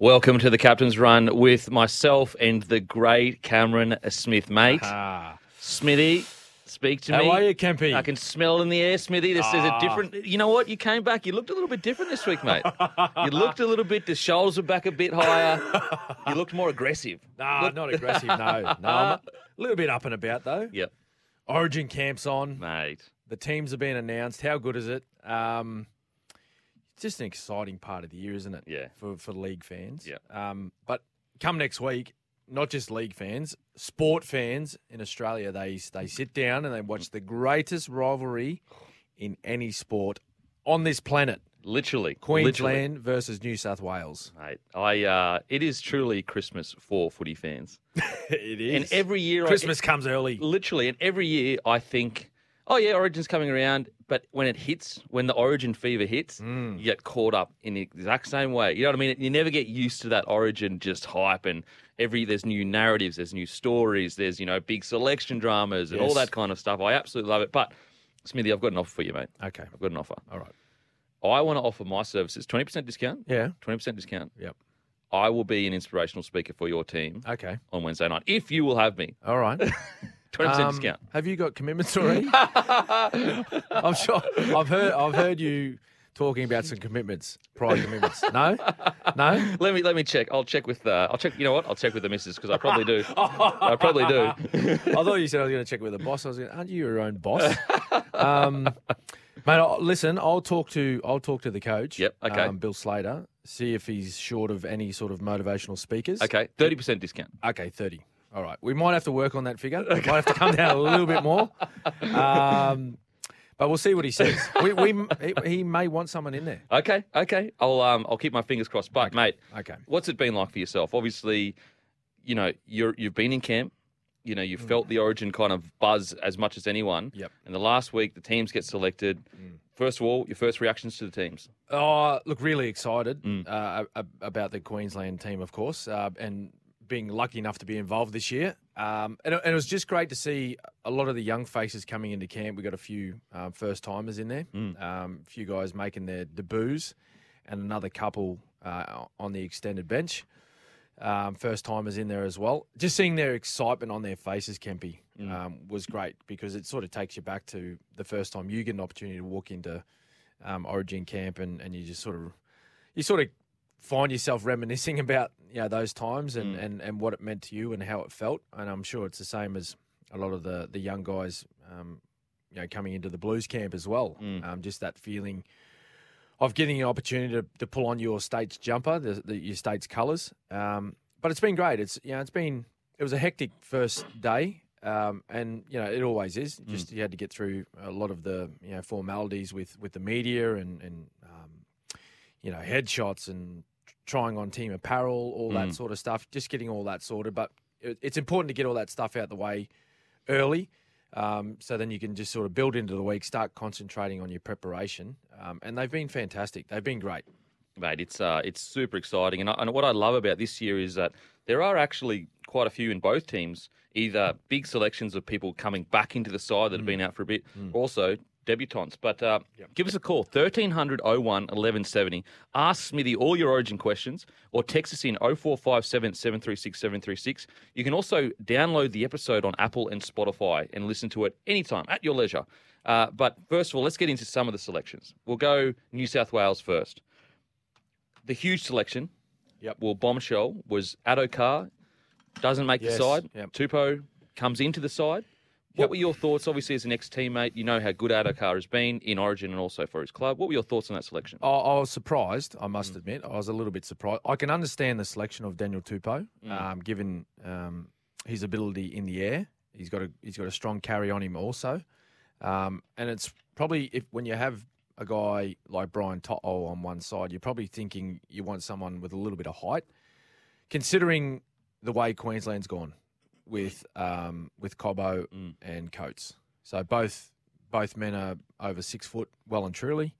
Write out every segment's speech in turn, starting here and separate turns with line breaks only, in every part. Welcome to the Captain's Run with myself and the great Cameron Smith, mate.
Ah,
Smithy, speak to
how
me.
are you, Kempy?
I can smell in the air, Smithy. This is a
Ah.
different. You know what? You came back. You looked a little bit different this week, mate. you looked a little bit. The shoulders were back a bit higher. You looked more aggressive.
Nah, not aggressive. No, no. I'm
Uh,
a little bit up and about though.
Yep,
Origin camps on.
mate.
The teams have been announced. How good is it? Um, it's just an exciting part of the year, isn't it?
Yeah.
For for league fans.
Yeah.
Um, but come next week, not just league fans, sport fans in Australia, they they sit down and they watch the greatest rivalry in any sport on this planet:
Literally, literally.
Queensland versus New South Wales.
Mate, I uh, it is truly Christmas for footy fans,
it is.
and every year, I-
Christmas comes early.
literally, and every year I think, oh yeah, Origin's coming around, but when it hits, when the Origin fever hits,
Mm.
you get caught up in the exact same way. You know what I mean? You never get used to that Origin just hype, and every there's new narratives, there's new stories, there's you know big selection dramas and all
Yes.
that kind of stuff. I absolutely love it. But Smithy, I've got an offer for you, mate.
Okay.
I've got an offer.
All right.
I want to offer my services twenty percent discount.
Yeah.
Twenty percent discount.
Yep.
I will be an inspirational speaker for your team
Okay.
on Wednesday night if you will have me.
All right.
20%
Um,
discount.
Have you got commitments already? I'm sure. I've heard. I've heard you talking about some commitments, prior commitments. No. No.
Let me let me check. I'll check with uh, I'll check. You know what? I'll check with the missus because I probably do. I probably do.
I thought you said I was going to check with the boss. I was going. Aren't you your own boss? Um, mate, I'll, listen. I'll talk to. I'll talk to the coach.
Yep, okay.
Um, Bill Slater. See if he's short of any sort of motivational speakers.
Okay, thirty percent discount.
Okay, 30. All right. We might have to work on that figure. We might have to come down a little bit more. Um, but we'll see what he says. We, we he, he may want someone in there.
Okay, okay. I'll um I'll keep my fingers crossed. But mate,
Okay.
what's it been like for yourself? Obviously, you know you're you've been in camp. You know you felt the origin kind of buzz as much as anyone.
Mm. Yep. Mm.
And the last week the teams get selected. First of all, your first reactions to the teams.
Oh, look, really excited uh, ab- about the Queensland team, of course, uh, and being lucky enough to be involved this year. Um, and, it- and it was just great to see a lot of the young faces coming into camp. We got a few um, first timers in there, um, a few guys making their debuts, and another couple uh, on the extended bench. Um, first timers in there as well. Just seeing their excitement on their faces, Kempy, um, was great because it sort of takes you back to the first time you get an opportunity to walk into um, Origin camp, and, and you just sort of you sort of find yourself reminiscing about you know, those times and, and, and what it meant to you and how it felt. And I'm sure it's the same as a lot of the the young guys, um, you know, coming into the Blues camp as well. Um, just that feeling of getting an opportunity to, to pull on your state's jumper, the, the, your state's colours. Um, but it's been great. It's you know, it's been it was a hectic first day. Um, and you know it always is. Just you had to get through a lot of the you know formalities with, with the media and and um, you know, headshots and trying on team apparel, all that sort of stuff, just getting all that sorted. But it, it's important to get all that stuff out the way early. Um, so then you can just sort of build into the week, start concentrating on your preparation. Um, and they've been fantastic. They've been great.
mate. It's uh, it's super exciting, and I, and what I love about this year is that there are actually quite a few in both teams, either big selections of people coming back into the side that have been out for a bit, also debutants. But uh, give us a call 1300 01 1170. Ask Smithy all your origin questions, or text us in 0457 736 736. You can also download the episode on Apple and Spotify and listen to it anytime at your leisure. Uh, but first of all, let's get into some of the selections. We'll go New South Wales first the huge selection.
Yep.
Well, bombshell was Addo Carr doesn't make
Yes,
the side.
yep.
Tupou comes into the side. What were your thoughts? Obviously, as an ex-teammate, you know how good Addo Carr has been in Origin and also for his club. What were your thoughts on that selection?
I, I was surprised, I must admit. I was a little bit surprised. I can understand the selection of Daniel Tupou, um, given um, his ability in the air. He's got a he's got a strong carry on him also. Um, and it's probably if when you have a guy like Brian Toto on one side, you're probably thinking you want someone with a little bit of height. Considering the way Queensland's gone with um, with Cobbo and Coates, so both both men are over six foot, well and truly.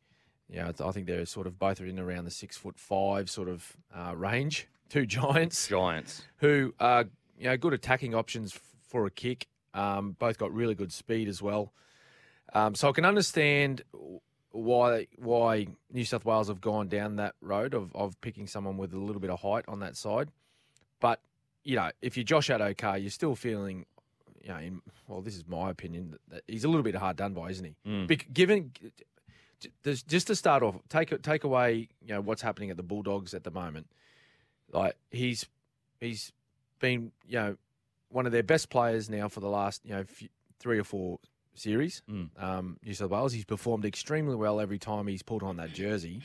Yeah, I think they're sort of both are in around the six foot five sort of uh, range. Two giants
Giants.
who are you know good attacking options f- for a kick. Um, both got really good speed as well. Um, so I can understand w- why why New South Wales have gone down that road of of picking someone with a little bit of height on that side. But you know, if you're Josh Adokar, you're still feeling, you know, in, well, this is my opinion that, that he's a little bit hard done by, isn't he? Bec- given j- there's- just to start off, take take away you know what's happening at the Bulldogs at the moment. Like he's he's been you know one of their best players now for the last you know few, three or four series.
Mm.
Um, New South Wales, he's performed extremely well every time he's put on that jersey.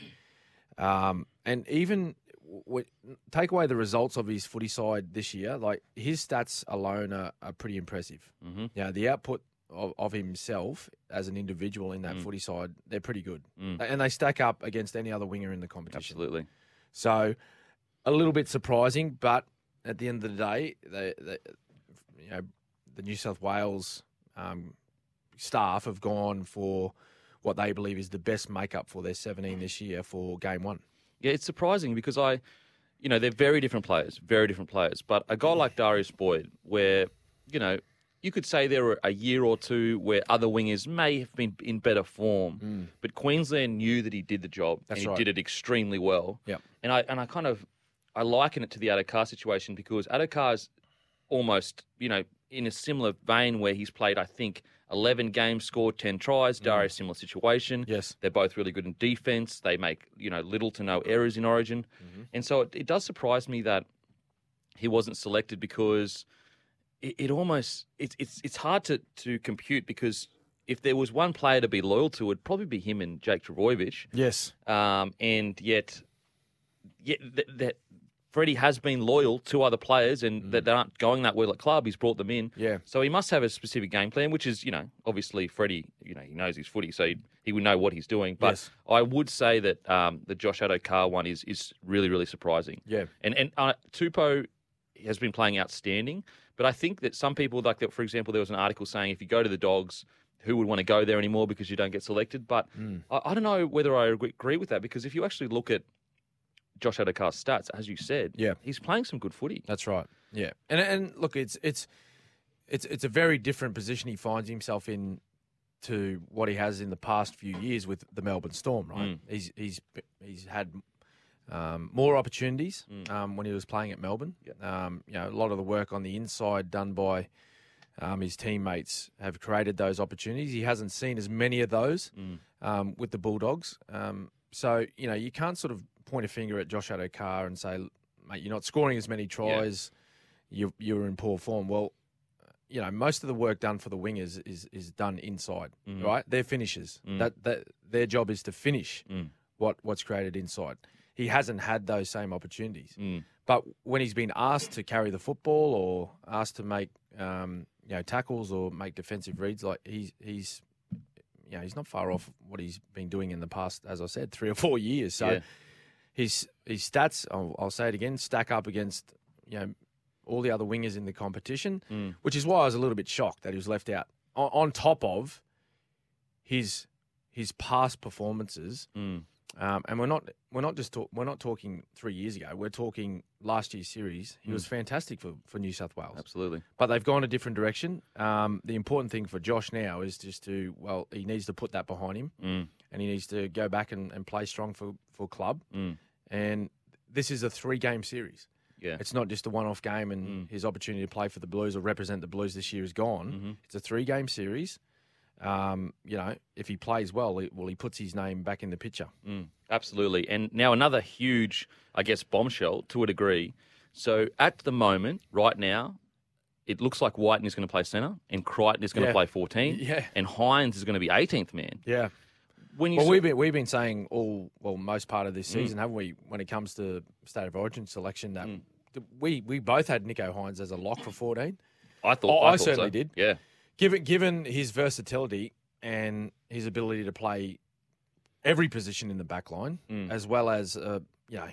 Um, and even w- w- take away the results of his footy side this year, like his stats alone are, are pretty impressive.
Mhm.
You know, the output of, of himself as an individual in that
Mm.
footy side, they're pretty good.
Mm.
And they stack up against any other winger in the competition.
Absolutely.
So a little bit surprising, but at the end of the day, they, they, you know, the New South Wales um, staff have gone for what they believe is the best makeup for their 17 this year for game one.
Yeah, it's surprising because I, you know, they're very different players, very different players. But a guy like Darius Boyd, where, you know, you could say there were a year or two where other wingers may have been in better form, but Queensland knew that he did the job
Mm. That's
and he
right.
did it extremely well.
Yep.
And I and I kind of I liken it to the Adokar situation because Adokar's almost, you know, in a similar vein where he's played, I think, eleven games, scored ten tries.
Mm.
Darius similar situation.
Yes.
They're both really good in defense. They make you know little to no errors in Origin, and so it, it does surprise me that he wasn't selected because it, it almost it's it's it's hard to to compute because if there was one player to be loyal to, it'd probably be him and Jake Trbojevic.
Yes.
Um, and yet, yet th- that Freddie has been loyal to other players, and that they aren't going that well at club. He's brought them in,
Yeah.
So he must have a specific game plan, which is you know obviously Freddie, you know he knows his footy, so he, he would know what he's doing. But
Yes.
I would say that um, the Josh Adokar one is is really really surprising.
Yeah.
And and uh, Tupou has been playing outstanding, but I think that some people like that. For example, there was an article saying if you go to the Dogs, who would want to go there anymore because you don't get selected. But
mm.
I, I don't know whether I agree- agree with that because if you actually look at Josh Adokar's stats, as you said,
Yeah.
he's playing some good footy.
That's right. Yeah, and and look, it's it's it's it's a very different position he finds himself in to what he has in the past few years with the Melbourne Storm. Right, he's he's he's had um, more opportunities um, when he was playing at Melbourne. Um, you know, a lot of the work on the inside done by um, his teammates have created those opportunities. He hasn't seen as many of those um, with the Bulldogs. Um, so you know, you can't sort of point a finger at Josh Adokar and say, "Mate, you're not scoring as many tries. You you're in poor form." Well, you know, most of the work done for the wingers is is done inside, right? They're finishers. That that their job is to finish what what's created inside. He hasn't had those same opportunities, but when he's been asked to carry the football or asked to make um, you know tackles or make defensive reads, like he's he's you know he's not far off what he's been doing in the past, as I said, three or four years. So
Yeah.
his his stats, I'll, I'll say it again, stack up against you know all the other wingers in the competition, which is why I was a little bit shocked that he was left out. On, on top of his his past performances, um, and we're not we're not just talk, we're not talking three years ago. We're talking last year's series. He was fantastic for, for New South Wales,
Absolutely.
but they've gone a different direction. Um, the important thing for Josh now is just to well, he needs to put that behind him,
Mm,
and he needs to go back and, and play strong for for club.
mm.
And this is a three game series.
Yeah.
It's not just a one off game and his opportunity to play for the Blues or represent the Blues this year is gone. It's a three game series. Um, you know, if he plays well, he, well, he puts his name back in the picture.
Mm, absolutely. And now another huge, I guess, bombshell to a degree. So at the moment, right now, it looks like Whiten is going to play centre and Crichton is going
Yeah.
to play 14
Yeah.
and Hines is going to be 18th man.
Yeah.
When you
Well,
saw-
we've been, we've been saying all, well, most part of this season, haven't we, when it comes to State of Origin selection, that we, we both had Nico Hines as a lock for 14.
I thought,
Oh, I
thought so.
certainly did.
Yeah.
Given, given his versatility and his ability to play every position in the back line, as well as, uh, you know,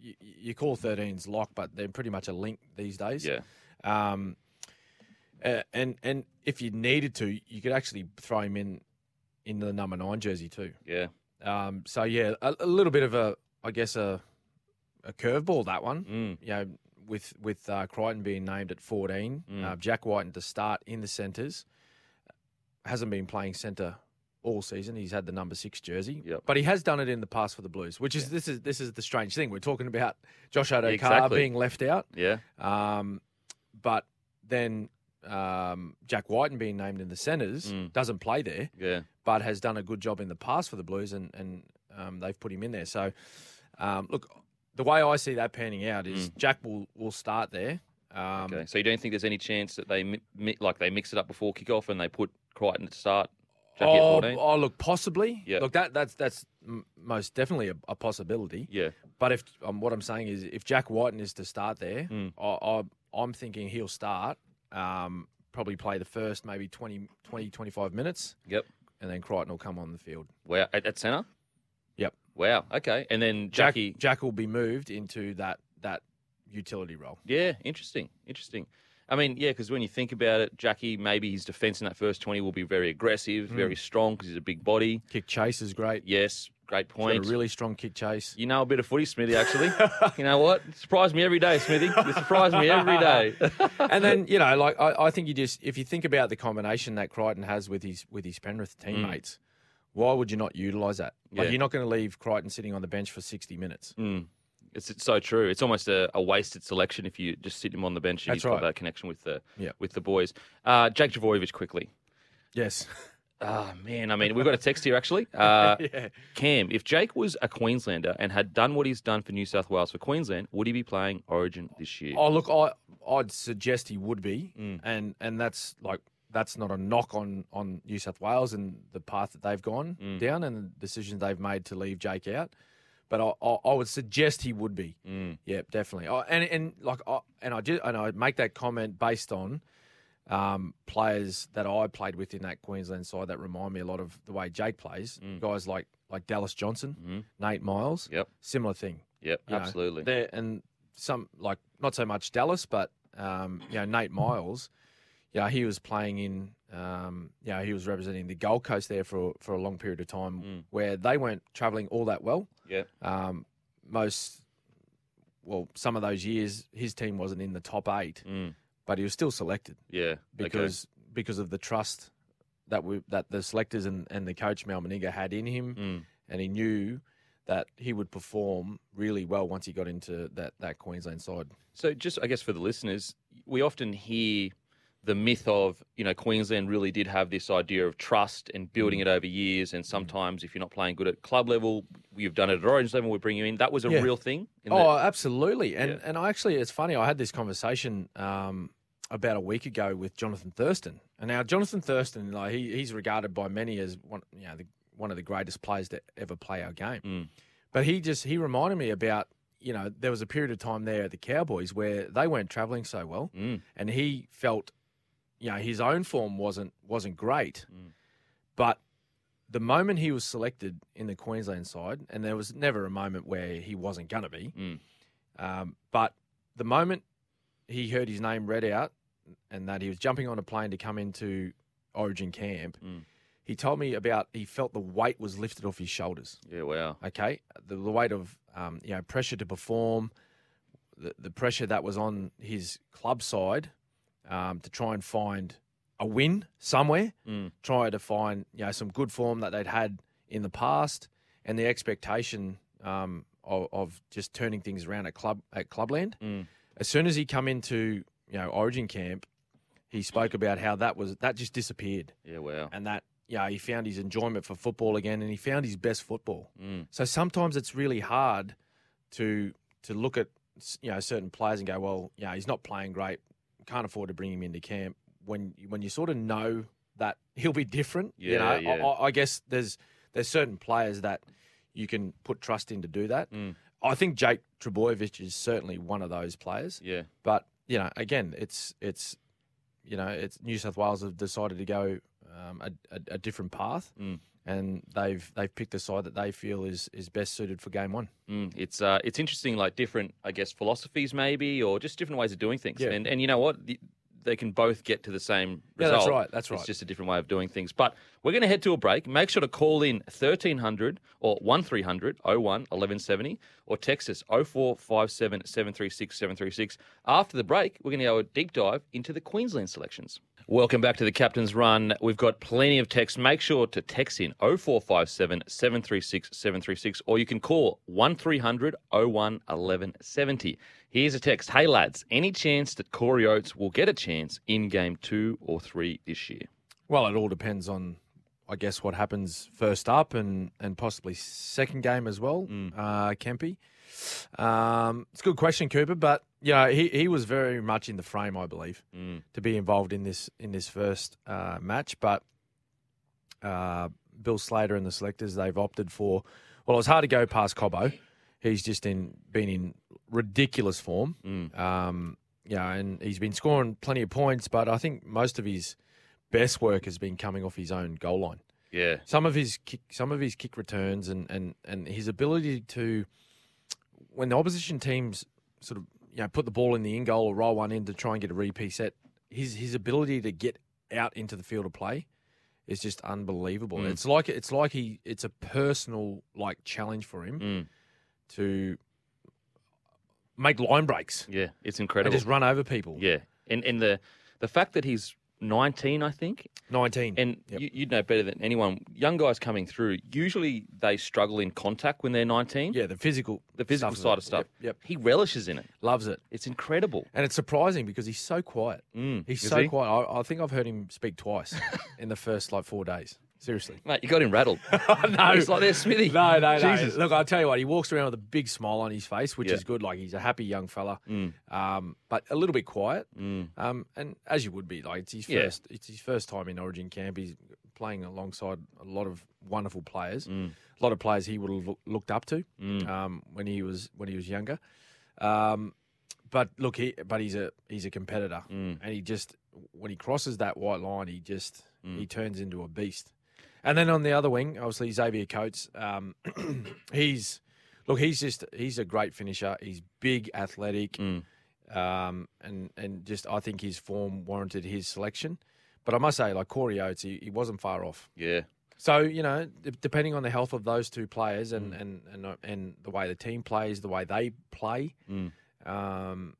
you, you call 13s lock, but they're pretty much a link these days.
Yeah.
Um, uh, and and if you needed to, you could actually throw him in in the number nine jersey too.
Yeah.
Um, so yeah, a, a little bit of a, I guess a a curveball that one.
Mm.
You know, with with uh, Crichton being named at
Mm.
fourteen, uh, Jack Whiten to start in the centres hasn't been uh, playing centre all season. He's had the number six jersey,
Yep.
but he has done it in the past for the Blues, which is this is this is the strange thing we're talking about. Josh Adokar
Exactly.
being left out,
Yeah.
um, but then um, Jack Whiten being named in the centres
Mm.
doesn't play there,
Yeah.
but has done a good job in the past for the Blues, and and um, they've put him in there. So um, look, the way I see that panning out is Jack will will start there. Um,
Hmm. Okay. so you don't think there's any chance that they mi- mi- like they mix it up before kickoff and they put Crichton at start? Jackie at
Oh,
14?
oh, look, possibly.
Yeah.
Look, that that's that's m- most definitely a, a possibility.
Yeah.
But if um, what I'm saying is, if Jack Whiten is to start there,
Mm.
I, I I'm thinking he'll start. Um, probably play the first maybe 20, 20, 25 minutes,
Yep.
and then Crichton will come on the field.
Wow. At, at centre.
Yep.
Wow. Okay. And then
Jack
Jackie.
Jack will be moved into that that utility role.
Yeah, interesting, interesting. I mean, yeah, because when you think about it, Jackie, maybe his defense in that first twenty will be very
Mm.
aggressive, very strong because he's a big body.
Kick chase is great.
Yes, great
He's
point.
Got a really strong kick chase.
you know a bit of footy, Smithy. Actually, you know what? Surprise me every day, Smithy. You surprise me every day.
and then you know, like I, I think you just if you think about the combination that Crichton has with his with his Penrith teammates, why would you not utilise that? Like
Mm. Yeah. Mm.
you're not going to leave Crichton sitting on the bench for sixty minutes.
it's, it's so true. It's almost a, a wasted selection if you just sit him on the bench. and
That's
he's got
right.
that connection with the
Yeah.
with the boys. Uh, Jake Javoyevich, quickly.
Yes.
Ah man, I mean, we've got a text here actually. Uh, Cam, if Jake was a Queenslander and had done what he's done for New South Wales for Queensland, would he be playing Origin this year?
Oh look, I I'd suggest he would be,
Mm.
and and that's like that's not a knock on on New South Wales and the path that they've gone
Mm.
down and the decisions they've made to leave Jake out. But I, I, I would suggest he would be.
Mm,
Yeah, definitely. I, and and like I, and I do and I make that comment based on um, players that I played with in that Queensland side that remind me a lot of the way Jake plays. Guys like like Dallas Johnson, Nate Miles,
Yep,
similar thing
mm-hmm. yep,
you know,
absolutely.
there and some like not so much Dallas, but um, you know Nate Miles. Yeah, he was playing in. Um, you know, he was representing the Gold Coast there for for a long period of time,
Mm.
where they weren't travelling all that well.
Yep,
Um, most, well, some of those years his team wasn't in the top eight,
Mm.
but he was still selected
yeah,
because because of the trust that we that the selectors and, and the coach Mal Meninga had in him,
Mm.
and he knew that he would perform really well once he got into that that Queensland side.
So, just I guess for the listeners, we often hear the myth of you know Queensland really did have this idea of trust and
Mm.
building it over years, and sometimes if you're not playing good at club level, you've done it at Origin level, we bring you in. That was a
Yeah.
real thing. in the-
Oh, absolutely, and
Yeah.
and I actually it's funny I had this conversation um, about a week ago with Jonathan Thurston, and now Jonathan Thurston like he, he's regarded by many as one you know the, one of the greatest players to ever play our game,
Mm.
but he just he reminded me about. You know, there was a period of time there at the Cowboys where they weren't travelling so well.
Mm,
and he felt you know his own form wasn't wasn't great
Mm.
but the moment he was selected in the Queensland side and there was never a moment where he wasn't going to be
Mm.
um, but the moment he heard his name read out and that he was jumping on a plane to come into origin camp
Mm.
he told me about he felt the weight was lifted off his shoulders
yeah, wow.
okay the, the weight of um, you know pressure to perform the, the pressure that was on his club side um, to try and find a win somewhere
Mm.
try to find you know some good form that they'd had in the past and the expectation um, of, of just turning things around at club at clubland
Mm.
as soon as he come into you know origin camp he spoke about how that was that just disappeared
Yeah, wow.
and that yeah he found his enjoyment for football again and he found his best football
Mm.
so sometimes it's really hard to to look at you know certain players and go, well, yeah, he's not playing great. Can't afford to bring him into camp when when you sort of know that he'll be different. you
Yeah,
know,
yeah.
I, I, I guess there's there's certain players that you can put trust in to do that.
Mm.
I think Jake Trebojevic is certainly one of those players.
Yeah.
But you know, again, it's it's you know, it's New South Wales have decided to go um, a, a, a different path,
Mm.
and they've they've picked a side that they feel is is best suited for game one.
Mm, it's uh, it's interesting, like different, I guess, philosophies maybe, or just different ways of doing things.
Yeah.
And and you know what, the, they can both get to the same
Yeah,
result.
that's right, that's right.
It's just a different way of doing things. But we're going to head to a break. Make sure to call in 1300 or 1300 01 1170 or text us 0457 736 736. After the break, we're going to go a deep dive into the Queensland selections. Welcome back to the Captain's Run. We've got plenty of text. Make sure to text in 0457 736 736 or you can call 1300 01 1170. Here's a text. Hey lads, any chance that Corey Oates will get a chance in game two or three this year?
Well, it all depends on, I guess, what happens first up and and possibly second game as well. Uh, Kempy, um, it's a good question, Cooper. But yeah, he, he was very much in the frame, I believe, to be involved in this in this first uh, match. But uh, Bill Slater and the selectors they've opted for. Well, it was hard to go past Cobbo. He's just in been in ridiculous form.
Mm,
Um, yeah, and he's been scoring plenty of points, but I think most of his best work has been coming off his own goal line.
Yeah.
Some of his kick, some of his kick returns, and and and his ability to, when the opposition teams sort of you know put the ball in the in goal or roll one in to try and get a repeat set, his his ability to get out into the field of play is just unbelievable.
Mm.
It's like it's like he it's a personal like challenge for him
Mm.
to make line breaks
Yeah. It's
and
incredible.
just run over people.
Yeah. And and the the fact that he's 19, I think,
Nineteen.
and
Yep.
you, you'd know better than anyone. Young guys coming through, usually they struggle in contact when they're 19.
yeah, the physical
The physical
stuff
side of stuff.
Yep, yep.
He relishes in it.
loves it.
It's incredible.
And it's surprising because he's so quiet.
Mm,
He's
is
so
he?
quiet. I, I think I've heard him speak twice in the first like four days. Seriously.
Mate, you got him rattled.
no.
He's like, there's Smithy.
No, no, no.
Jesus.
Look, I'll tell you what, he walks around with a big smile on his face, which
Yeah.
is good. Like he's a happy young fella,
Mm.
um, but a little bit quiet.
Mm.
Um, and as you would be, like it's his
Yeah.
first, it's his first time in Origin camp. He's playing alongside a lot of wonderful players, a lot of players he would have look, looked up to um, when he was when he was younger. Um, but look, he but he's a he's a competitor,
mm,
and he just when he crosses that white line, he just he turns into a beast. And then on the other wing, obviously Xavier Coates, um, he's look, he's just he's a great finisher. He's big, athletic,
mm.
um, and and just I think his form warranted his selection. But I must say, like Corey Oates, he, he wasn't far off.
Yeah.
So you know, d- depending on the health of those two players and and and, uh, and the way the team plays, the way they play,
Mm.
um,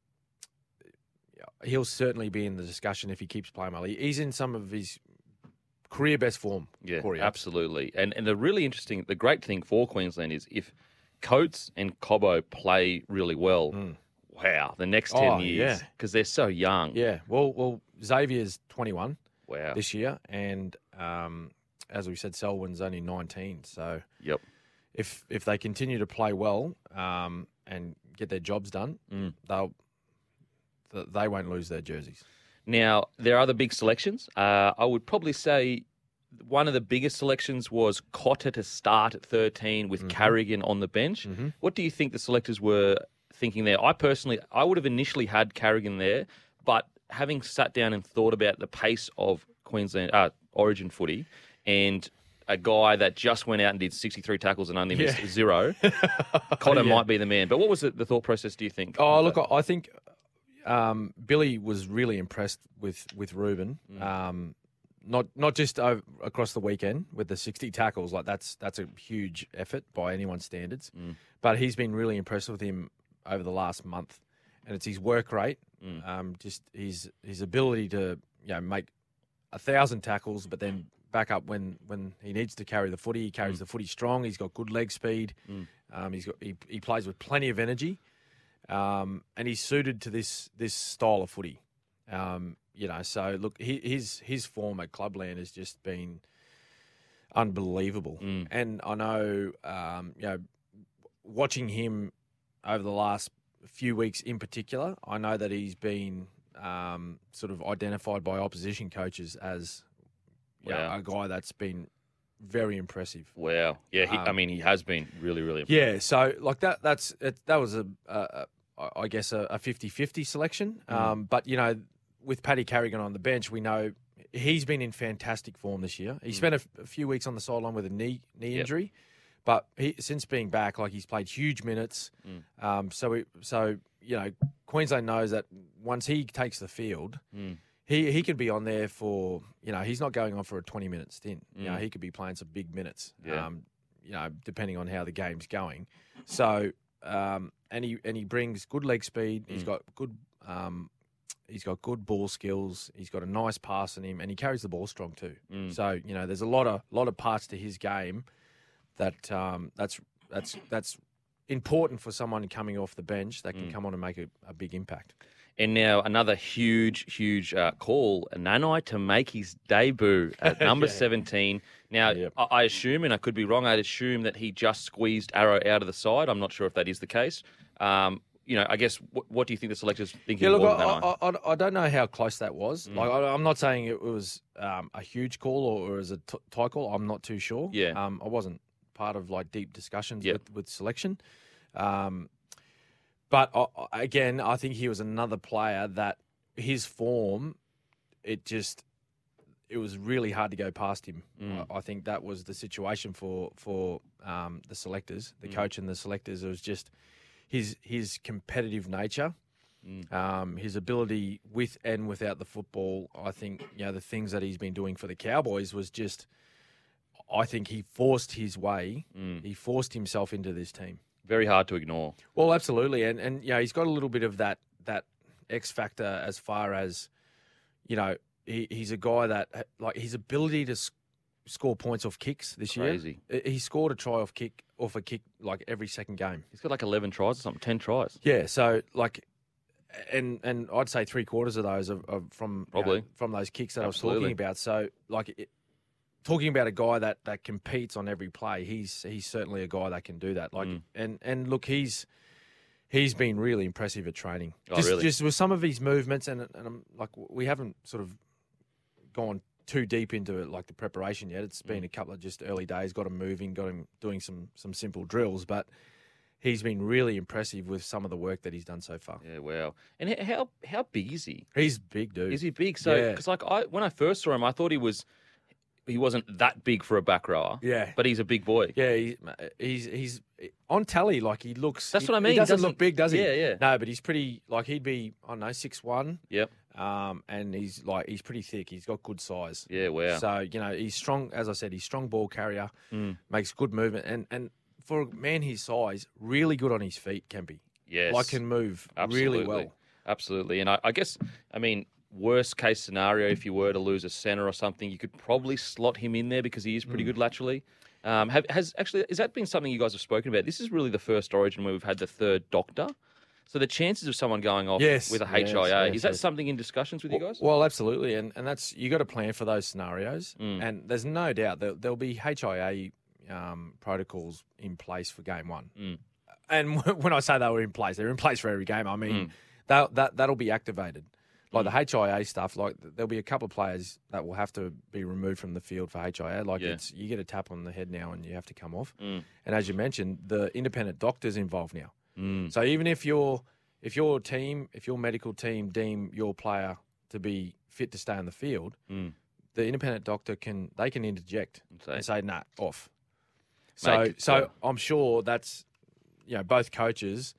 yeah, he'll certainly be in the discussion if he keeps playing well. He- He's in some of his career best form.
Yeah,
Corey Oates.
absolutely. And and the really interesting, the great thing for Queensland is if Coates and Cobbo play really well, wow, the next ten
Mm. Oh,
years
yeah.
because they're so young.
Yeah. Well, well, Xavier's twenty one.
Wow.
this year, and um, as we said, Selwyn's only 19. So
Yep.
if if they continue to play well um, and get their jobs done,
Mm.
they'll th- they won't lose their jerseys.
Now there are other big selections. Uh, I would probably say one of the biggest selections was Cotter to start at thirteen with Carrigan on the bench. What do you think the selectors were thinking there? I personally, I would have initially had Carrigan there, but having sat down and thought about the pace of Queensland uh, Origin footy and a guy that just went out and did 63 tackles and only missed zero, Cotter might be the man. But what was the, the thought process, do you think?
Oh, look, I I think um, Billy was really impressed with with Ruben. Um, not not just over, across the weekend with the 60 tackles, like that's that's a huge effort by anyone's standards. But he's been really impressed with him over the last month, and it's his work rate, um, just his his ability to you know make a thousand tackles, but then back up when when he needs to carry the footy. He carries the footy strong. He's got good leg speed. Um, he's got he, he plays with plenty of energy, um, and he's suited to this this style of footy. Um, you know, so look, he, his his form at Clubland has just been unbelievable,
Mm.
and I know um, you know watching him over the last few weeks in particular, I know that he's been um, sort of identified by opposition coaches as you know,
Wow.
a guy that's been very impressive.
Wow. Yeah, he, I
Um,
mean, he has been really, really impressive.
Yeah, so like that that's it, that was a, a, a I guess a, a 50-50 selection.
Mm.
Um, but you know, with Paddy Carrigan on the bench, we know he's been in fantastic form this year. He spent a, f- a few weeks on the sideline with a knee
Mm.
knee
Yep.
injury, but he, since being back, like he's played huge minutes.
Mm. Mm.
Um, so we, so you know, Queensland knows that once he takes the field, he he could be on there for you know he's not going on for a twenty minute stint. You know
Mm.
he could be playing some big minutes.
Yeah.
Um, you know depending on how the game's going. So um, and he and he brings good leg speed. He's got good um, he's got good ball skills. He's got a nice pass in him, and he carries the ball strong too.
Mm.
So you know there's a lot of lot of parts to his game that um, that's that's that's important for someone coming off the bench that can come on and make a, a big impact.
And now another huge, huge uh, call, Nanai to make his debut at number 17. Now,
Yep.
I, I assume, and I could be wrong, I'd assume that he just squeezed Arrow out of the side. I'm not sure if that is the case. Um, you know, I guess, what, what do you think the selectors thinking
Yeah, look,
of
I,
Nanai?
I, I, I don't know how close that
Mm.
was. Like, I, I'm not saying it was um, a huge call or, or as a t- tie call. I'm not too sure.
Yeah.
um, I wasn't part of like deep discussions
Yep.
with, with selection. Um, but I, I- again, I think he was another player that his form, it just, it was really hard to go past him. I, I think that was the situation for for um, the selectors, the coach and the selectors. It was just his his competitive nature um, his ability with and without the football. I think you know the things that he's been doing for the Cowboys was just. I think he forced his way. He forced himself into this team.
Mm. Very hard to ignore.
Well, absolutely, and and you know he's got a little bit of that that X factor as far as you know he, he's a guy that uh, like his ability to s- score points off kicks this
Crazy.
year. He he scored a try off kick off a kick like every second game.
He's got like 11 tries or something, 10 tries.
Yeah, so like, and and I'd say three quarters of those are, are from you know,
Probably.
from those kicks that I
Absolutely.
was talking about. So like, it, talking about a guy that that competes on every play, he's he's certainly a guy that can do that. Like,
Mm.
and and look, he's he's been really impressive at training.
Oh,
just,
really?
just with some of his movements, and and I'm like, we haven't sort of gone too deep into it, like the preparation yet.
Mm.
It's been a couple of just early days. Got him moving, got him doing some some simple drills, but he's been really impressive with some of the work that he's done so far.
Yeah, wow. And h- how how big is he?
He's big, dude.
Is he big? So
Yeah.
because like I when I first saw him, I thought he was he wasn't that big for a back rower.
Yeah.
but he's a big boy.
Yeah, he, he's he's on tally like he looks.
That's
he-
what I mean,
He
he
doesn't,
doesn't-
look big, does he?
Yeah, yeah.
No, but he's pretty. Like he'd be, I don't know, six one.
Yep.
Um, and he's like he's pretty thick. He's got good size.
Yeah. Mm. Wow.
So you know he's strong. As I said, he's strong ball carrier. Makes good movement and and for a man his size, really good on his feet. Can be.
yes.
Like can move really well.
Absolutely. And I, I guess I mean worst case scenario if you were to lose a center or something, you could probably slot him in there because he is
Hmm.
pretty good laterally. Um, have, has actually has that been something you guys have spoken about? This is really the first Origin where we've had the third Doctor. So the chances of someone going off
Yes,
with a HIA
yes, yes,
is that
yes.
something in discussions with you guys?
Well, absolutely, and and that's you got to plan for those scenarios,
Hmm,
and there's no doubt that there'll be HIA um, protocols in place for game one. And when I say they were in place, they're in place for every game. I mean, that that that'll be activated. Like the HIA stuff, like there'll be a couple of players that will have to be removed from the field for HIA. Like
Yeah.
it's you get a tap on the head now and you have to come off. And as you mentioned, the independent doctors involved now.
hmm.
So even if your if your team, if your medical team deem your player to be fit to stay on the field, the independent doctor can they can interject
say-
and say, "Nah, off." So
Mate,
so
yeah.
I'm sure that's you know both coaches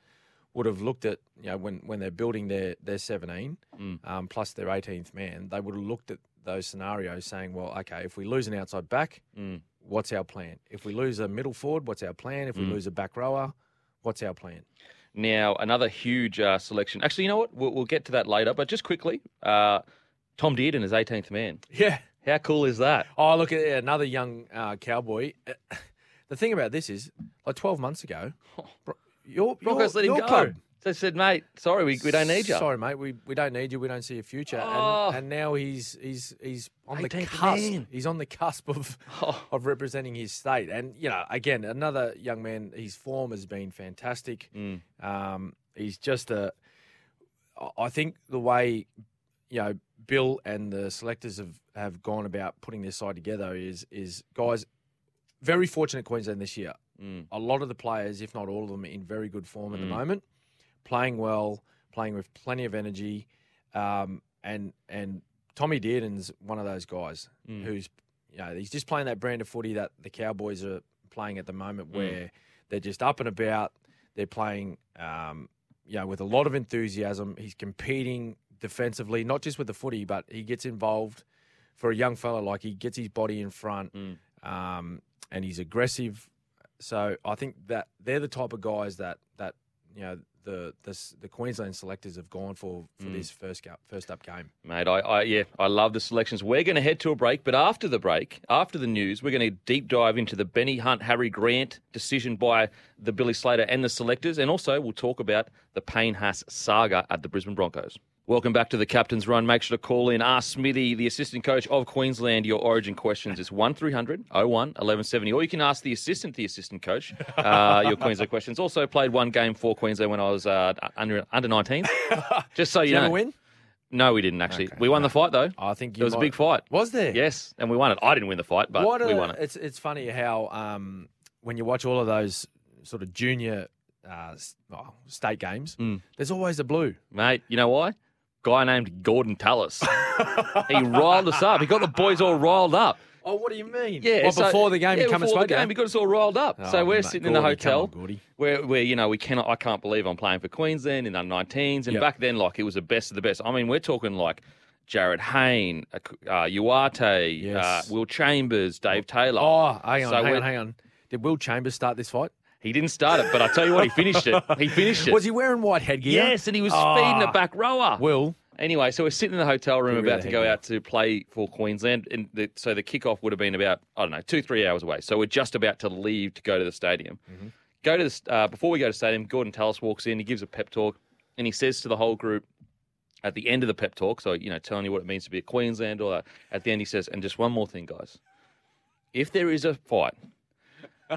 would have looked at you know when when they're building their their 17 um, plus their 18th man, they would have looked at those scenarios saying, "Well, okay, if we lose an outside back, what's our plan? If we lose a middle forward, what's our plan? If we lose a back rower, what's our plan?"
Now, another huge uh, selection. Actually, you know what? We'll, we'll get to that later, but just quickly, uh, Tom Dearden is 18th man.
Yeah.
How cool is that?
Oh, look at yeah, another young uh, cowboy. The thing about this is, like 12 months ago, bro, your,
Broncos
your,
let him
your
go.
club-
They said, mate, sorry, we, we don't need you.
Sorry, mate. We, we don't need you. We don't see a future.
Oh.
And, and now he's he's he's on the
18th
cusp.
man.
He's on the cusp of
Oh.
of representing his state. And you know, again, another young man. His form has been fantastic. Um, he's just a. I- I think the way you know Bill and the selectors have have gone about putting their side together is is guys. Very fortunate Queensland this year. A lot of the players, if not all of them, are in very good form at the moment playing well, playing with plenty of energy, um, and and Tommy Dearden's one of those guys
Hmm.
who's you know he's just playing that brand of footy that the Cowboys are playing at the
Hmm.
moment, where they're just up and about, they're playing, um, you know, with a lot of enthusiasm. He's competing defensively, not just with the footy, but he gets involved for a young fella. Like he gets his body in front,
Hmm.
um, and he's aggressive. So I think that they're the type of guys that that you know the the, s- the Queensland selectors have gone for for
Hmm.
this first cup, first up game.
Mate, I, I yeah, I love the selections. We're going to head to a break, but after the break, after the news, we're going to deep dive into the Benny Hunt Harry Grant decision by the Billy Slater and the selectors, and also we'll talk about the Payne Haas saga at the Brisbane Broncos. Welcome back to the Captain's Run. Make sure to call in, ask Smithy, the assistant coach of Queensland, your origin questions. It's 1300 01 1170, or you can ask the assistant, the assistant coach, uh, your Queensland questions. Also played one game for Queensland when I was uh, under under 19. Just so you
Did you
know.
ever win?
No, we didn't actually. We won the fight though.
I think you
it was a
might-
big fight.
Was there?
Yes, and we won it. I didn't win the fight, but
What
Uh, we
a-
won it.
It's it's funny how um, when you watch all of those sort of junior uh, s- oh, state games,
Mm.
there's always a blue.
Mate, you know why? Guy named Gordon Tallis. he riled us up. He got the boys all riled up.
Oh, what do you mean?
Yeah.
Well,
so-
before the game,
yeah,
you come and
before
spoke
the game, he got us all riled up. so
Oh,
we're
mate,
sitting in the
Gordy, come on,
hotel
Gordy.
where, where you know we cannot. I can't believe I'm playing for Queensland in under 19s. And
Yep.
back then, like it was the best of the best. I mean, we're talking like. Jared Hayne, uh, Uarte,
Yes.
uh, Will Chambers, Dave Taylor.
Oh, hang on,
So
hang
we're-
on, hang on. Did Will Chambers start this fight?
He didn't start it, but I tell you what, he finished it. He finished it.
Was he wearing white headgear?
Yes, and he was
Ah.
feeding a back rower.
Will.
Anyway, so we're sitting in the hotel room
Get rid
about
of
to
the
go
headgear.
out to play for Queensland, and the, so the kickoff would have been about I don't know two three hours away. So we're just about to leave to go to the stadium. Go to the st- uh, before we go to the stadium. Gordon Tallis walks in. He gives a pep talk, and he says to the whole group at the end of the pep talk. So you know, telling you what it means to be a Queensland. All that. At the end, he says, and just one more thing, guys. If there is a fight,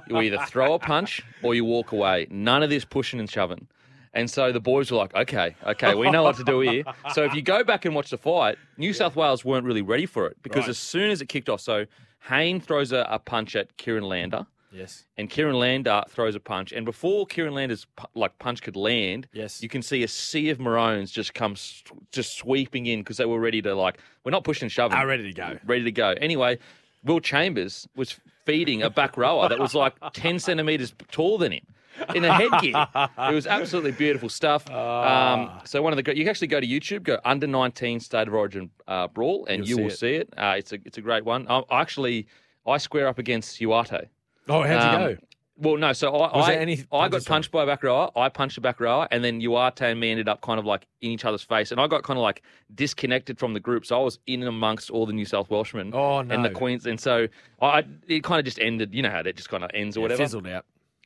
you either throw a punch or you walk away. None of this pushing and shoving. And so the boys were like, okay, okay, we know what to do here. So if you go back and watch the fight, New South Wales weren't really ready for it because
Right.
as soon as it kicked off, so Hayne throws a, a punch at Kieran Lander
Yes.
and Kieran Lander throws a punch. And before Kieran Lander's pu- like punch could land,
Yes.
you can see a sea of Maroons just come s- just sweeping in because they were ready to like we're not pushing and shoving.
Are Ah, ready to go.
Ready to go. Anyway, Will Chambers was feeding a back rower that was like ten centimeters taller than him. In a headgear, it was absolutely beautiful stuff.
Ah.
Um, so one of the gr- you can actually go to YouTube, go under nineteen state of origin uh, brawl, and you
You'll
will see
see
it. Uh, it's a it's a great one. Um, I, I actually I square up against Uate.
Oh, how'd
Um,
you go?
Well, no. So I,
Was
I,
there any
I
punches
got punched by a back rower. I punched a back rower, and then Uarte and me ended up kind of like in each other's face, and I got kind of like disconnected from the group. So I was in amongst all the New South Welshmen.
Oh,
And the
no.
Queens, and so I it kind of just ended. You know how it just kind of ends or whatever.
Fizzled out.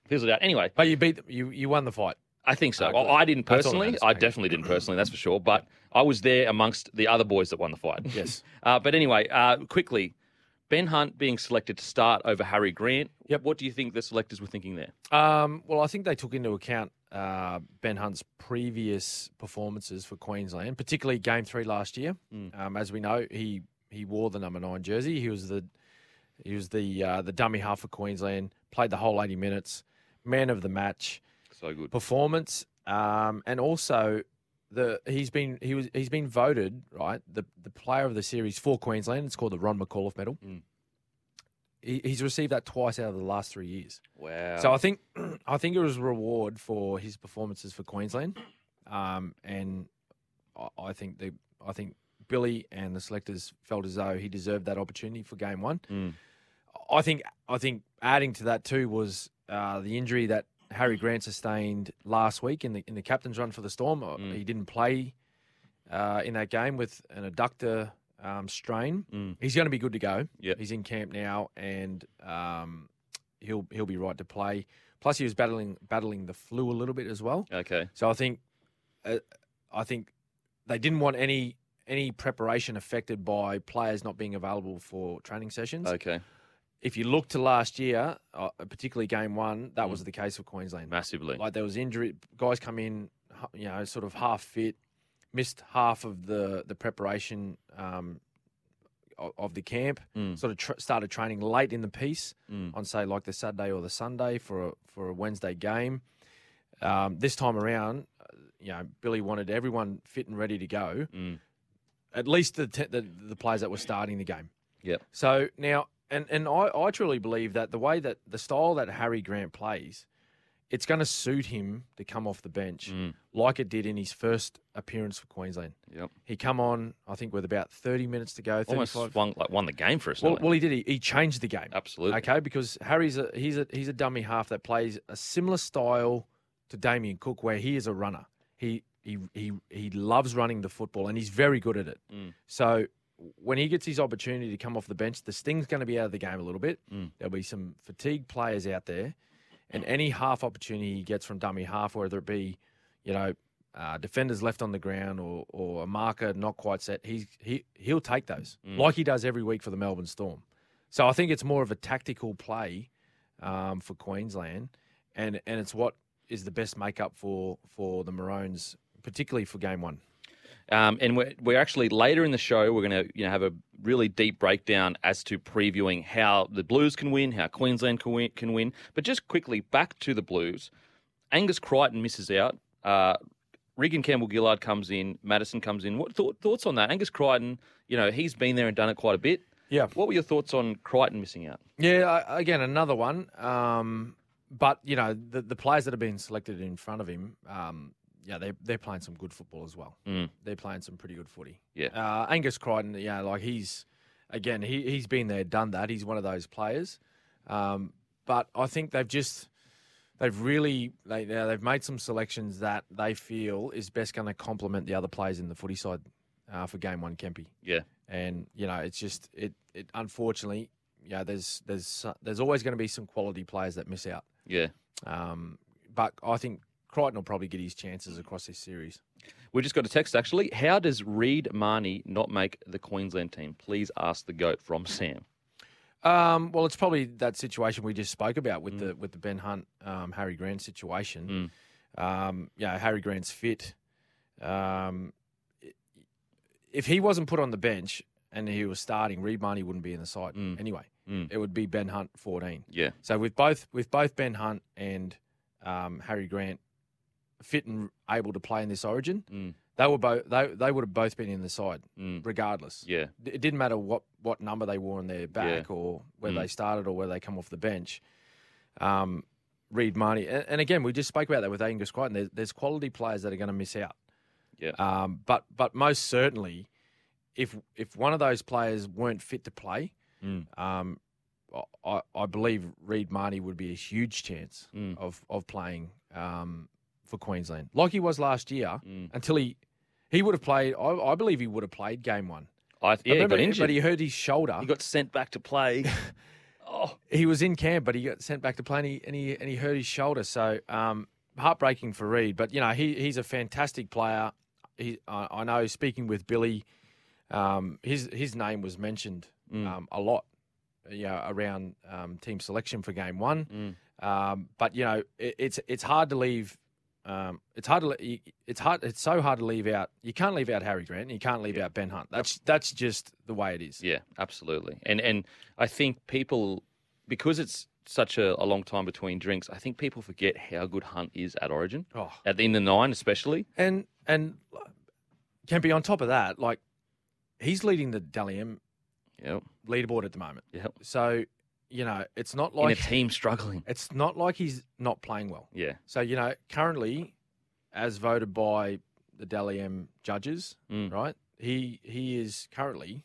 Fizzled out. Anyway,
But you beat you you won the fight.
I think so.
Oh,
Well,
good.
I didn't
That's all that
personally.
matters.
I
Okay.
definitely didn't personally. That's for sure. But I was there amongst the other boys that won the fight.
Yes.
uh, but anyway, uh, quickly, Ben Hunt being selected to start over Harry Grant.
Yep.
What do you think the selectors were thinking there?
Um, well, I think they took into account uh, Ben Hunt's previous performances for Queensland, particularly Game Three last year. Um, as we know, he he wore the number nine jersey. He was the he was the uh, the dummy half for Queensland. Played the whole eighty minutes. Man of the match
So good.
performance, um, and also the he's been he was he's been voted right the the player of the series for Queensland. It's called the Ron McAuliffe Medal.
Mm.
He, he's received that twice out of the last three years.
Wow.
So I think I think it was a reward for his performances for Queensland, um, and I, I think the I think Billy and the selectors felt as though he deserved that opportunity for game one.
Mm.
I think I think adding to that too was uh, the injury that Harry Grant sustained last week in the in the captain's run for the Storm. Uh,
Mm.
He didn't play uh, in that game with an adductor um, strain.
Mm.
He's going to be good to go.
Yep.
he's in camp now, and um, he'll he'll be right to play. Plus, he was battling battling the flu a little bit as well.
Okay.
So I think, uh, I think they didn't want any any preparation affected by players not being available for training sessions.
Okay.
If you look to last year, uh, particularly game one, that
Mm.
was the case for Queensland.
Massively.
Like there was injury, guys come in, hu- you know, sort of half fit, missed half of the the preparation um, o- of the camp.
Mm.
Sort of tr- started training late in the piece
Mm.
on say like the Saturday or the Sunday for a, for a Wednesday game. Um, this time around, uh, you know, Billy wanted everyone fit and ready to go.
Mm.
At least the, te- the the players that were starting the game.
Yep.
So now, and and I, I truly believe that the way that the style that Harry Grant plays it's going to suit him to come off the bench,
Mm.
like it did in his first appearance for Queensland.
Yep.
He come on, I think, with about thirty minutes to go.
Almost
35.
swung, like, won the game for us.
Well,
didn't he?
well, he did. He, he changed the game.
Absolutely.
Okay, because Harry's a he's a he's a dummy half that plays a similar style to Damien Cook, where he is a runner. He he he he loves running the football, and he's very good at it.
Mm.
So when he gets his opportunity to come off the bench, the sting's going to be out of the game a little bit.
Mm.
There'll be some fatigued players out there, and any half opportunity he gets from dummy half, whether it be you know. Uh, defenders left on the ground or, or a marker not quite set, he's, he, he'll take those
Mm.
like he does every week for the Melbourne Storm. So I think it's more of a tactical play um, for Queensland, and and it's what is the best makeup for for the Maroons, particularly for game one.
Um, and we're, we're actually later in the show, we're going to you know have a really deep breakdown as to previewing how the Blues can win, how Queensland can win. Can win. But just quickly back to the Blues, Angus Crichton misses out. Uh, Regan Campbell Gillard comes in. Madison comes in. What thought, thoughts on that? Angus Crichton, you know, he's been there and done it quite a bit.
Yeah.
What were your thoughts on Crichton missing out?
Yeah, I- again another one. Um, but you know the the players that have been selected in front of him, um, yeah, they they're playing some good football as well.
Mm.
They're playing some pretty good footy.
Yeah.
uh, Angus Crichton, yeah, like he's again he he's been there, done that. He's one of those players. Um, but I think they've just they've really they now they've made some selections that they feel is best going to complement the other players in the footy side uh, for game one, Kempy
Yeah.
and you know it's just it it unfortunately yeah there's there's uh, there's always going to be some quality players that miss out
Yeah.
um but i think crichton will probably get his chances across this series
We just got a text actually. How does Reed Marnie not make the Queensland team? Please ask the goat from Sam.
um well it's probably that situation we just spoke about
Mm.
with the with the ben hunt um harry grant situation
Mm.
um yeah harry grant's fit um i- if he wasn't put on the bench and he was starting reed Marnie wouldn't be in the side
Mm.
anyway
Mm.
it would be ben hunt 14
Yeah.
So with both with both Ben Hunt and um, Harry Grant fit and able to play in this Origin,
Mm.
they were both they, they would have both been in the side
Mm.
regardless.
Yeah.
It didn't matter what what number they wore on their back or where
Mm.
they started or where they come off the bench. Um, Reed Marnie, and, and again we just spoke about that with Angus Crichton. There's, there's quality players that are going to miss out.
Yeah.
Um, but but most certainly, if if one of those players weren't fit to play,
Mm.
um, I, I believe Reed Marnie would be a huge chance
Mm.
of of playing um, for Queensland, like he was last year.
Mm.
Until he he would have played, I, I believe he would have played game one.
I, yeah,
I remember,
he got injured. Ah.
but he hurt his shoulder.
He got sent back to play. oh,
he was in camp, but he got sent back to play, and he and he, and he hurt his shoulder. So um, heartbreaking for Reed, but you know he he's a fantastic player. He, I, I know. Speaking with Billy, um, his his name was mentioned
Mm.
um, a lot, you know, around um, team selection for game one.
Mm.
Um, but you know, it, it's it's hard to leave. Um, it's hard to le- you- it's hard it's so hard to leave out. You can't leave out Harry Grant. And you can't leave out Ben Hunt. That's that's just the way it is.
yeah, absolutely. And and I think people, because it's such a, a long time between drinks, I think people forget how good Hunt is at Origin,
Oh.
at in the nine especially.
And and can be on top of that, like he's leading the Dally M
Yeah,
leaderboard at the moment.
yeah.
So, you know, it's not
In a
like
team struggling.
it's not like he's not playing well.
Yeah,
So, you know, currently as voted by the Dally M judges,
Mm.
right? He he is currently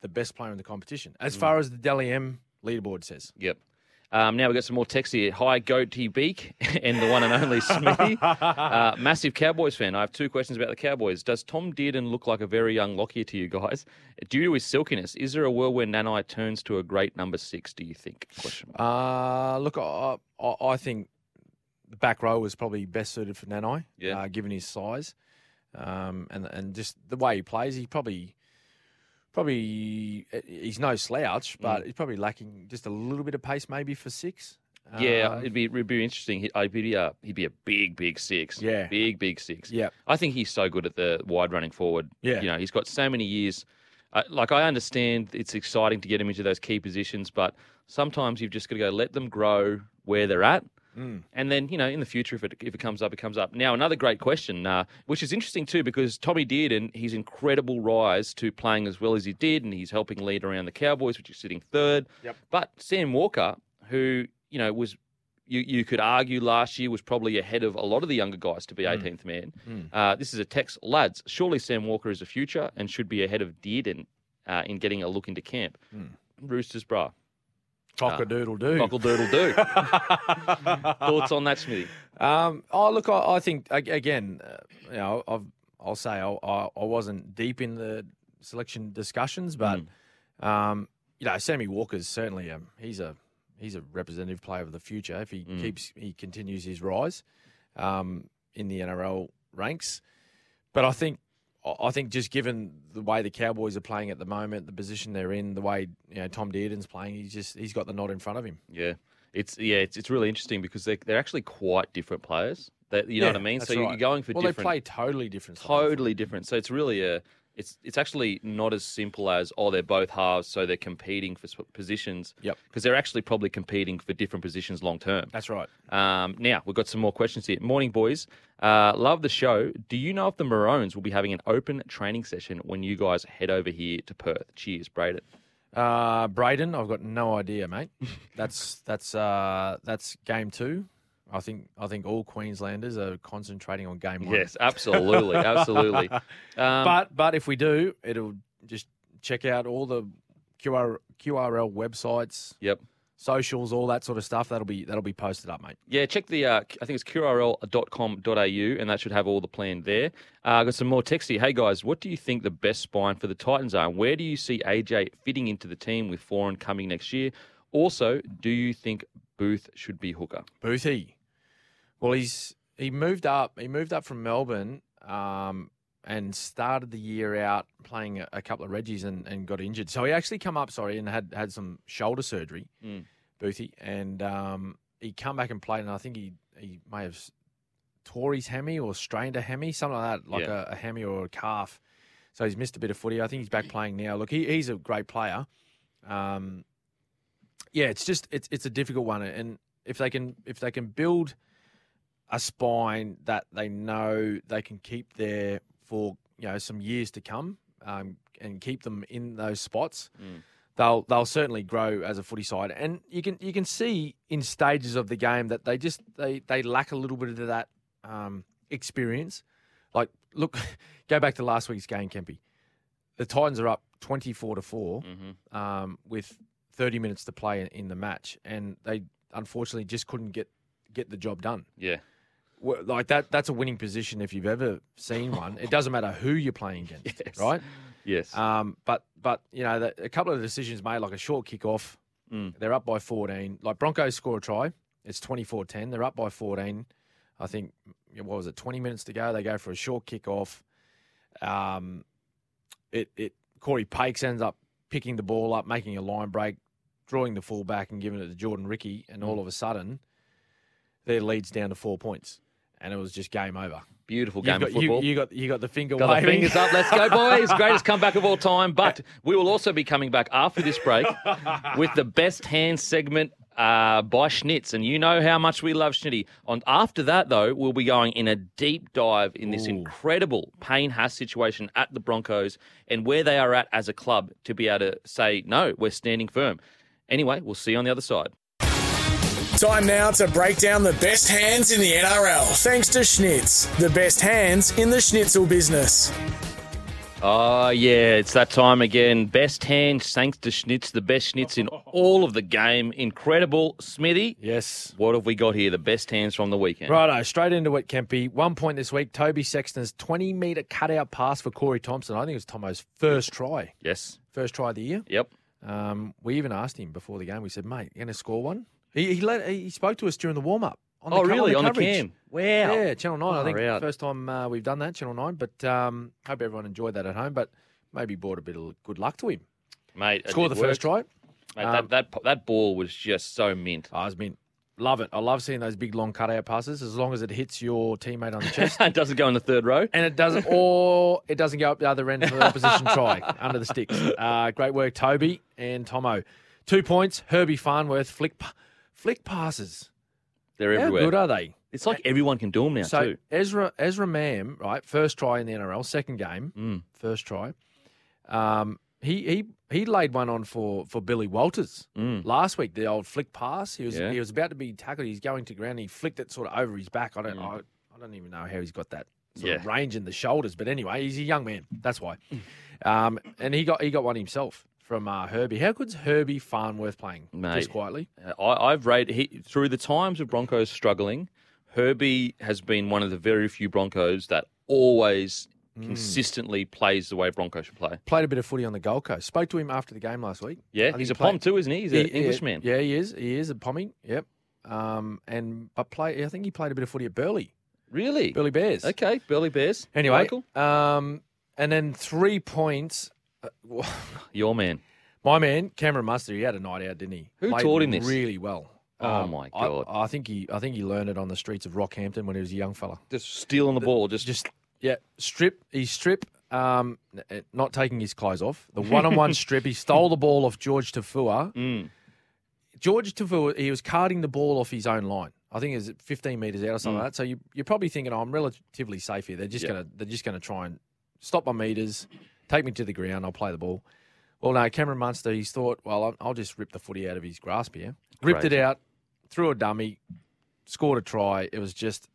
the best player in the competition
Mm.
as far as the Dally M leaderboard says.
yep. Um, now we've got some more text here. Hi, Goatee Beak and the one and only Smithy. Uh, massive Cowboys fan. I have two questions about the Cowboys. Does Tom Dearden look like a very young Lockyer to you guys? Due to his silkiness, is there a world where Nanai turns to a great number six, do you think? Question mark.
Uh, look, I, I, I think the back row was probably best suited for Nanai,
Yeah.
uh, given his size um, and and just the way he plays. He probably probably eh, he's no
Mm.
slouch, but he's probably lacking just a little bit of pace, maybe for six.
Yeah,
Um,
it'd be it'd be interesting. He- I'd be uh, he'd be a big, big six.
Yeah.
big, big six.
yeah,
I think he's so good at the wide running forward.
Yeah.
you know, he's got so many years. Uh, like I understand, it's exciting to get him into those key positions, but sometimes you've just got to go let them grow where they're at.
Mm.
And then you know, in the future, if it if it comes up, it comes up. Now, another great question, uh, which is interesting too, because Tommy did, and his incredible rise to playing as well as he did, and he's helping lead around the Cowboys, which is sitting third.
Yep.
But Sam Walker, who you know was you, you could argue last year was probably ahead of a lot of the younger guys to be 18th man. Uh, this is a text, lads. Surely Sam Walker is a future and should be ahead of Dearden uh, in getting a look into camp. Roosters, bra.
Cock a doodle doo.
Buckle doodle do. Thoughts on that, Smithy?
Um, oh, look, I, I think ag- again, uh, you know, I've, I'll say I, I, I wasn't deep in the selection discussions, but
Mm.
um, you know, Sammy Walker's certainly um, he's a he's a representative player of the future if he
Mm.
keeps he continues his rise um, in the NRL ranks. But I think I- I think just given the way the Cowboys are playing at the moment, the position they're in, the way you know Tom Dearden's playing, he's just he's got the nod in front of him.
Yeah, it's yeah, it's, it's really interesting because they they're actually quite different players. That you know what I
Yeah,
mean.
that's
So you- you're
right.
going for
well,
different,
they play totally different. styles.
totally different. So it's really a it's it's actually not as simple as oh they're both halves, so they're competing for sp- positions.
Yep.
because they're actually probably competing for different positions long term.
That's right.
Um, now we've got some more questions here. Morning, boys. Uh, love the show. Do you know if the Maroons will be having an open training session when you guys head over here to Perth? Cheers, Braden.
Uh, Braden, I've got no idea, mate. That's that's uh, that's game two. I think I think all Queenslanders are concentrating on game one.
Yes, absolutely, absolutely. Um,
but but if we do, it'll just check out all the QR, QRL websites,
yep.
socials, all that sort of stuff. That'll be that'll be posted up, mate.
Yeah, check the, uh, I think it's qrl.com.au, and that should have all the plan there. Uh, I've got some more text here. Hey, guys, what do you think the best spine for the Titans are? And where do you see AJ fitting into the team with Foreign coming next year? Also, do you think Booth should be hooker?
Boothie. Well, he's he moved up. He moved up from Melbourne um, and started the year out playing a, a couple of Reggies and, and got injured. So he actually come up, sorry, and had had some shoulder surgery,
Mm.
Boothie, and um, he come back and played. And I think he he may have s- tore his hammy or strained a hammy, something like that, like
Yeah.
a, a hammy or a calf. So he's missed a bit of footy. I think he's back playing now. Look, he, he's a great player. Um, yeah, it's just it's it's a difficult one, and if they can if they can build a spine that they know they can keep there for you know some years to come, um, and keep them in those spots,
Mm.
they'll they'll certainly grow as a footy side, and you can you can see in stages of the game that they just they they lack a little bit of that um, experience. Like, look, go back to last week's game, Kempy. The Titans are up twenty four to four
Mm-hmm.
um, with 30 minutes to play in, in the match, and they unfortunately just couldn't get get the job done.
Yeah.
Well, Like that, that's a winning position if you've ever seen one. It doesn't matter who you're playing against,
Yes.
right?
Yes.
Um, but but you know, the, a couple of decisions made, like a short kick off,
Mm.
they're up by 14. Like Broncos score a try, it's 24-10. They're up by 14. I think what was it, 20 minutes to go? They go for a short kick off. Um, it it Corey Pakes ends up picking the ball up, making a line break, drawing the full back and giving it to Jordan Ricky, and
Mm.
all of a sudden, their lead's down to four points. And it was just game over.
Beautiful game
You've got,
of
you-
football.
You, got you got the finger
Got the
waving.
fingers up. Let's go, boys. Greatest comeback of all time. But we will also be coming back after this break with the best hand segment uh, by Schnitz. And you know how much we love Schnitty. On after that, though, we'll be going in a deep dive in this incredible Payne Haas situation at the Broncos and where they are at as a club to be able to say, no, we're standing firm. Anyway, we'll see you on the other side.
Time now to break down the best hands in the NRL. Thanks to Schnitz, the best hands in the schnitzel business.
Oh, yeah, it's that time again. Best hand, thanks to Schnitz, the best Schnitz in all of the game. Incredible. Smithy,
Yes.
what have we got here? The best hands from the weekend.
Righto, straight into it, Kempy. One point this week, Toby Sexton's 20 metre cutout pass for Corey Thompson. I think it was Tomo's first try,
Yes.
first try of the year.
Yep.
Um, we even asked him before the game. We said, "Mate, you going to score one?" He he, let, he spoke to us during the warm up.
Oh, really? On the,
coverage.
cam? Wow.
Yeah, Channel Nine. I think
Far out.
first time uh, we've done that, Channel Nine. But um, hope everyone enjoyed that at home. But maybe brought a bit of good luck to him.
Mate, it
Score
did
the first
work.
try.
Mate,
Um,
that, that, that ball was just so mint.
I was mean, love it. I love seeing those big long cutout passes. As long as it hits your teammate on the chest.
it doesn't go in the third row.
and it doesn't, or it doesn't go up the other end for the opposition try under the sticks. Uh, great work, Toby and Tomo. Two points. Herbie Farnworth flick pa- flick passes.
They're
How
everywhere.
good are they?
it's like everyone can do them now,
so
too.
Ezra Ezra Mam, right? First try in the NRL, second game,
Mm.
first try. Um, He he he laid one on for for Billy Walters
Mm.
last week. The old flick pass. He was
Yeah.
he was about to be tackled. He's going to ground. He flicked it sort of over his back. I don't I, I don't even know how he's got that sort of
Mm. Yeah.
range in the shoulders. But anyway, he's a young man. That's why.
Mm.
Um, and he got he got one himself from uh, Herbie. How good's Herbie Farnworth playing?
Mate.
Just quietly.
I, I've rated he, through the times of Broncos struggling. Herbie has been one of the very few Broncos that always
Mm.
consistently plays the way Broncos should play.
Played a bit of footy on the Gold Coast. Spoke to him after the game last week. I
Yeah,
think
he's
he
a pom
played-
too, isn't he? He's an
He-
Englishman.
Yeah, he is. He is a pommy. Yep. Um, and but play. I think he played a bit of footy at Burley.
Really?
Burley Bears.
Okay, Burley Bears.
Anyway,
Michael,
um, and then three points. uh,
your man.
My man Cameron Mustard. He had a night out, didn't he?
Who
Played
taught him this?
Really well. Um,
Oh, my
I-
God.
I, think he. I think he learned it on the streets of Rockhampton when he was a young fella.
Just stealing the ball. Just,
Just yeah, strip. He strip. Um, n- uh, not taking his clothes off. The one-on-one strip. He stole the ball off George Tafua.
Mm.
George Tavua, he was carting the ball off his own line. I think it was 15 meters out or something like that. So you, you're probably thinking, oh, I'm relatively safe here. They're just
Yeah.
gonna they're just gonna try and stop my meters, take me to the ground. I'll play the ball. Well, no, Cameron Munster. He's thought, well, I'll- I'll just rip the footy out of his grasp here. Ripped
Crazy.
it out, threw a dummy, scored a try. It was just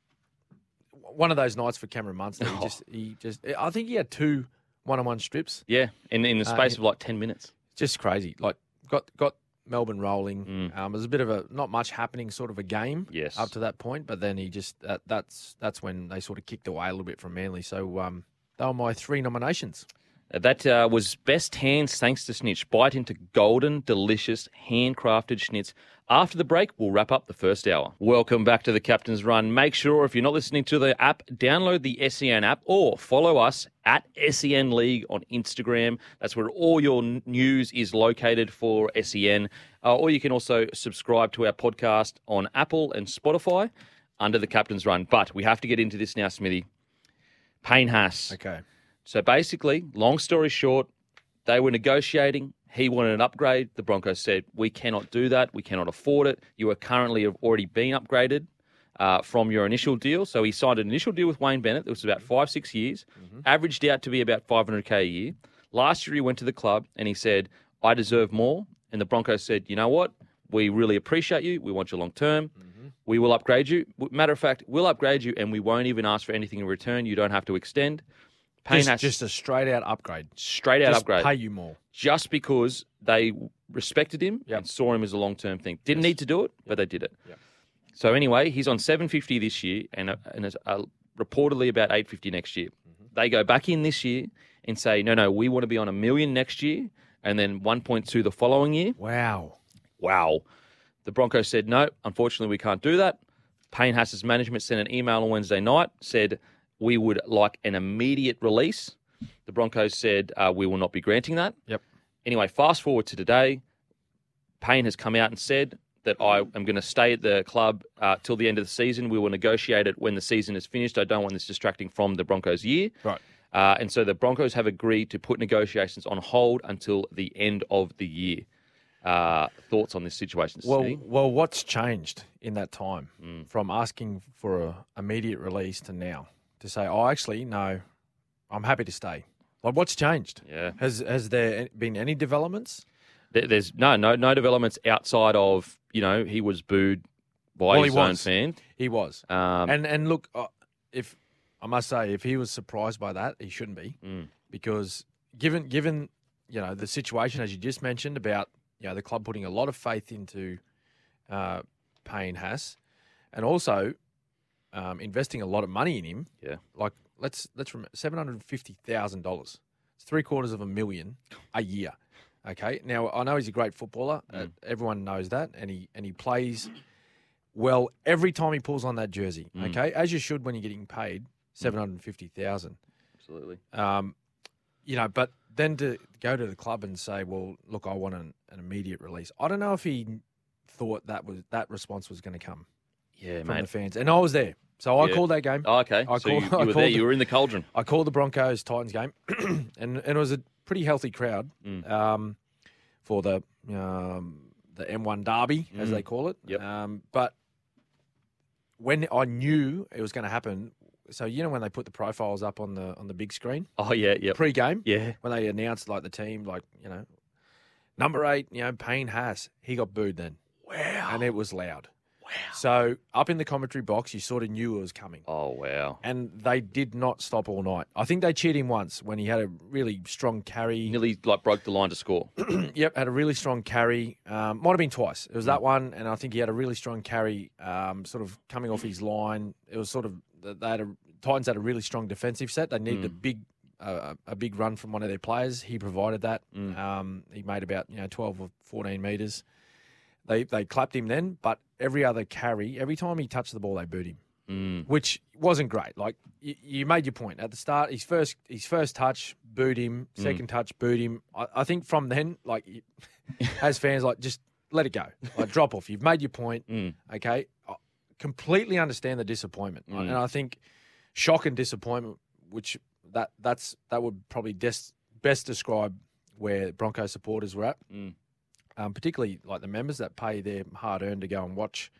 one of those nights for Cameron Munster. He just he just I think he had two one-on-one strips
yeah, in, in the
Uh,
space
yeah.
of like 10 minutes.
just crazy. Like got got Melbourne rolling. Um, it was a bit of a not much happening sort of a game.
Mm. Yes.
Up to that point, but then he just that, that's that's when they sort of kicked away a little bit from Manly. So um, they were my three nominations.
Uh, That uh, was best hands thanks to Snitch. Bite into golden, delicious, handcrafted schnitz. After the break, we'll wrap up the first hour. Welcome back to the Captain's Run. Make sure if you're not listening to the app, download the SEN app or follow us at SEN League on Instagram. That's where all your n- news is located for SEN. Uh, or you can also subscribe to our podcast on Apple and Spotify under the Captain's Run. But we have to get into this now, Smithy. Payne Haas.
Okay.
So basically, long story short, they were negotiating. He wanted an upgrade. The Broncos said, "We cannot do that. We cannot afford it. You are currently have already been upgraded uh, from your initial deal." So he signed an initial deal with Wayne Bennett. It was about five six years, averaged out to be about five hundred k a year. Last year, he went to the club and he said, "I deserve more." And the Broncos said, "You know what? We really appreciate you. We want you long term." We will upgrade you. Matter of fact, we'll upgrade you, and we won't even ask for anything in return. You don't have to extend. Payne
Just,
Haas-
just a straight out upgrade.
straight out
Just
upgrade
Pay you more.
just because they respected him
Yep.
and saw him as a long term thing. Didn't need to do it, but they did it.
Yep.
So anyway, he's on 750 this year and uh, and is, uh, reportedly about 850 next year.
Mm-hmm.
They go back in this year and say, no, no, we want to be on a million next year and then 1.2 the following year.
Wow.
Wow. The Broncos said, no, unfortunately, we can't do that. Payne Haas's management sent an email on Wednesday night, said, we would like an immediate release. The Broncos said, uh, we will not be granting that.
Yep.
Anyway, fast forward to today. Payne has come out and said that I am going to stay at the club uh, till the end of the season. We will negotiate it when the season is finished. I don't want this distracting from the Broncos' year.
Right.
Uh, and so the Broncos have agreed to put negotiations on hold until the end of the year. Uh, thoughts on this situation?
Well,
Steve?
well, what's changed in that time from asking for a immediate release to now to say, oh, actually, no, I'm happy to stay. Like, what's changed?
Yeah.
Has has there been any developments?
There- there's no no no developments outside of you know he was booed by
Well,
his
he
own
was.
fan.
He was,
Um,
and and look, uh, if I must say, if he was surprised by that, he shouldn't be,
Mm.
because given given you know the situation as you just mentioned about you know the club putting a lot of faith into uh, Payne Haas, and also um, investing a lot of money in him.
Yeah.
like let's let's remember seven hundred fifty thousand dollars. It's three quarters of a million a year. Okay, now I know he's a great footballer. Uh,
Mm.
everyone knows that, and he and he plays well every time he pulls on that jersey.
Mm.
Okay, as you should when you're getting paid seven hundred fifty thousand.
absolutely.
Um, you know, but then to go to the club and say, "Well, look, I want an, an immediate release." I don't know if he thought that was that response was going to come
Yeah,
from the
mate.
fans, and I was there, so I
Yeah.
called that game.
Oh, okay,
I
so
call-
you,
I
you were
called
there. You were in the cauldron.
I called the Broncos Titans game, and, and it was a pretty healthy crowd
Mm.
um, for the um, the M1 Derby, as
Mm.
they call it.
Yep.
Um, but when I knew it was going to happen, so you know when they put the profiles up on the on the big screen
Oh yeah, yeah,
pre-game
yeah.
when they announced like the team, like you know, number eight, you know, Payne Haas, he got booed then,
Wow.
and it was loud.
Wow.
So up in the commentary box, you sort of knew it was coming,
Oh wow.
and they did not stop all night. I think they cheered him once when he had a really strong carry.
Nearly like broke the line to score.
yep, had a really strong carry. Um, might have been twice. It was that one, and I think he had a really strong carry, um, sort of coming off his line. It was sort of they had a, Titans had a really strong defensive set. They needed a big. Uh, a a big run from one of their players. He provided that. Um, he made about you know twelve or fourteen meters. They they clapped him then, but every other carry, every time he touched the ball, they booed him
Mm.
which wasn't great. Like you, you made your point at the start. His first his first touch booed him. Second touch booed him. I, I think from then, like you- as fans, like just let it go. Like drop off. You've made your point.
Mm.
Okay, I completely understand the disappointment,
Mm.
right? and I think shock and disappointment, which that that's that would probably des- best describe where Broncos supporters were at.
Mm.
Um, particularly like the members that pay their hard earned to go and watch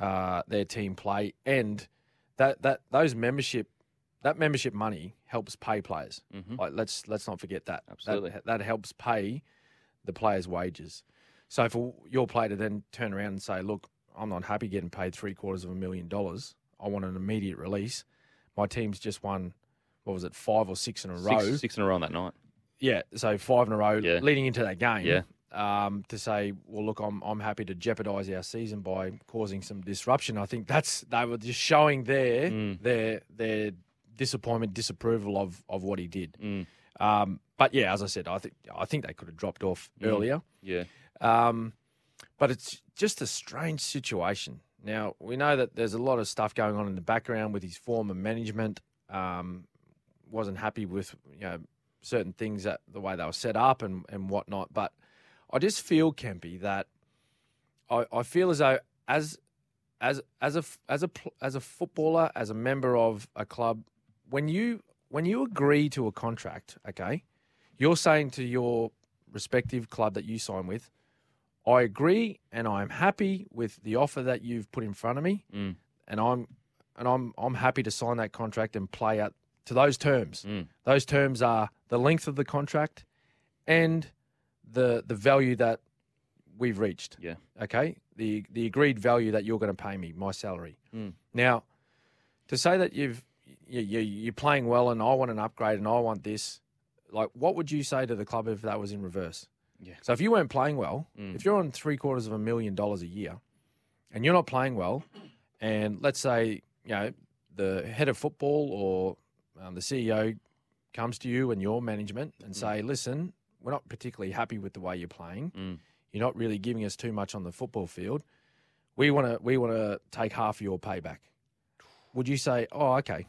uh, their team play, and that that those membership that membership money helps pay players.
Mhm.
Like let's let's not forget that. That-
Absolutely.
that, helps pay the players' wages. So for your player to then turn around and say, "Look, I'm not happy getting paid three quarters of a million dollars. I want an immediate release. My team's just won." What was it, five or six in a row?
Six, six in a row on that night.
Yeah, so five in a row
Yeah.
leading into that game.
Yeah.
Um, to say, well, look, I'm I'm happy to jeopardise our season by causing some disruption. I think that's they were just showing their
Mm.
their their disappointment, disapproval of of what he did.
Mm.
Um, but yeah, as I said, I think I think they could have dropped off
Mm.
earlier.
Yeah.
Um, but it's just a strange situation. Now, we know that there's a lot of stuff going on in the background with his former management. Um, wasn't happy with you know certain things that the way they were set up and, and whatnot. But I just feel, Kempy, that I, I feel as though as as as a f- as a pl- as a footballer, as a member of a club, when you when you agree to a contract, okay, you're saying to your respective club that you sign with, I agree and I'm happy with the offer that you've put in front of me
Mm.
and I'm and I'm I'm happy to sign that contract and play out to those terms.
Mm.
Those terms are the length of the contract and the the value that we've reached.
Yeah.
Okay? The the agreed value that you're going to pay me, my salary.
Mm.
Now, to say that you've you, you, you're playing well and I want an upgrade and I want this, like what would you say to the club if that was in reverse?
Yeah.
So if you weren't playing well,
Mm.
if you're on three quarters of a million dollars a year, and you're not playing well, and let's say you know the head of football or um, the CEO comes to you and your management and say, "Listen, we're not particularly happy with the way you're playing.
Mm.
You're not really giving us too much on the football field. We want to we want to take half of your payback." Would you say, "Oh, okay"?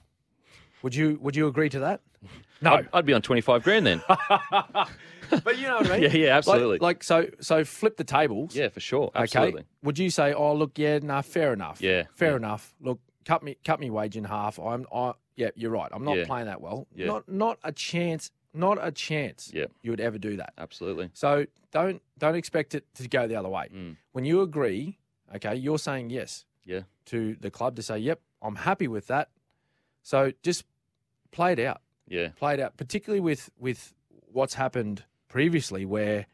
Would you would you agree to that? No,
I'd, I'd be on twenty five grand then.
but you know what I mean.
yeah, yeah, absolutely.
Like, like so, so flip the tables.
yeah, for sure. Absolutely.
Okay. Would you say, oh look, yeah, nah, fair enough.
Yeah,
Fair
yeah.
enough. Look, cut me cut me wage in half. I'm I yeah, you're right. I'm not
Yeah.
playing that well.
Yeah.
Not not a chance not a chance
Yeah.
you would ever do that.
Absolutely.
So don't don't expect it to go the other way.
Mm.
When you agree, okay, you're saying yes
Yeah.
to the club to say, Yep, I'm happy with that. So just play it out
Yeah.
played out, particularly with with what's happened previously, where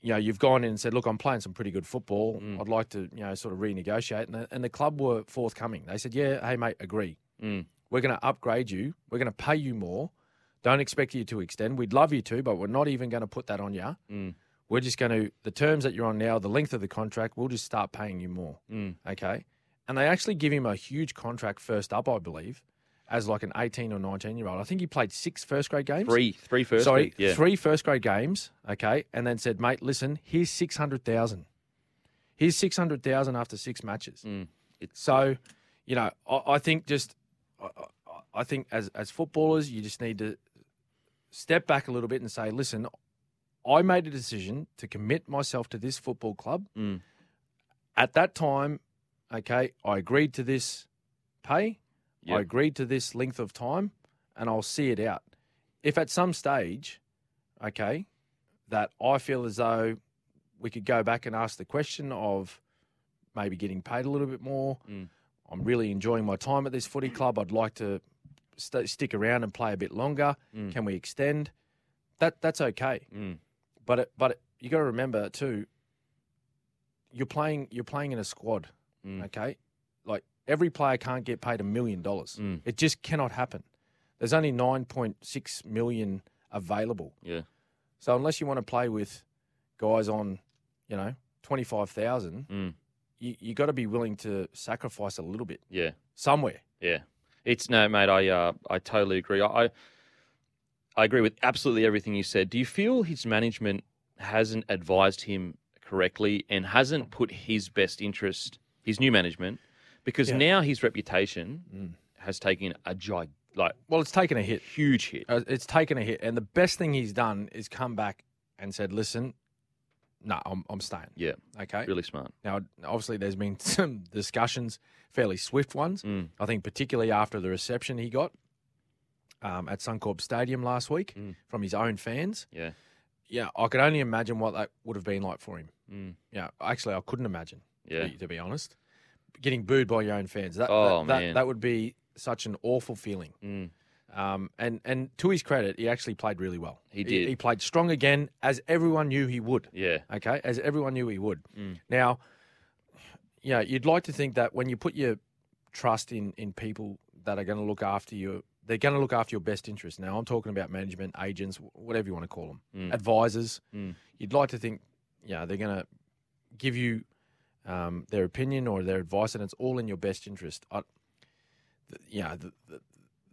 you know you've gone in and said, "Look, I'm playing some pretty good football.
Mm.
I'd like to, you know, sort of renegotiate." And the, and the club were forthcoming. They said, "Yeah, hey mate, agree.
Mm.
We're going to upgrade you. We're going to pay you more. Don't expect you to extend. We'd love you to, but we're not even going to put that on you.
Mm.
We're just going to the terms that you're on now, the length of the contract. We'll just start paying you more."
Mm.
okay? And they actually give him a huge contract first up, I believe, as like an 18 or 19 year old. I think he played six first grade games.
Three, three first.
Sorry,
week, Yeah.
three first grade games, okay? And then said, mate, listen, here's 600,000. Here's 600,000 after six matches.
Mm. It's-
So, you know, I, I think just, I, I- I think as, as footballers, you just need to step back a little bit and say, listen, I made a decision to commit myself to this football club
Mm.
at that time, okay, I agreed to this pay,
Yep.
I agreed to this length of time, and I'll see it out. If at some stage, okay, that I feel as though we could go back and ask the question of maybe getting paid a little bit more,
Mm.
I'm really enjoying my time at this footy club. I'd like to st- stick around and play a bit longer. Can we extend? That that's okay.
Mm.
But it, but it, you got to remember too. You're playing you're playing in a squad,
Mm.
okay? Like every player can't get paid a million dollars.
Mm.
It just cannot happen. There's only 9.6 million available.
Yeah.
So unless you want to play with guys on, you know, 25,000,
Mm.
you you got to be willing to sacrifice a little bit
Yeah.
somewhere.
Yeah, it's no, mate. I uh, I totally agree. I I- I agree with absolutely everything you said. Do you feel his management hasn't advised him correctly and hasn't put his best interest, his new management, because
Yeah. Mm.
now his reputation has taken a gig, like
Well, it's taken a hit.
huge hit.
Uh, It's taken a hit, and the best thing he's done is come back and said, "Listen, no, I'm I'm staying."
Yeah,
Okay.
really smart.
Now, obviously, there's been some discussions, fairly swift ones.
Mm.
I think, particularly after the reception he got um, at Suncorp Stadium last week
Mm.
from his own fans.
Yeah.
Yeah, I could only imagine what that would have been like for him.
Mm.
Yeah, actually, I couldn't imagine.
Yeah.
to be- to be honest, getting booed by your own fans. That,
Oh,
that, that-
man.
That, would be such an awful feeling.
Mm.
Um, and and to his credit, he actually played really well.
He did.
He, played strong again, as everyone knew he would.
Yeah.
Okay, as everyone knew he would.
Mm.
Now, you know, you'd like to think that when you put your trust in in people that are going to look after you, they're going to look after your best interest. Now, I'm talking about management, agents, wh- whatever you want to call them,
Mm.
advisors.
Mm.
You'd like to think, yeah, they're going to give you um, their opinion or their advice, and it's all in your best interest. I, th- you know, the, the,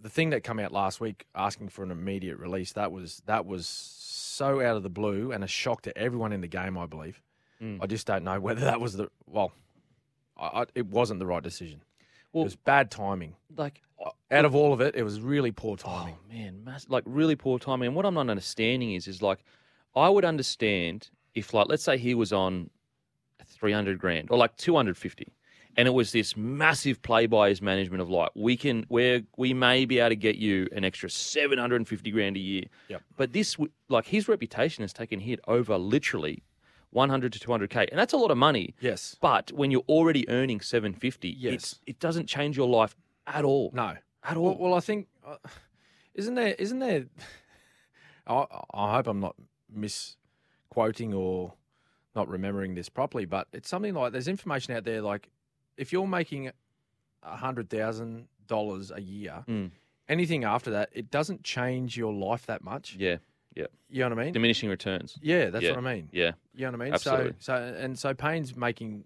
the thing that came out last week asking for an immediate release that was that was so out of the blue and a shock to everyone in the game. I believe.
Mm.
I just don't know whether that was the well. I, I, it wasn't the right decision.
Well-
it was bad timing.
Like
Out of all of it, it was really poor
Oh
timing.
man, mass- like really poor timing. And what I'm not understanding is, is like, I would understand if, like, let's say he was on 300 grand or like 250, and it was this massive play by his management of like, we can, where we may be able to get you an extra 750 grand a year.
Yep.
But this, w- like, his reputation has taken a hit over literally 100 to 200k, and that's a lot of money.
Yes.
But when you're already earning 750, it's,
Yes.
it doesn't change your life at all.
No.
At all.
Well, well I think uh, isn't there isn't there? I, I hope I'm not misquoting or not remembering this properly, but it's something like there's information out there like if you're making a hundred thousand dollars a year,
Mm.
anything after that, it doesn't change your life that much.
yeah.
You know what I mean?
Diminishing returns.
Yeah, that's
Yeah.
what I mean.
Yeah.
You know what I mean?
Absolutely.
So, so and so Payne's making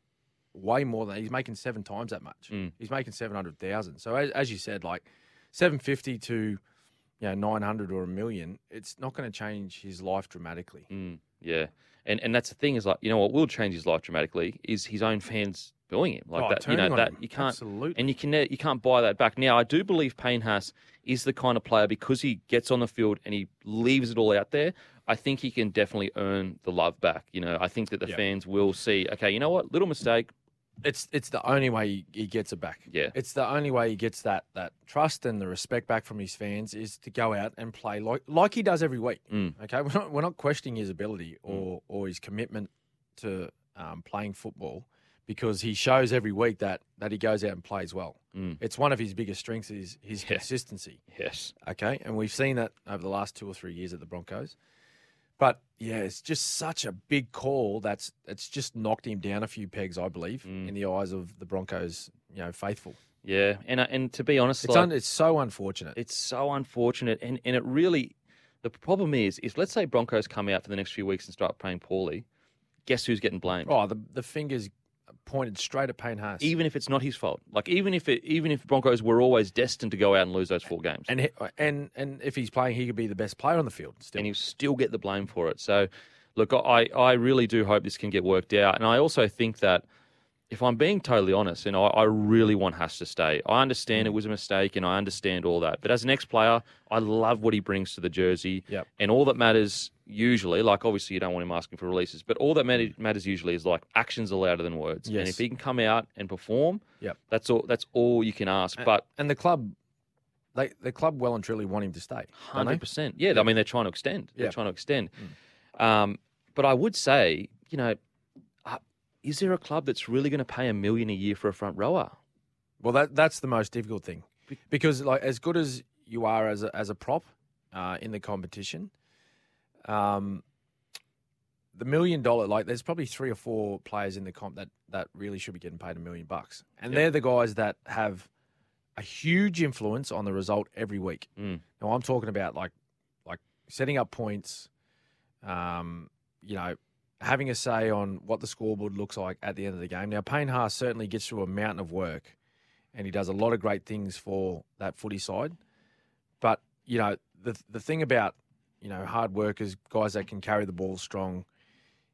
way more than he's making seven times that much.
Mm.
He's making seven hundred thousand. So as, as you said, like seven fifty to you know nine hundred or a million, it's not going to change his life dramatically.
Mm, yeah, and and that's the thing is like you know what will change his life dramatically is his own fans booing him like
Oh,
that. You
turning
know
on
that
him.
you can't
Absolutely.
and you can ne- you can't buy that back. Now I do believe Payne Haas is the kind of player because he gets on the field and he leaves it all out there. I think he can definitely earn the love back. You know, I think that the
Yeah.
fans will see. Okay, you know what? Little mistake.
it's it's the only way he, he gets it back.
Yeah.
It's the only way he gets that that trust and the respect back from his fans is to go out and play like like he does every week.
Mm.
Okay, we're not we're not questioning his ability or or his commitment to um, playing football because he shows every week that that he goes out and plays well.
Mm.
It's one of his biggest strengths is his
Yeah.
consistency.
Yes.
Okay, and we've seen that over the last two or three years at the Broncos. But yeah, it's just such a big call that's it's just knocked him down a few pegs, I believe,
Mm.
in the eyes of the Broncos, you know, faithful.
Yeah, and I- and to be honest,
It's
like,
un, it's so unfortunate.
It's so unfortunate, and and it really, the problem is, is let's say Broncos come out for the next few weeks and start playing poorly, guess who's getting blamed?
oh, the the fingers pointed straight at Payne Haas.
Even if it's not his fault, like even if it, even if Broncos were always destined to go out and lose those four games, and,
and he, and and if he's playing, he could be the best player on the field still.
he'll still get the blame for it. So, look, I I really do hope this can get worked out, and I also think that. If I'm being totally honest, and I, I really want Haas to stay, I understand
Mm.
it was a mistake and I understand all that. But as an ex player, I love what he brings to the jersey.
Yep.
And all that matters usually, like obviously you don't want him asking for releases, but all that matter- matters usually is like actions are louder than words. And
Mm. Yes.
if he can come out and perform,
Yep. Uh,
that's all that's all you can ask. But
and the club, they the club well and truly want him to stay. don't they?
hundred percent, yeah, I mean they're trying to extend. They're
Yeah. Mm.
trying to extend. Um, but I would say, you know, uh, is there a club that's really going to pay a million a year for a front rower?
Well, that that's the most difficult thing, because like as good as you are as a, as a prop uh, in the competition, um, the million dollar like there's probably three or four players in the comp that that really should be getting paid a million bucks, and they're the guys that have a huge influence on the result every week.
Mm.
Now I'm talking about like like setting up points, um, you know, having a say on what the scoreboard looks like at the end of the game. Now Payne Haas certainly gets through a mountain of work, and he does a lot of great things for that footy side. But you know the the thing about you know hard workers, guys that can carry the ball strong,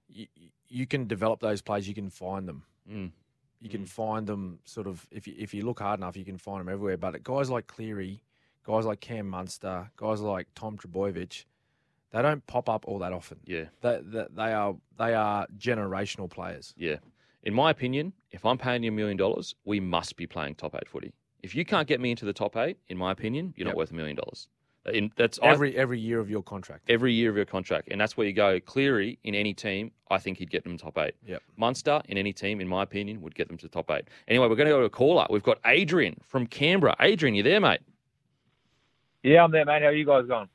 you, you can develop those plays. You can find them
Mm.
you can find them sort of if you, if you look hard enough, you can find them everywhere. But guys like Cleary, guys like Cam Munster, guys like Tom Trebojevic, they don't pop up all that often.
Yeah.
They, they, they are they are generational players.
Yeah. In my opinion, if I'm paying you a million dollars, we must be playing top eight footy. If you can't get me into the top eight, in my opinion, you're
Yep.
not worth a million dollars. Uh, In- That's I-
Every every year of your contract.
every year of your contract, and that's where you go. Cleary in any team, I think he'd get them top eight.
Yep.
Munster in any team, in my opinion, would get them to the top eight. Anyway, we're going to go to a caller. We've got Adrian from Canberra. Adrian, you there, mate?
Yeah, I'm there, mate. How you guys going?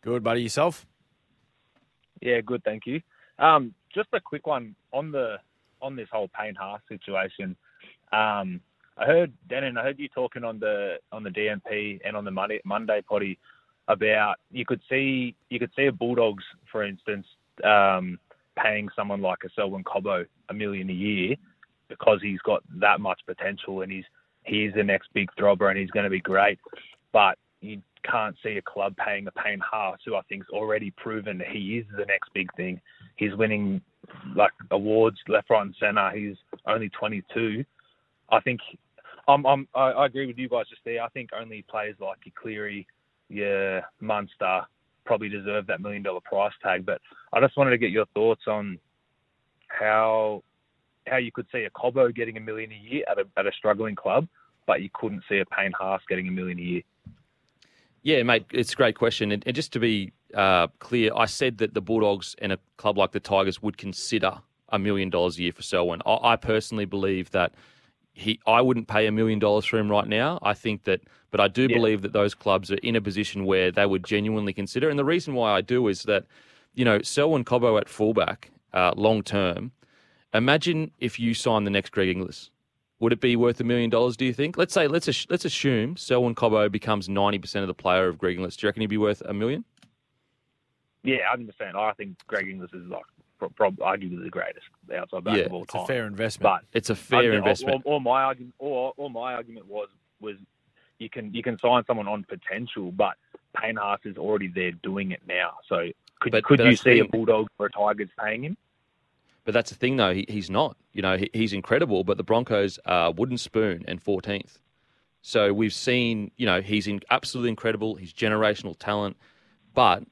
Good buddy yourself.
Yeah, good, thank you. Um, just a quick one on the on this whole Payne Haas situation. Um, I heard Denon, I heard you talking on the on the DMP and on the Monday, Monday potty about you could see you could see a Bulldogs, for instance, um, paying someone like a Selwyn Cobbo a million a year because he's got that much potential and he's he's the next big throbber and he's going to be great. But you can't see a club paying a Payne Haas, who I think's already proven that he is the next big thing. He's winning like awards left, right, and centre. He's only 22. I think I'm, I'm I, I agree with you guys just there. I think only players like your Cleary, your Munster probably deserve that million dollar price tag. But I just wanted to get your thoughts on how how you could see a Cobbo getting a million a year at a at a struggling club, but you couldn't see a Payne Haas getting a million a year.
Yeah, mate, it's a great question. And, and just to be uh, clear, I said that the Bulldogs and a club like the Tigers would consider a million dollars a year for Selwyn. I, I personally believe that he, I wouldn't pay a million dollars for him right now. I think that, but I do
Yeah.
believe that those clubs are in a position where they would genuinely consider. And the reason why I do is that, you know, Selwyn Cobbo at fullback, uh, long term. Imagine if you sign the next Greg Inglis. Would it be worth a million dollars? Do you think? Let's say let's ass- let's assume Selwyn Cobbo becomes ninety percent of the player of Greg Inglis. Do you reckon he'd be worth a million?
Yeah, I understand. I think Greg Inglis is like pro- prob arguably the greatest outside back
Yeah,
of all
It's a
time.
fair investment.
but
It's a fair
I'd-
investment.
Or, or my argument, or, or my argument was was you can you can sign someone on potential, but Payne Haas is already there doing it now. So could
But-
could
but
you
that's the
see a
thing.
Bulldog or a Tigers paying him?
But that's the thing, though. He, he's not. You know, he, he's incredible, but the Broncos are wooden spoon and 14th. So we've seen, you know, he's in, absolutely incredible. He's generational talent, but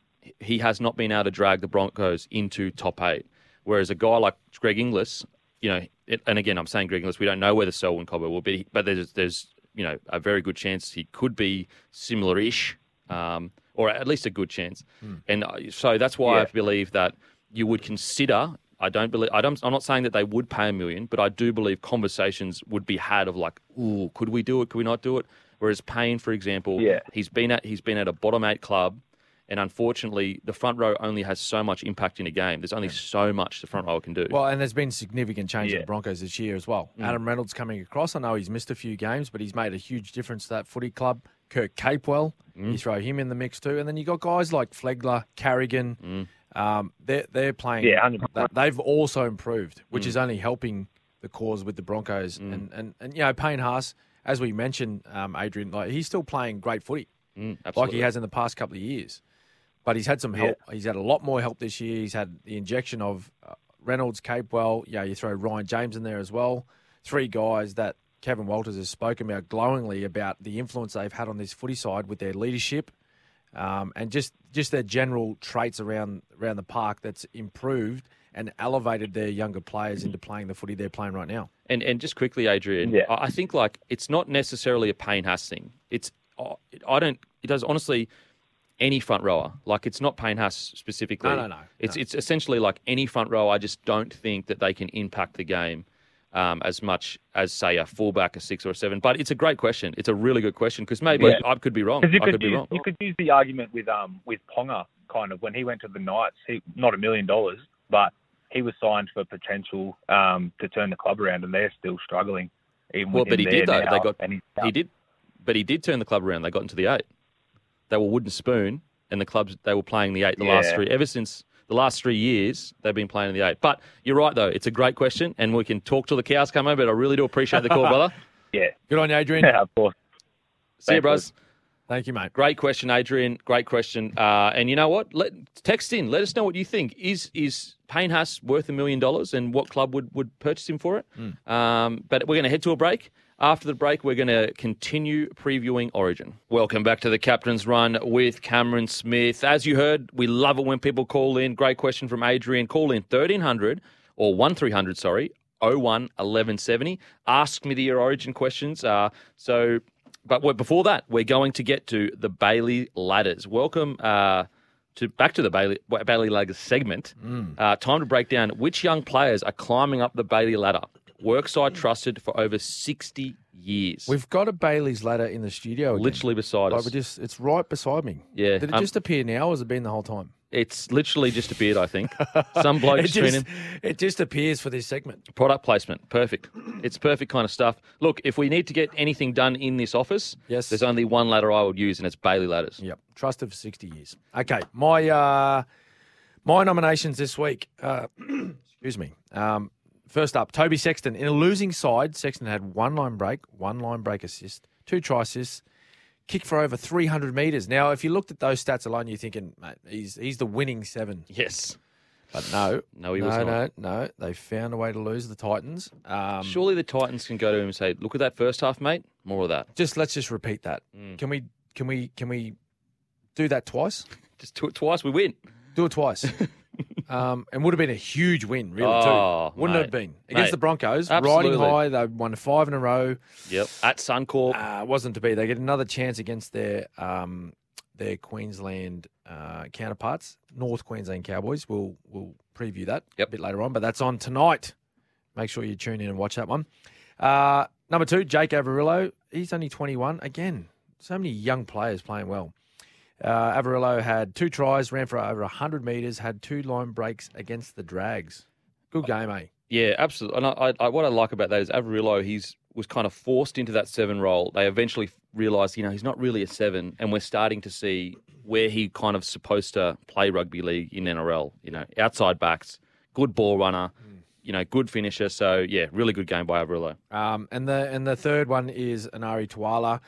he has not been able to drag the Broncos into top eight. Whereas a guy like Greg Inglis, you know, it, and again, I'm saying Greg Inglis, we don't know whether Selwyn Cobber will be, but there's, there's, you know, a very good chance he could be similar ish, um, or at least a good chance. And uh, so that's why I
Hmm. Yeah.
believe that you would consider. I don't believe. I don't. I'm not saying that they would pay a million, but I do believe conversations would be had of like, ooh, could we do it? Could we not do it? Whereas Payne, for example,
Yeah.
he's been at he's been at a bottom eight club, and unfortunately, the front row only has so much impact in a game. There's only so much the front row can do.
Well, and there's been significant change in
Yeah. Mm.
the Broncos this year as well. Adam Reynolds coming across. I know he's missed a few games, but he's made a huge difference to that footy club. Kirk Capewell,
Mm.
you throw him in the mix too, and then you got guys like Flegler, Carrigan. Um, they're they're playing.
Mm. Yeah, Mm. 100%.
that- they've also improved, which is only helping the cause with the Broncos.
Mm.
And, and and you know Payne Haas, as we mentioned, um, Adrian, like he's still playing great footy
Mm,
like
absolutely.
he has in the past couple of years. But he's had some help. He's had a lot more help this year. He's had the injection of uh, Reynolds, Capewell. Yeah, you throw Ryan James in there as well. Three guys that Kevin Walters has spoken about glowingly about the influence they've had on this footy side with their leadership um, and just just their general traits around around the park that's improved and elevated their younger players into playing the footy they're playing right now.
And and just quickly, Adrian,
Yeah.
I I think like it's not necessarily a Payne Haas thing. It's I- I don't. It does honestly any front rower. Like it's not Payne Haas specifically.
No, no, no,
It's it's essentially like any front rower. I just don't think that they can impact the game. um, as much as say a fullback, a six or a seven. But it's a great question. It's a really good question because maybe
Yeah.
I could be wrong.
Because you
Oh, I
could,
could be
use,
wrong.
you could use the argument with um with Ponga kind of when he went to the Knights, he not a million dollars, but he was signed for potential um to turn the club around, and they're still struggling. Even
Well,
with
but
him
he did,
there
though.
now,
They got-
and he's
He
out.
did, but he did turn the club around. They got into the eight. They were wooden spoon, and the clubs they were playing the eight the last
Yeah.
three. Ever since the last three years, they've been playing in the eight. But you're right, though. It's a great question, and we can talk till the cows come home. But I really do appreciate the call, brother.
Yeah,
Good on you, Adrian.
yeah, of course.
See you,
Thanks,
bros.
Thank you, mate.
Great question, Adrian. Great question. Uh, and you know what? Let text in. Let us know what you think. Is is Payne Haas worth a million dollars, and what club would would purchase him for it? Um, but we're going to head to a break. After the break, we're going to continue previewing Origin. Welcome back to the Captain's Run with Cameron Smith. As you heard, we love it when people call in. Great question from Adrian. Call in thirteen hundred or one three hundred. Sorry. 01 1170. Ask me the origin questions. Uh, so but we before that, we're going to get to the Bailey Ladders. Welcome uh, to back to the Bailey Ba- Bailey Ladders segment.
Mm.
Uh, time to break down which young players are climbing up the Bailey Ladder. Workside trusted for over sixty years.
We've got a Bailey's ladder in the studio. again.
literally beside
Like,
us.
we just, it's right beside me.
Yeah,
Did it
um,
just appear now, or has it been the whole time?
It's literally just appeared. I think some bloke's been in.
it just appears for this segment.
Product placement, perfect. It's perfect kind of stuff. Look, if we need to get anything done in this office,
Yes.
there's only one ladder I would use, and it's Bailey ladders.
Yep. Trusted for 60 years. Okay. My uh, my nominations this week. Uh, excuse me. Um, first up, Toby Sexton. In a losing side, Sexton had one line break, one line break assist, two try assists, kick for over 300 metres. Now, if you looked at those stats alone, you're thinking, mate, he's, he's the winning seven.
Yes.
But no.
No, he
no,
was
No,
not.
no. They found a way to lose the Titans. Um,
Surely the Titans can go to him and say, "Look at that first half, mate. More of that.
Just let's just repeat that.
Mm.
Can we? Can we? Can we do that twice?
Just do it twice, we win."
Do it twice. um, and would have been a huge win, really.
Oh,
too. Wouldn't it have
mate.
been against
Mate,
the Broncos, riding
absolutely.
high. They won five in a row.
Yep. At Suncorp.
Uh, it wasn't to be. They get another chance against their um, their Queensland uh, counterparts, North Queensland Cowboys. We'll we'll preview that
Yep.
a bit later on, but that's on tonight. Make sure you tune in and watch that one. Uh, number two, Jake Averillo. He's only 21. Again, so many young players playing well. Uh, Averillo had two tries, ran for over 100 metres, had two line breaks against the Drags. Good game, eh?
yeah, absolutely. And I, I, what I like about that is Averillo, he's was kind of forced into that seven role. They eventually realised, you know, he's not really a seven, and we're starting to see where he kind of supposed to play rugby league in NRL. You know, outside backs, good ball runner,
Hmm.
you know, good finisher. So yeah, really good game by Averillo.
Um, and the and the third one is Anari Tuala.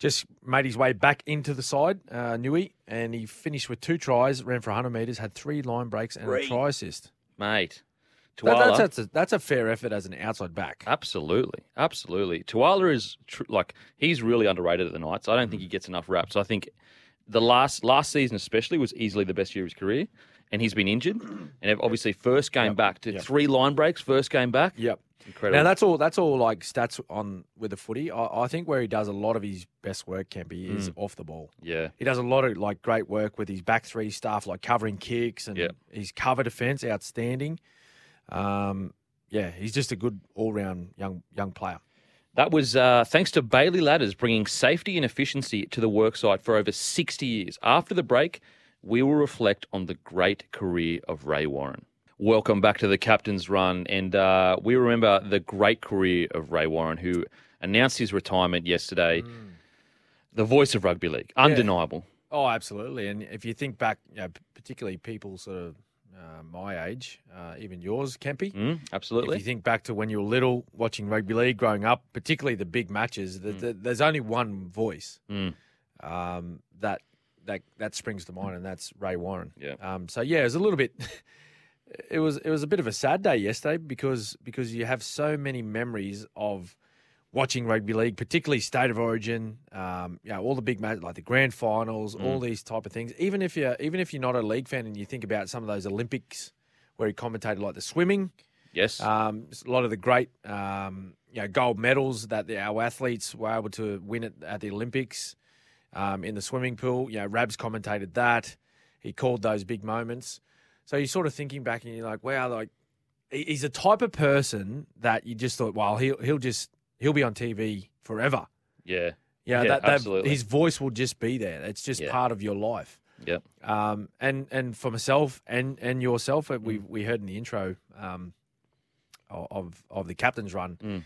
Just made his way back into the side, uh, Nui, and he finished with two tries, ran for 100 metres, had three line breaks and a try assist.
Mate,
That-
Tuala. Ah.
that's, that's, a, that's a fair effort as an outside back.
Absolutely, absolutely. Tuala is tr- like he's really underrated at the Knights. I
Mm-hmm.
don't think he gets enough raps. I think the last last season especially was easily the best year of his career, and he's been injured, and obviously first game back to three line breaks, first game back.
Yep.
incredible.
Now that's all. That's all like stats on with the footy. I, I think where he does a lot of his best work, Kempy, is off the ball.
yeah,
He does a lot of like great work with his back three stuff, like covering kicks and
Yeah.
his cover defense, outstanding. Um, yeah, he's just a good all round young young player.
that was uh, thanks to Bailey Ladders bringing safety and efficiency to the worksite for over sixty years. After the break, we will reflect on the great career of Ray Warren. Welcome back to the Captain's Run. And uh, we remember the great career of Ray Warren, who announced his retirement yesterday. The voice of rugby league, undeniable.
Oh, absolutely. And if you think back, you know, p- particularly people sort of uh, my age, uh, even yours,
Mm,
Kempy. If you
absolutely.
think back to when you were little, watching rugby league growing up, particularly the big matches, th th there's only one voice
Mm.
um, that that that springs to mind, and that's Ray Warren.
Yeah.
Um, so yeah, it was a little bit. It was it was a bit of a sad day yesterday because because you have so many memories of watching rugby league, particularly state of origin, um, you know, all the big matches like the grand finals,
Mm.
all these type of things. Even if you're even if you're not a league fan and you think about some of those Olympics where he commentated like the swimming,
Yes.
um, s- a lot of the great um, you know, gold medals that the, our athletes were able to win at, at the Olympics um, in the swimming pool. You know, Rabs commentated that. He called those big moments. So you're sort of thinking back and you're like, wow, like he- he's a type of person that you just thought, well, he'll he'll just he'll be on TV forever.
Yeah.
Yeah,
Yeah,
that, that
absolutely.
his voice will just be there. It's just
Yeah.
part of your life.
Yep.
Um, and and for myself and and yourself, uh,
Mm.
we we heard in the intro um, o- of of the captain's run.
Mm.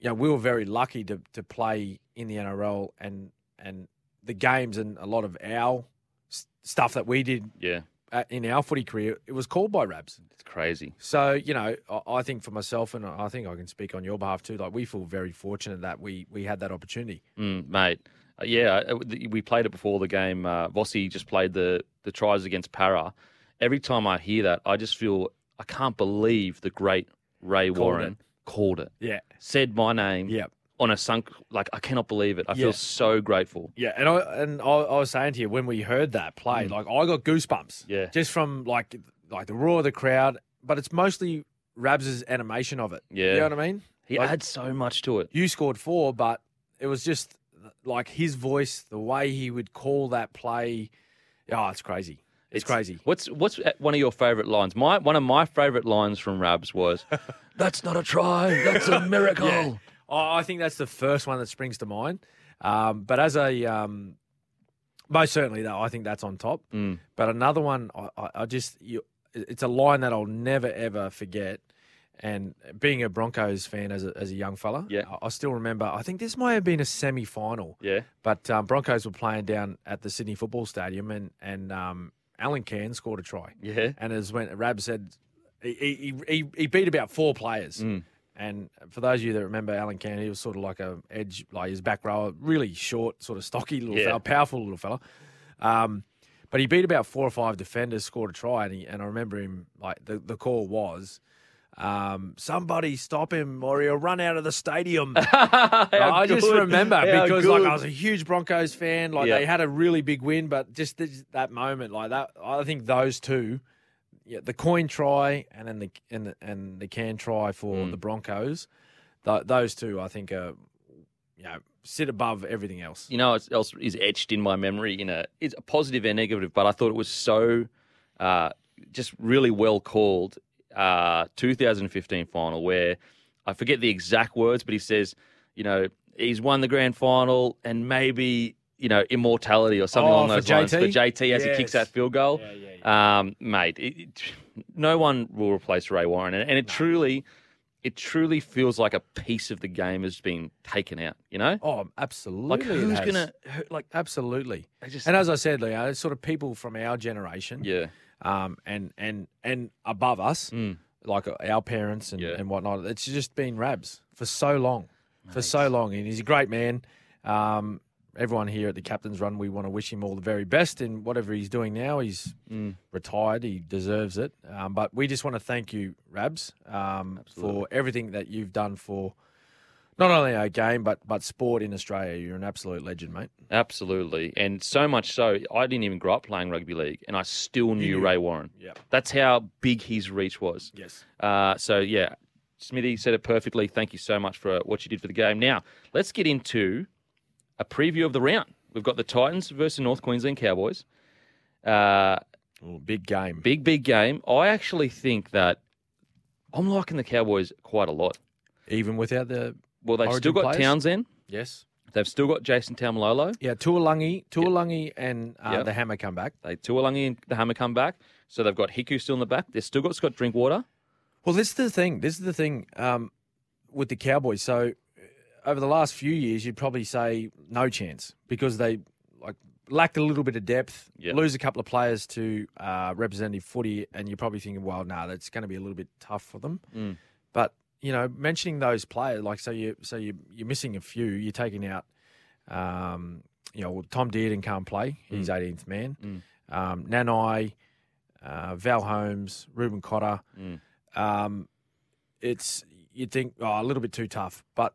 You know, we were very lucky to to play in the NRL and and the games and a lot of our s- stuff that we did
Yeah.
uh in our footy career. It was called by Rabs.
It's crazy.
So you know, I, I think for myself, and I think I can speak on your behalf too. Like we feel very fortunate that we we had that opportunity.
Mm, mate. Uh, yeah, uh, th- we played it before the game. Uh, Vossi just played the, the tries against Para. Every time I hear that, I just feel I can't believe the great Ray Warren called it,
Yeah,
said my name
yeah,
on a sunk. Like I cannot believe it. I
Yeah.
feel so grateful.
yeah. And I and I, I was saying to you when we heard that play, like I got
Mm.
goosebumps.
Yeah.
just from like like the roar of the crowd, but it's mostly Rabs' animation of it.
Yeah.
you know what I mean.
He
Like-
adds so much to it.
You scored four, but it was just like his voice, the way he would call that play. Oh, it's crazy. It's, crazy.
What's what's uh, one of your favourite lines? My one of my favourite lines from Rabs was, "That's not a try. That's a miracle."
Yeah. I I think that's the first one that springs to mind. Um, but as a um, most certainly though, I think that's on top.
Mm.
But another one, I, I, I just you, it's a line that I'll never ever forget. And being a Broncos fan as a, as a young fella,
Yeah.
I, I still remember. I think this may have been a semi final,
Yeah.
but um, Broncos were playing down at the Sydney Football Stadium, and and um, Alan Cairns scored a try.
Yeah.
And as when Rab said, he, he, he, he beat about four players.
Mm.
And for those of you that remember Alan Cannon, he was sort of like a edge, like his back rower, really short, sort of stocky little
Yeah.
fella, powerful little fella. Um, but he beat about four or five defenders, scored a try, and, he, and I remember him like the, the call was, um, somebody stop him or he'll run out of the stadium. I just remember because like I was a huge Broncos fan. Like
Yeah.
they had a really big win, but just th- that moment, like that, I think those two, yeah, the coin try and then the and the, and the can try for
Mm.
the Broncos. Th- those two, I think, are you know sit above everything else.
you know, it's else is etched in my memory in a it's a positive and negative, but I thought it was so uh, just really well called uh, 2015 final where I forget the exact words, but he says, you know, he's won the grand final and maybe you know immortality or something
Oh,
along
for
those lines for
JT?
JT as he kicks
Yes.
that field goal. Um, mate, it, it, no one will replace Ray Warren, and, and it truly. It truly feels like a piece of the game has been taken out, you know?
Oh,
Like,
absolutely. it
who's
has.
going to, like,
Absolutely.
I just,
And as I said, Leo, it's sort of people from our generation,
Yeah,
um, and and and above us,
Mm.
like uh, our parents and,
Yeah.
and whatnot. It's just been Rabs for so long, for so long, and he's a great man. Um, everyone here at the Captain's Run, we want to wish him all the very best in whatever he's doing now. He's
Mm.
retired; he deserves it. Um, but we just want to thank you, Rabs, um, for everything that you've done for. Not only our game, but but sport in Australia. You're an absolute legend, mate.
absolutely. And so much so, I didn't even grow up playing rugby league, and I still knew Ray Warren.
Yep.
That's how big his reach was.
Yes.
Uh, so, yeah, Smithy said it perfectly. Thank you so much for what you did for the game. Now, let's get into a preview of the round. We've got the Titans versus North Queensland Cowboys. Uh,
big game.
big, big game. I actually think that I'm liking the Cowboys quite a lot.
Even without the
Well, they've still
Origin
got
players?
Townsend.
yes,
They've still got Jason Taumalolo.
yeah, Tuolungi, Tuolungi, and uh,
Yep.
the Hammer come back.
They Tuolungi and the Hammer come back. So they've got Hiku still in the back. They've still got Scott Drinkwater.
Well, this is the thing. This is the thing um, with the Cowboys. So uh, over the last few years, you'd probably say no chance because they like lacked a little bit of depth,
Yeah.
lose a couple of players to uh, representative footy, and you're probably thinking, well, no, that's going to be a little bit tough for them.
Mm.
But you know, mentioning those players, like so you so you you're missing a few. You're taking out, um, you know, well, Tom Dearden can't play. He's
Mm.
18th man. Um, Nanai, uh, Val Holmes, Ruben Cotter.
Mm.
Um, it's you'd think oh, a little bit too tough, but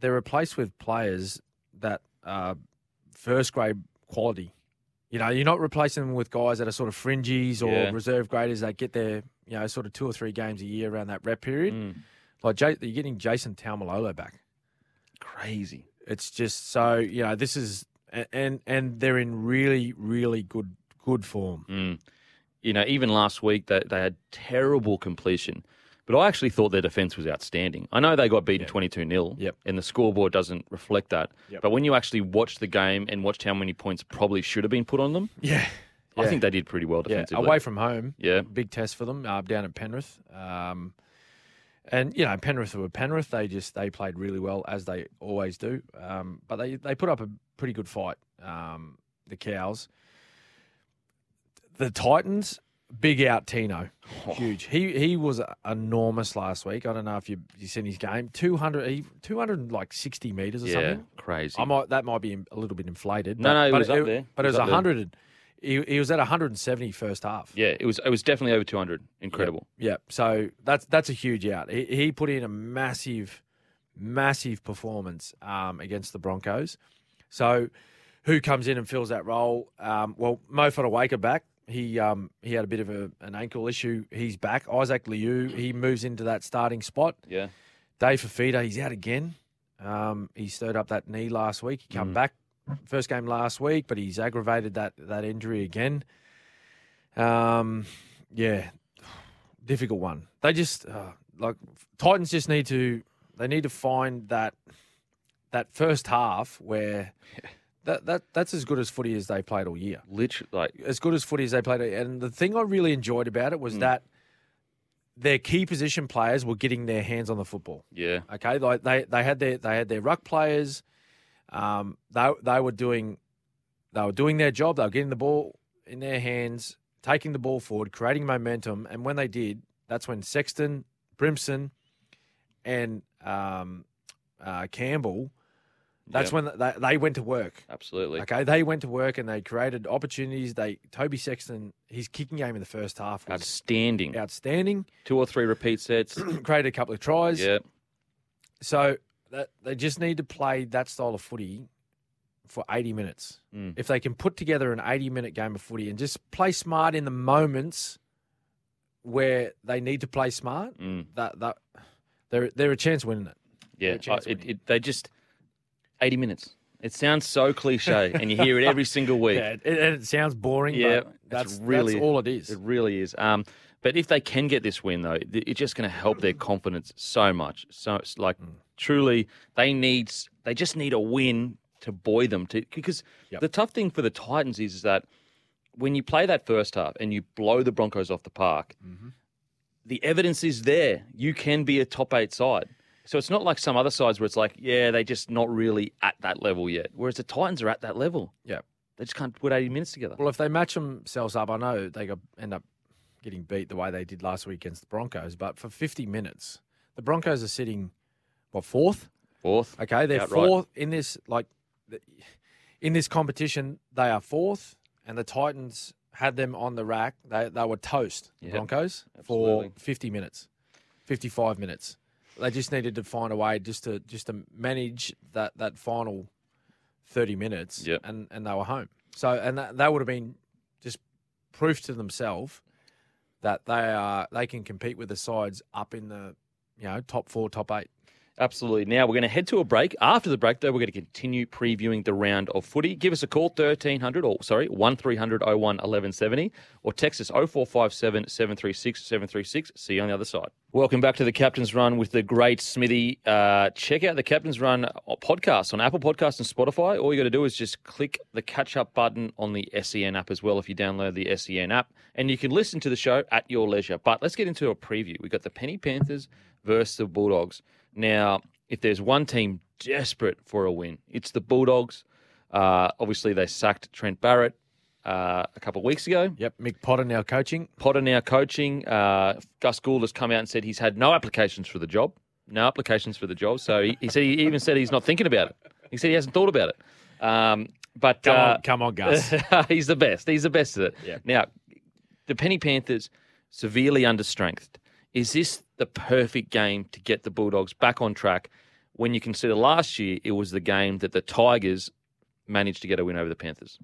they're replaced with players that are first grade quality. You know, you're not replacing them with guys that are sort of fringies or
Yeah.
reserve graders that get their you know sort of two or three games a year around that rep period.
Mm.
Like J- you're getting Jason Taumalolo back.
Crazy.
It's just so you know this is a- and and they're in really really good good form.
Mm. You know, even last week they, they had terrible completion, But I actually thought their defence was outstanding. I know they got beaten 22 0,
Yep.
and the scoreboard doesn't reflect that.
Yep.
But when you actually watched the game and watched how many points probably should have been put on them,
Yeah.
I think they did pretty well
yeah.
defensively.
away from home.
Yeah.
big test for them uh, down at Penrith. Um, and you know Penrith were Penrith. They just they played really well as they always do. Um, but they they put up a pretty good fight. Um, the cows. The Titans, big out Tino,
Oh.
huge. He he was enormous last week. I don't know if you you seen his game. Two hundred he two hundred like sixty meters or
yeah,
something.
crazy.
I might that might be a little bit inflated.
No,
but,
no, he
but
was up there.
But
He
it
was
was
up there.
hundred. and- He, he was at 170 first half.
yeah, it was it was definitely over 200. Incredible.
Yeah, so that's that's a huge out. He, he put in a massive, massive performance um, against the Broncos. So, who comes in and fills that role? Um, well, Mo Fodawaker back. He um, he had a bit of a, an ankle issue. He's back. Isaac Liu he moves into that starting spot.
Yeah.
Dave Fafita he's out again. Um, he stirred up that knee last week. He come back first game last week, but he's aggravated that that injury again. Um, yeah, difficult one. They just uh, like Titans just need to they need to find that that first half where that that that's as good as footy as they played all year.
Literally, like,
As good as footy as they played, and the thing I really enjoyed about it was that their key position players were getting their hands on the football.
yeah.
Okay, like they, they had their they had their ruck players. Um, they they were doing they were doing their job. They were getting the ball in their hands, taking the ball forward, creating momentum. And when they did, that's when Sexton, Brimson, and um, uh, Campbell. That's
Yeah.
when they, they went to work.
Absolutely.
Okay, they went to work and they created opportunities. They Toby Sexton, his kicking game in the first half was
Outstanding.
outstanding.
Two or three repeat sets.
created a couple of tries.
yeah.
So that, they just need to play that style of footy for 80 minutes.
Mm.
If they can put together an 80 minute game of footy and just play smart in the moments where they need to play smart,
Mm.
that that they're they're a chance winning it.
Yeah, I,
chance
it,
winning.
it, they just eighty minutes. It sounds so cliche, and you hear it every single week.
Yeah, it, and it sounds boring.
Yeah,
but
it's
that's really
really-
all it is.
It really is. Um, but if they can get this win, though, it- it's just going to help their confidence so much. So, it's like, truly, they need they just need a win to buoy them. To because
Yep.
the tough thing for the Titans is that when you play that first half and you blow the Broncos off the park, the evidence is there. You can be a top eight side. So it's not like some other sides where it's like, yeah, they just not really at that level yet. Whereas the Titans are at that level.
Yeah.
They just can't put 80 minutes together.
Well, if they match themselves up, I know they got, end up getting beat the way they did last week against the Broncos. But for 50 minutes, the Broncos are sitting what fourth?
Fourth.
Okay, they're
Outright.
fourth in this like th- in this competition. They are fourth, and the Titans had them on the rack. They they were toast the
Yep,
Broncos
absolutely.
for fifty minutes, fifty five minutes. They just needed to find a way just to just to manage that that final thirty minutes,
Yep.
and and they were home. So and that, that would have been just proof to themselves that they are they can compete with the sides up in the you know top four, top eight.
Absolutely. Now we're going to head to a break. After the break, though, we're going to continue previewing the round of footy. Give us a call, 1300 or sorry, 1300 01 1170 or text us 0457 736 736. See you on the other side. Welcome back to the Captain's Run with the great Smithy. Uh, check out the Captain's Run podcast on Apple Podcasts and Spotify. All you got to do is just click the catch up button on the SEN app as well if you download the SEN app. And you can listen to the show at your leisure. But let's get into a preview. We've got the Penny Panthers versus the Bulldogs. Now, if there's one team desperate for a win, it's the Bulldogs. Uh, obviously, they sacked Trent Barrett uh, a couple of weeks ago.
Yep, Mick Potter now coaching.
Potter now coaching. Uh, Gus Gould has come out and said he's had no applications for the job. No applications for the job. So he, he said he even said he's not thinking about it. He said he hasn't thought about it. Um, but
Come
uh,
on, come on, Gus.
he's the best. He's the best at it.
Yeah.
Now, the Penny Panthers severely understrengthed. Is this the perfect game to get the Bulldogs back on track? When you consider last year, it was the game that the Tigers managed to get a win over the Panthers.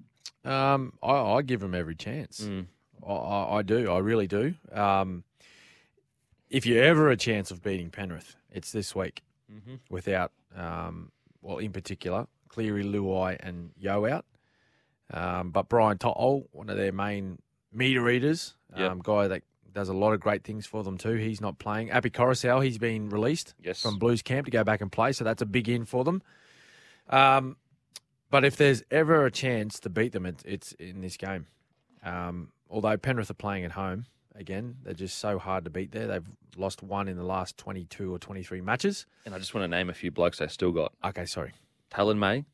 Um, I, I give them every chance.
Mm.
I, I, I do. I really do. Um, if you ever a chance of beating Penrith, it's this week
Mhm.
without, um, well, in particular, Cleary, Luai, and Yo out. Um, but Brian To'ol, one of their main meter eaters,
Yep.
um, guy that does a lot of great things for them too. He's not playing. Abby Coruscant, he's been released
Yes.
from Blues camp to go back and play, so that's a big in for them. Um, but if there's ever a chance to beat them, it, it's in this game. Um, although Penrith are playing at home again, they're just so hard to beat there. They've lost one in the last 22 or 23 matches.
And I just want to name a few blokes they still got:
Okay, sorry.
Talon May,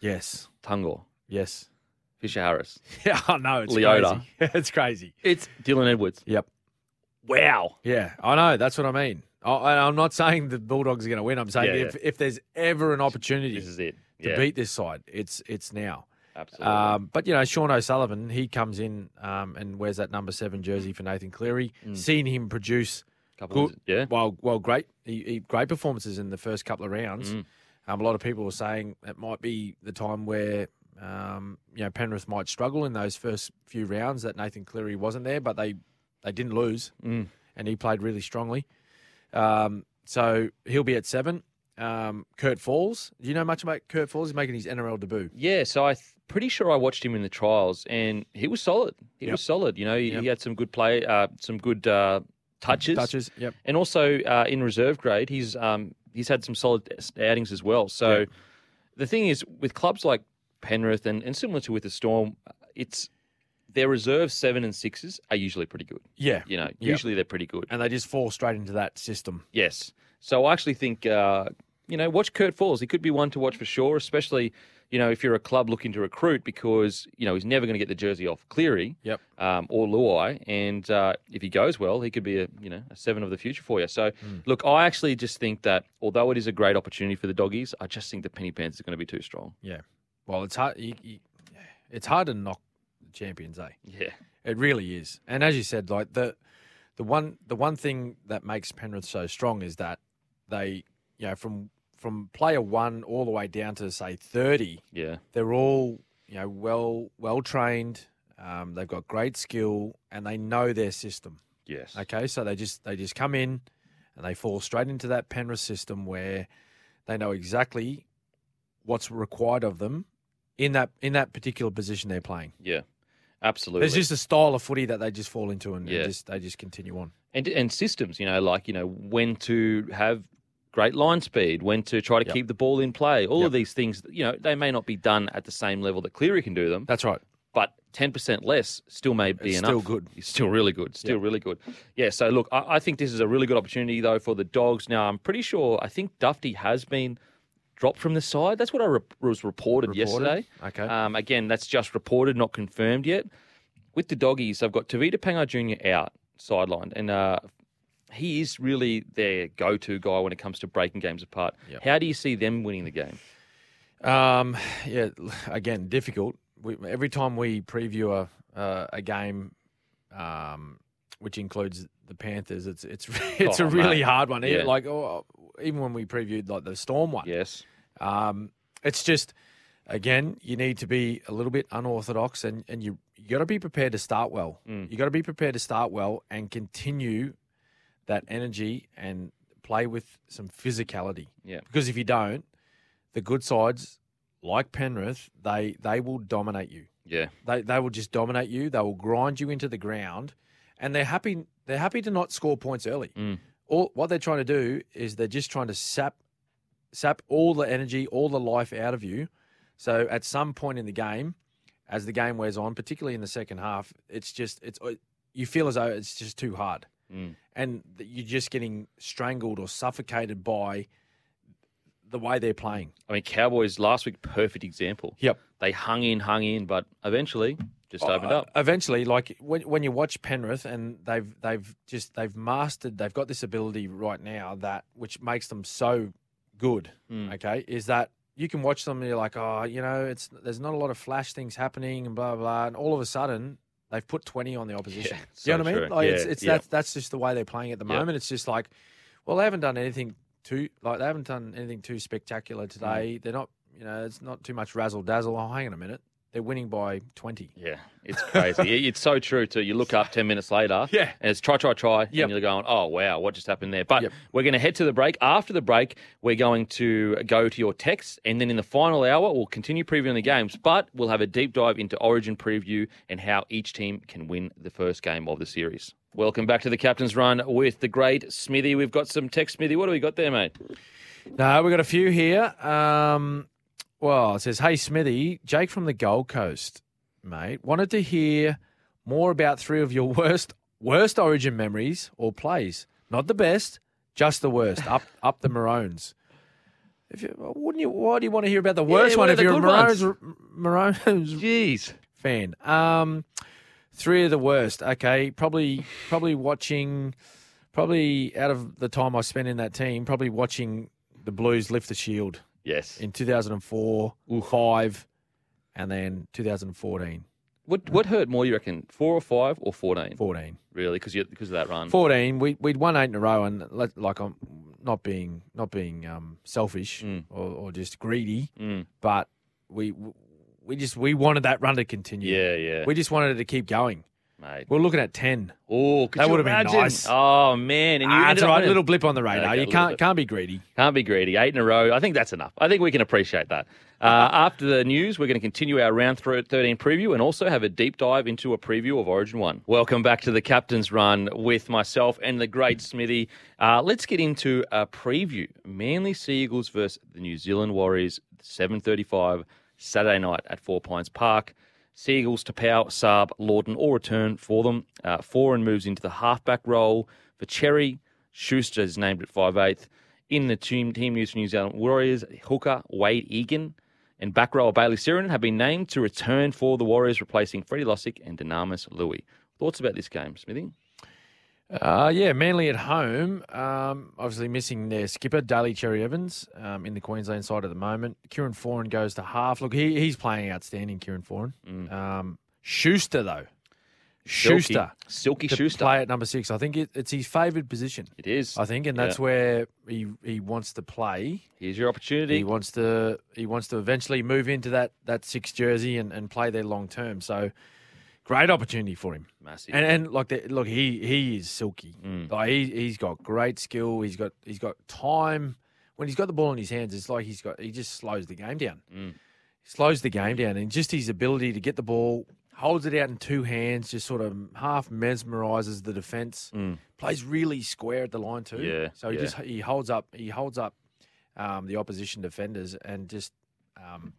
Yes,
Tungor,
yes.
Fisher Harris.
Yeah, I know. It's
Leota.
crazy. it's crazy.
It's Dylan Edwards.
Yep.
Wow.
Yeah, I know. That's what I mean. I, I- I'm not saying the Bulldogs are going to win. I'm saying
Yeah,
if, if there's ever an opportunity
This is it.
to
yeah,
beat this side, it's it's now.
absolutely.
Um, but you know, Sean O'Sullivan, he comes in um, and wears that number seven jersey for Nathan Cleary.
Mm.
Seen him produce
Couple
good-
of- yeah.
well, well, great, he, he, great performances in the first couple of rounds.
Mm.
Um, a lot of people were saying it might be the time where um, you know Penrith might struggle in those first few rounds that Nathan Cleary wasn't there, but they they didn't lose,
Mm.
and he played really strongly. Um, so he'll be at seven. Um, Kurt Falls, do you know much about Kurt Falls? He's making his NRL debut.
Yeah, so I th- pretty sure I watched him in the trials, and he was solid. He
Yep.
was solid. You know, he,
Yep.
he had some good play, uh, some good uh, touches,
Touches, yep.
and also uh, in reserve grade, he's um, he's had some solid outings as well. So the thing is, with clubs like Penrith and, and similar to with the Storm, uh, it's their reserve seven and sixes are usually pretty good.
Yeah.
You know,
Yeah.
usually they're pretty good.
And they just fall straight into that system.
Yes. So I actually think, uh, you know, watch Kurt Falls. He could be one to watch for sure, especially, you know, if you're a club looking to recruit because, you know, he's never going to get the jersey off Cleary
Yep.
um, or Luai. And uh, if he goes well, he could be a, you know, a seven of the future for you. So, look, I actually just think that although it is a great opportunity for the doggies, I just think the Penny Pants is going to be too strong.
Yeah. Well, it's hard. You, you, it's hard to knock the champions, eh?
Yeah.
It really is. And as you said, like the the one the one thing that makes Penrith so strong is that they, you know, from from player one all the way down to say thirty,
Yeah.
they're all you know well well trained. Um, they've got great skill and they know their system.
Yes.
Okay, so they just they just come in and they fall straight into that Penrith system where they know exactly what's required of them in that in that particular position they're playing.
Yeah. Absolutely.
There's just a style of footy that they just fall into and, and
Yeah.
just they just continue on.
and and systems. You know, like you know when to have great line speed, when to try to
Yep.
keep the ball in play. All
Yep.
of these things, you know, they may not be done at the same level that Cleary can do them,
That's right.
but ten percent less still may be
It's
enough.
still good.
It's still really good. Still really good. Yeah. So look, I, I think this is a really good opportunity though for the dogs. Now I'm pretty sure I think Dufty has been dropped from the side. That's what I re- was reported, yesterday.
Okay.
Um, again, that's just reported, not confirmed yet. With the doggies, I've got Tavita Pango Jr. out, sidelined, and uh, he is really their go to guy when it comes to breaking games apart.
Yep.
How do you see them winning the game?
Um, yeah, l- again, difficult. We, every time we preview a uh, a game, um, which includes the Panthers, it's it's it's
Oh,
a really
mate.
hard one. Even-
Yeah.
Like oh, even when we previewed like the Storm one,
Yes.
um, it's just again you need to be a little bit unorthodox and and you you got to be prepared to start well. You got to be prepared to start well and continue that energy and play with some physicality.
Yeah.
Because if you don't, the good sides like Penrith, they they will dominate you.
Yeah.
They they will just dominate you. They will grind you into the ground, and they're happy. They're happy to not score points early.
Mm.
All what they're trying to do is they're just trying to sap sap all the energy, all the life out of you. So at some point in the game, as the game wears on, particularly in the second half, it's just it's uh, you feel as though it's just too hard,
Mm.
and that you're just getting strangled or suffocated by the way they're playing.
I mean, Cowboys last week, perfect example.
Yep.
They hung in, hung in, but eventually just opened
Uh,
up.
Eventually, like when when you watch Penrith and they've they've just they've mastered they've got this ability right now that which makes them so good.
Mm.
Okay, is that you can watch them and you're like, oh, you know, it's there's not a lot of flash things happening and blah blah, blah and all of a sudden they've put twenty on the opposition.
Yeah,
Do you
so
know what I mean?
true.
Like it's
Yeah,
it's
yeah.
that's that's just the way they're playing at the
Yeah.
moment. It's just like, well, they haven't done anything too like they haven't done anything too
Hmm.
spectacular today. They're not. You know, it's not too much razzle dazzle. Oh, hang on a minute. They're winning by 20.
Yeah, it's crazy. It- it's so true too. You look up ten minutes later,
Yeah.
and it's try, try, try,
Yep.
and you're going, oh wow, what just happened there? But
Yep.
we're going to head to the break. After the break, we're going to go to your text, and then in the final hour, we'll continue previewing the games, but we'll have a deep dive into Origin preview and how each team can win the first game of the series. Welcome back to the captain's run with the great Smithy. We've got some text, Smithy. What do we got there, mate?
No, we've got a few here. Um, well, it says, Hey, Smithy, Jake from the Gold Coast, mate, wanted to hear more about three of your worst worst origin memories or plays. Not the best, just the worst. Up up the Maroons. If you, wouldn't you? Why do you want to hear about the worst
what
one
are
if
the
you're a
good
Maroons,
ones?
Maroons
Jeez.
fan. Um, three of the worst. Okay, probably probably watching, probably out of the time I spent in that team, probably watching the Blues lift the shield
Yes.
in 2004, five, and then 2014,
What what hurt more, you reckon? Four or five or 14?
14.
Really? Because because of that run.
14 we, we'd won eight in a row and let, like i'm not being not being um, selfish or, or just greedy
Mm.
but we we just we wanted that run to continue
Yeah, yeah.
we just wanted it to keep going
mate.
we're looking at 10
Oh, could
That
you
would've been
imagine?
nice.
Oh, man. And you
ah,
ended
it's
up
all right
winning.
little blip on the radar
Okay,
you
a little
can't
bit.
can't be greedy
Can't be greedy. Eight in a row. I think that's enough. I think we can appreciate that. Uh, after the news, we're going to continue our round thro- 13 preview and also have a deep dive into a preview of Origin 1. Welcome back to the Captain's Run with myself and the great Smithy. Uh, let's get into a preview. Manly Sea Eagles versus the New Zealand Warriors, 7.35 Saturday night at Four Pines Park. Seagulls to Pow, Saab, Lawton, or return for them. Uh, Foran moves into the halfback role for Cherry. Schuster is named at 5'8". In the team, team news for New Zealand Warriors, hooker Wade Egan and back rower Bailey Siren have been named to return for the Warriors, replacing Freddie Lossick and Dynamis Louis. Thoughts about this game, Smithy?
Uh, yeah, Manly at home. Um, obviously missing their skipper, Daly Cherry Evans, um, in the Queensland side at the moment. Kieran Foran goes to half. Look, he, he's playing outstanding, Kieran Foran.
Mm.
Um, Schuster, though. Schuster.
Silky, Silky
To
Schuster.
Play at number six. I think it, it's his favoured position,
It is.
I think, and that's
Yeah.
where he, he wants to play.
Here's your opportunity.
He wants to he wants to eventually move into that, that six jersey and, and play there long term. So great opportunity for him.
Massive. Mm.
And and like the, look, he he is silky. Like he he's got great skill. He's got he's got time. When he's got the ball in his hands, it's like he's got he just slows the game down.
Mm.
Slows the game down, and just his ability to get the ball, holds it out in two hands, just sort of half mesmerizes the defense. Plays really square at the line too.
Mm. Yeah,
So he
yeah.
just he holds up he holds up um, the opposition defenders and just. Um,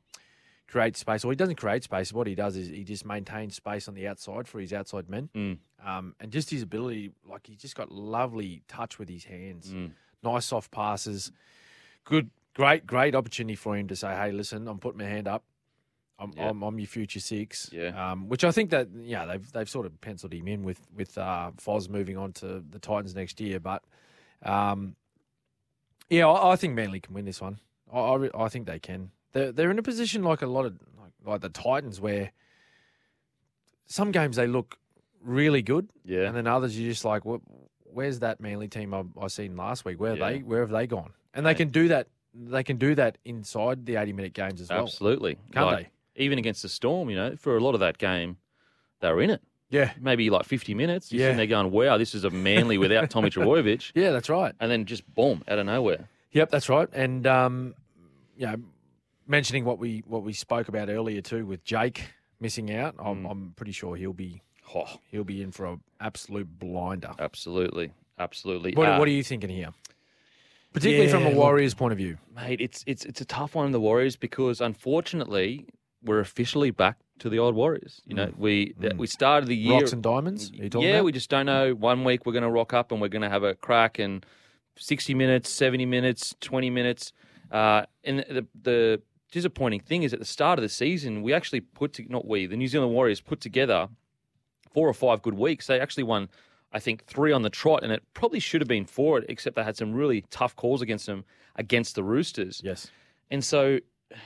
create space, or he doesn't create space. What he does is he just maintains space on the outside for his outside men,
Mm.
um, and just his ability. Like he just got lovely touch with his
Mm.
hands, nice soft passes, good, great, great opportunity for him to say, "Hey, listen, I'm putting my hand up. I'm,
Yeah.
I'm, I'm your future six.
Yeah.
Um, which I think that yeah, they've they've sort of penciled him in with with uh, Foz moving on to the Titans next year, but. Um, yeah, I, I think Manly can win this one. I, I, re- I think they can. They're, they're in a position like a lot of like, like the Titans, where some games they look really good,
yeah.
and then others you're just like, "Wh- where's that Manly team I, I seen last week? Where are
Yeah.
they? Where have they gone? And they can do that. They can do that inside the 80 minute games as well.
Absolutely.
Can't
they? Even against the Storm, you know, for a lot of that game, they were in it.
Yeah,
Maybe like 50 minutes. You're
Yeah.
sitting there going, wow, this is a manly without Tommy Trebojevic.
yeah, that's right.
And then just boom, out of nowhere.
Yep, that's right. And um, you know, mentioning what we what we spoke about earlier too with Jake missing out, I'm,
Mm.
I'm pretty sure he'll be
Oh,
he'll be in for an absolute blinder.
Uh, absolutely. Absolutely.
What,
Uh,
what are you thinking here? Particularly from
Yeah,
a
look-
Warriors point of view.
Mate, it's it's it's a tough one in the Warriors because unfortunately we're officially back to the old Warriors. You know, we that we started the year
Mm. Rocks and diamonds? Are you talking
yeah,
about?
we just don't know. One week we're going to rock up and we're going to have a crack and 60 minutes, 70 minutes, 20 minutes. Uh, and the, the disappointing thing is at the start of the season, we actually put, to, not we, the New Zealand Warriors put together four or five good weeks. They actually won, I think, three on the trot, and it probably should have been four, except they had some really tough calls against them against the Roosters.
yes.
And so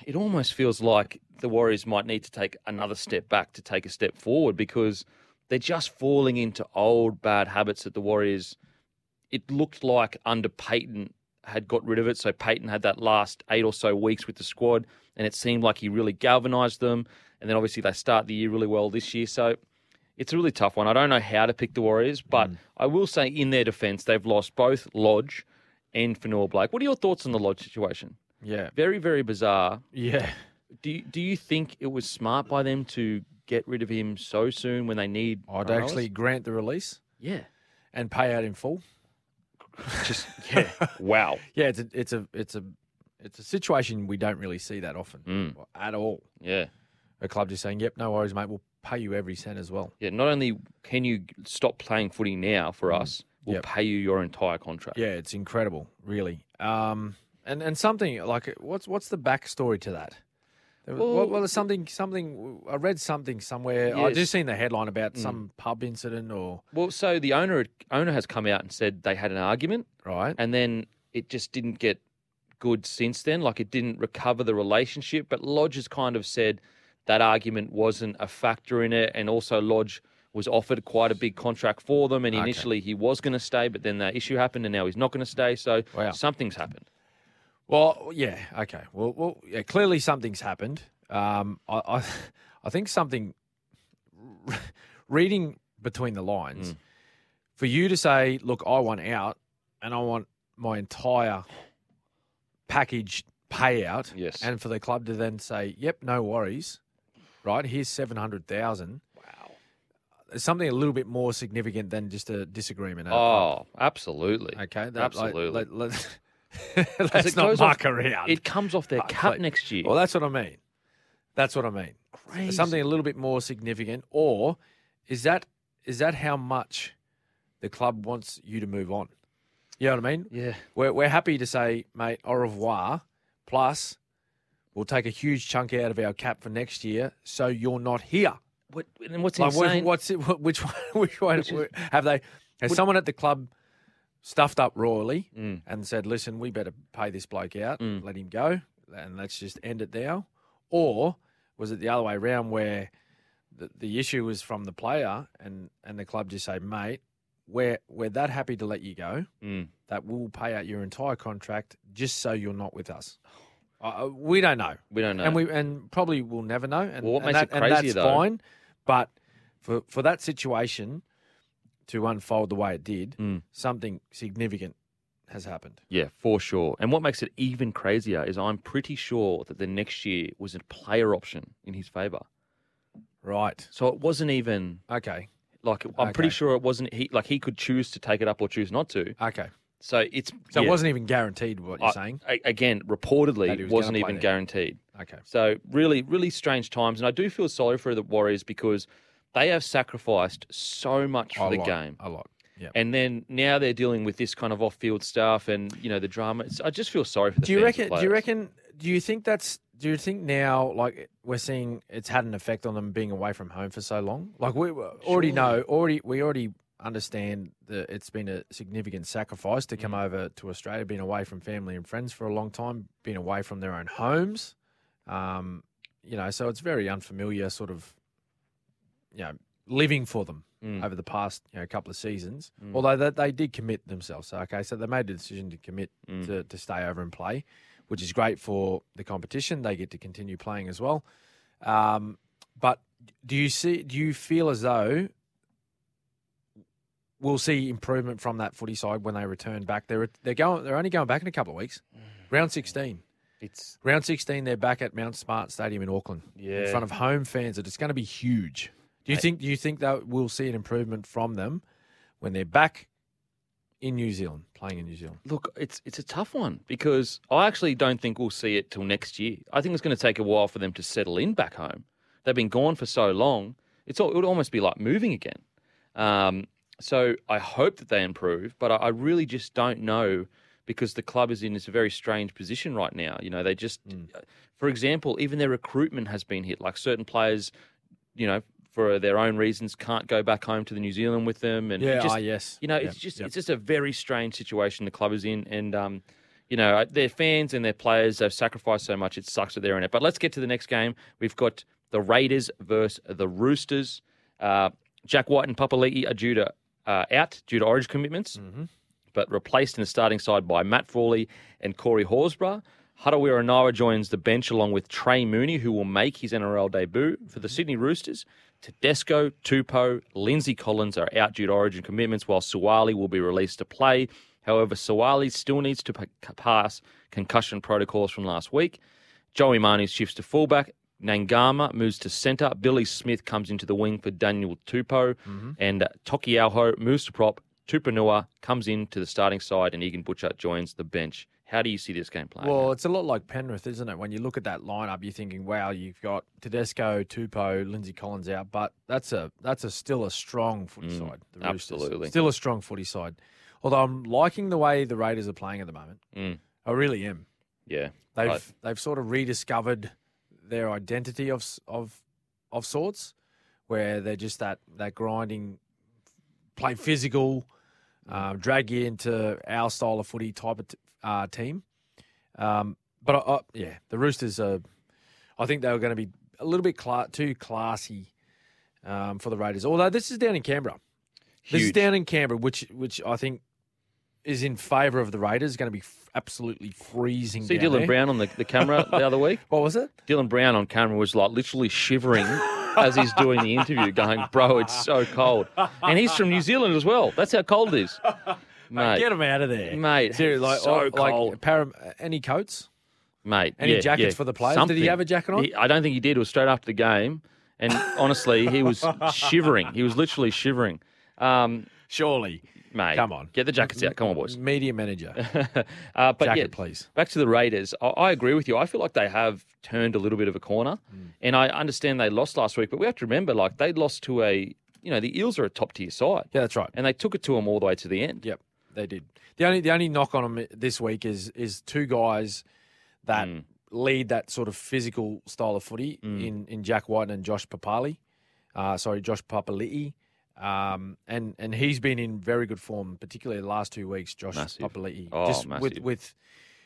it almost feels like the Warriors might need to take another step back to take a step forward because they're just falling into old bad habits that the Warriors it looked like under Peyton had got rid of it. So Peyton had that last eight or so weeks with the squad, and it seemed like he really galvanised them. And then obviously they start the year really well this year. So it's a really tough one. I don't know how to pick the Warriors, but I will say in their defence, they've lost both Lodge and Fanua Blake. What are your thoughts on the Lodge situation?
Yeah.
Very, very bizarre.
Yeah.
Do you, do you think it was smart by them to get rid of him so soon when they need?
I'd
runners?
actually grant the release.
yeah,
and pay out in full.
Just yeah, wow.
Yeah, it's a, it's a it's a it's a situation we don't really see that often
Mm.
at all.
Yeah,
A club just saying, "Yep, no worries, mate. We'll pay you every cent as well."
yeah. Not only can you stop playing footy now for us, we'll
Mm. Yep.
pay you your entire contract.
Yeah, it's incredible, really. Um, and and something like what's what's the backstory to that? There was- Well,
Well,
well, there's something something I read something somewhere. I
Yes.
just seen the headline about some pub incident or
Well, so the owner owner has come out and said they had an argument,
right.
and then it just didn't get good since then. Like it didn't recover the relationship. But Lodge has kind of said that argument wasn't a factor in it, and also Lodge was offered quite a big contract for them, and
Okay.
initially he was going to stay, but then that issue happened, and now he's not going to stay. So
Wow.
something's happened.
Well, yeah, okay. Well, well, yeah, clearly something's happened. Um, I, I, I think something. Reading between the
Mm.
lines, for you to say, "Look, I want out, and I want my entire package payout,"
Yes.
and for the club to then say, "Yep, no worries, right? Here's seven hundred thousand.
Wow.
Something a little bit more significant than just a disagreement. at a pub.
Oh, absolutely.
okay, like,
absolutely.
let, let,
As
let's
it
not
goes off-
muck around.
It comes off their
Fuck,
cap
like-
next year.
Well, that's what I mean. That's what I mean.
Crazy.
Something a little bit more significant, or is that is that how much the club wants you to move on? You know what I mean?
yeah.
We're we're happy to say, mate, au revoir. Plus, we'll take a huge chunk out of our cap for next year, so you're not here.
What, and what's
Like, what-
insane?
what's it, what, which one? Which one
Which is-
have they? Has
Would-
someone at the club stuffed up royally
Mm.
and said, "Listen, we better pay this bloke out,
Mm.
let him go, and let's just end it now"? Or was it the other way around where the, the issue was from the player and and the club just say, "Mate, we're we're that happy to let you go
Mm.
that we'll pay out your entire contract just so you're not with us." Uh, we don't know.
We don't know.
And we and probably will never know. And,
Well, what
and
makes it
that- and
crazier,
that's
though-
fine. But for for that situation to unfold the way it did,
Mm.
something significant has happened.
yeah, for sure. And what makes it even crazier is I'm pretty sure that the next year was a player option in his favour.
Right.
So it wasn't even
Okay.
like I'm pretty
Okay.
sure it wasn't he like he could choose to take it up or choose not to.
Okay.
So it's
So it
yeah.
wasn't even guaranteed what you're
I-
saying.
a- again reportedly
That he was gonna
wasn't
play
even
there.
guaranteed.
Okay.
So really, really strange times, and I do feel sorry for the Warriors because they have sacrificed so much for
a
the
lot,
game,
A lot. Yeah.
and then now they're dealing with this kind of off-field stuff and you know the drama. It's, I just feel sorry for the.
Do you
fans and
reckon do you
players.
reckon do you think that's do you think now like we're seeing it's had an effect on them being away from home for so long? Like we were- already
Surely.
know already we already understand that it's been a significant sacrifice to come over to Australia, being away from family and friends for a long time, being away from their own homes. Um, you know, so it's very unfamiliar sort of you know, living for them
Mm.
over the past you know, couple of seasons.
Mm.
Although they, they did commit themselves. So, okay, so they made the decision to commit
Mm.
to, to stay over and play, which is great for the competition. They get to continue playing as well. Um, but do you see? Do you feel as though we'll see improvement from that footy side when they return back? They're they're going. They're only going back in a couple of weeks.
Mm.
Round sixteen.
It's
Round 16, they're back at Mount Smart Stadium in Auckland in
Yeah.
front of home fans. and It's going to be huge. Do you think? Do you think that we'll see an improvement from them when they're back in New Zealand, playing in New Zealand?
look, it's it's a tough one because I actually don't think we'll see it till next year. I think it's going to take a while for them to settle in back home. They've been gone for so long; it's all, it would almost be like moving again. Um, so I hope that they improve, but I, I really just don't know because the club is in this very strange position right now. You know, they just, uh, for example, even their recruitment has been hit. Like certain players, you know, for their own reasons, can't go back home to the New Zealand with them, and you
Yeah.
just,
ah, yes.
you know,
Yeah,
it's just
yeah.
it's just a very strange situation the club is in, and um, you know their fans and their players have sacrificed so much. It sucks that they're in it. But let's get to the next game. We've got the Raiders versus the Roosters. Uh, Jack White and Papali'i are due to uh, out due to Orange commitments, but replaced in the starting side by Matt Frawley and Corey Horsburgh. Hadawira Nawa joins the bench along with Trey Mooney, who will make his NRL debut for the Sydney Roosters. Tedesco, Tupou, Lindsay Collins are out due to origin commitments, while Suwali will be released to play. However, Suwali still needs to pa- pass concussion protocols from last week. Joey Manu shifts to fullback. Nangama moves to
Mm-hmm.
centre. Billy Smith comes into the wing for Daniel Tupou, And uh, Tokiauho moves to prop. Tupanua comes into the starting side and Egan Butcher joins the bench. How do you see this game playing?
Well,
out?
it's a lot like Penrith, isn't it? When you look at that lineup, you're thinking, "Wow, you've got Tedesco, Tupo, Lindsay Collins out," but that's a that's a still a strong footy
Mm,
side. The Roosters.
absolutely.
still a strong footy side. Although I'm liking the way the Raiders are playing at the moment,
Mm.
I really am.
yeah.
They've
Right.
they've sort of rediscovered their identity of s- of of sorts, where they're just that that grinding, play physical,
Mm.
um, drag you into our style of footy type of t- uh, team. Um, but I, I, yeah, the Roosters are. I think they were going to be a little bit cla- too classy um, for the Raiders. Although this is down in Canberra, this is
Huge.
down in Canberra, which which I think is in favour of the Raiders. Going to be f- absolutely freezing.
See
down
Dylan
there.
Brown on the, the camera the other week?
What was it?
Dylan Brown on camera was like literally shivering as he's doing the interview, going, Bro, it's so cold. And he's from New Zealand as well. That's how cold it is. Mate,
Get them out of there,
Mate,
Seriously, like,
so
or- like
cold.
param- uh, any coats?
mate.
Any
yeah,
jackets
yeah,
for the players? Did he
something.
have a jacket on?
He- I don't think he did. It was straight after the game. And honestly, he was shivering. He was literally shivering. Um,
Surely,
mate,
Come on.
Get the jackets out. Come on, boys.
media manager.
Uh, but
Jacket,
yeah,
please.
Back to the Raiders. I, I agree with you. I feel like they have turned a little bit of a corner,
Mm.
and I understand they lost last week. But we have to remember, like they lost to a, you know, the Eels are a top tier side,
yeah, that's right.
and they took it to them all the way to the end.
Yep, they did. The only the only knock on them this week is is two guys that lead that sort of physical style of footy in in Jack White and Josh Papali. Uh, sorry, Josh Papali'i. Um, and and he's been in very good form, particularly the last two weeks. Josh
Massive.
Papali'i,
Oh,
just with
massive.
with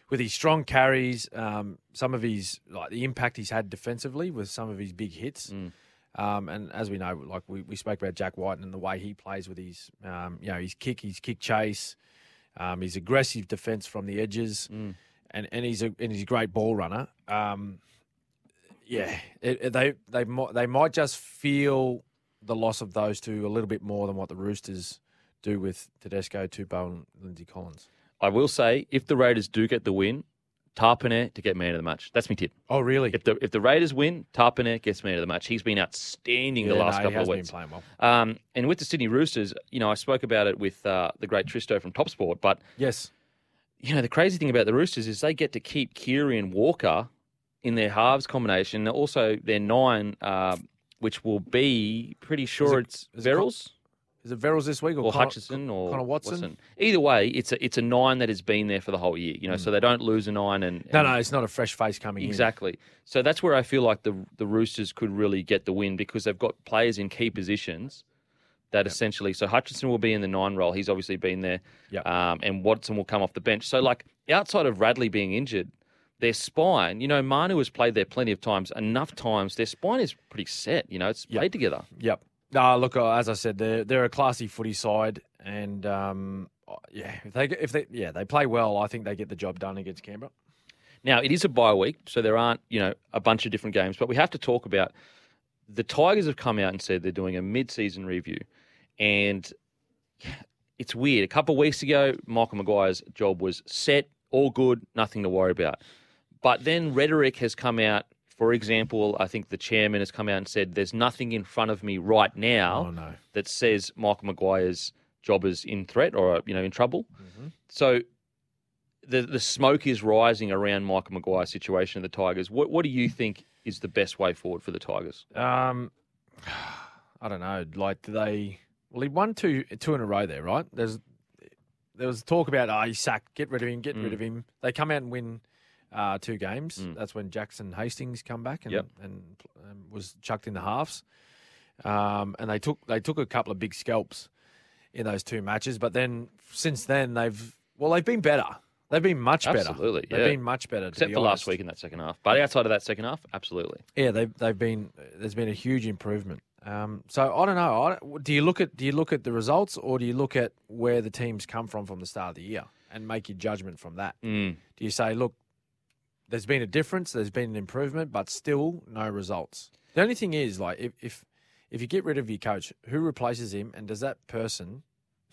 with his strong carries, um, some of his like the impact he's had defensively with some of his big hits.
Mm.
Um, and as we know, like we, we spoke about Jack White and the way he plays with his, um, you know, his kick, his kick chase, um, his aggressive defense from the edges,
Mm.
and, and he's a and he's a great ball runner. Um, yeah, it, it- they they might they might just feel the loss of those two a little bit more than what the Roosters do with Tedesco, Tupou, and Lindsay Collins.
I will say, if the Raiders do get the win, Tarpane to get man of the match. That's my tip.
Oh, really?
If the if the Raiders win, Tarpane gets man of the match. He's been outstanding the last
no, he
couple
has
of
been
weeks.
playing well.
Um, and with the Sydney Roosters, you know, I spoke about it with uh, the great Tristo from Topsport, but
Yes,
you know, the crazy thing about the Roosters is they get to keep Kiri and Walker in their halves combination. Also, their nine, uh, which will be pretty sure it's
is it Con-
Verrills
is it Verrills this week or,
or
Connor-
Hutchison or
Connor Watson?
Either way, it's a it's a nine that has been there for the whole year. You know, so they don't lose a nine. And,
Hmm. No,
and-
no, it's not a fresh face coming in.
exactly. So that's where I feel like the the Roosters could really get the win because they've got players in key positions. That essentially, so Hutchinson will be in the nine role. He's obviously been there,
Yep.
um, and Watson will come off the bench. So, like outside of Radley being injured, their spine, you know, Manu has played there plenty of times, enough times. Their spine is pretty set. You know, it's
Yep.
played together.
Yep. No, look, uh, as I said, they're they're a classy footy side, and um, uh, yeah, if they if they yeah they play well, I think they get the job done against Canberra.
Now it is a bye week, so there aren't you know a bunch of different games, but we have to talk about the Tigers have come out and said they're doing a mid-season review, and it's weird. A couple of weeks ago, Michael Maguire's job was set, all good, nothing to worry about. But then rhetoric has come out. For example, I think the chairman has come out and said there's nothing in front of me right now
Oh no,
that says Michael Maguire's job is in threat or you know in trouble.
Mm-hmm.
So the the smoke is rising around Michael Maguire's situation of the Tigers. What what do you think is the best way forward for the Tigers?
um, I don't know. Like do they, well, he won two two in a row there, right? There's there was talk about oh, he sacked, get rid of him, get rid
Mm.
of him. They come out and win uh, two games. That's when Jackson Hastings come back and
Yep.
and, um, was chucked in the halves. Um, and they took they took a couple of big scalps in those two matches, but then since then they've well they've been better. They've been much better.
Absolutely,
they've
yeah.
been much better. to
Except
be
for last
honest.
week in that second half, but outside of that second half, absolutely.
Yeah, they've they've been there's been a huge improvement. Um, so I don't know. I don't, do you look at do you look at the results or do you look at where the teams come from from the start of the year and make your judgment from that?
Mm.
Do you say, look, there's been a difference, there's been an improvement, but still no results? The only thing is, like, if if, if you get rid of your coach, who replaces him, and does that person,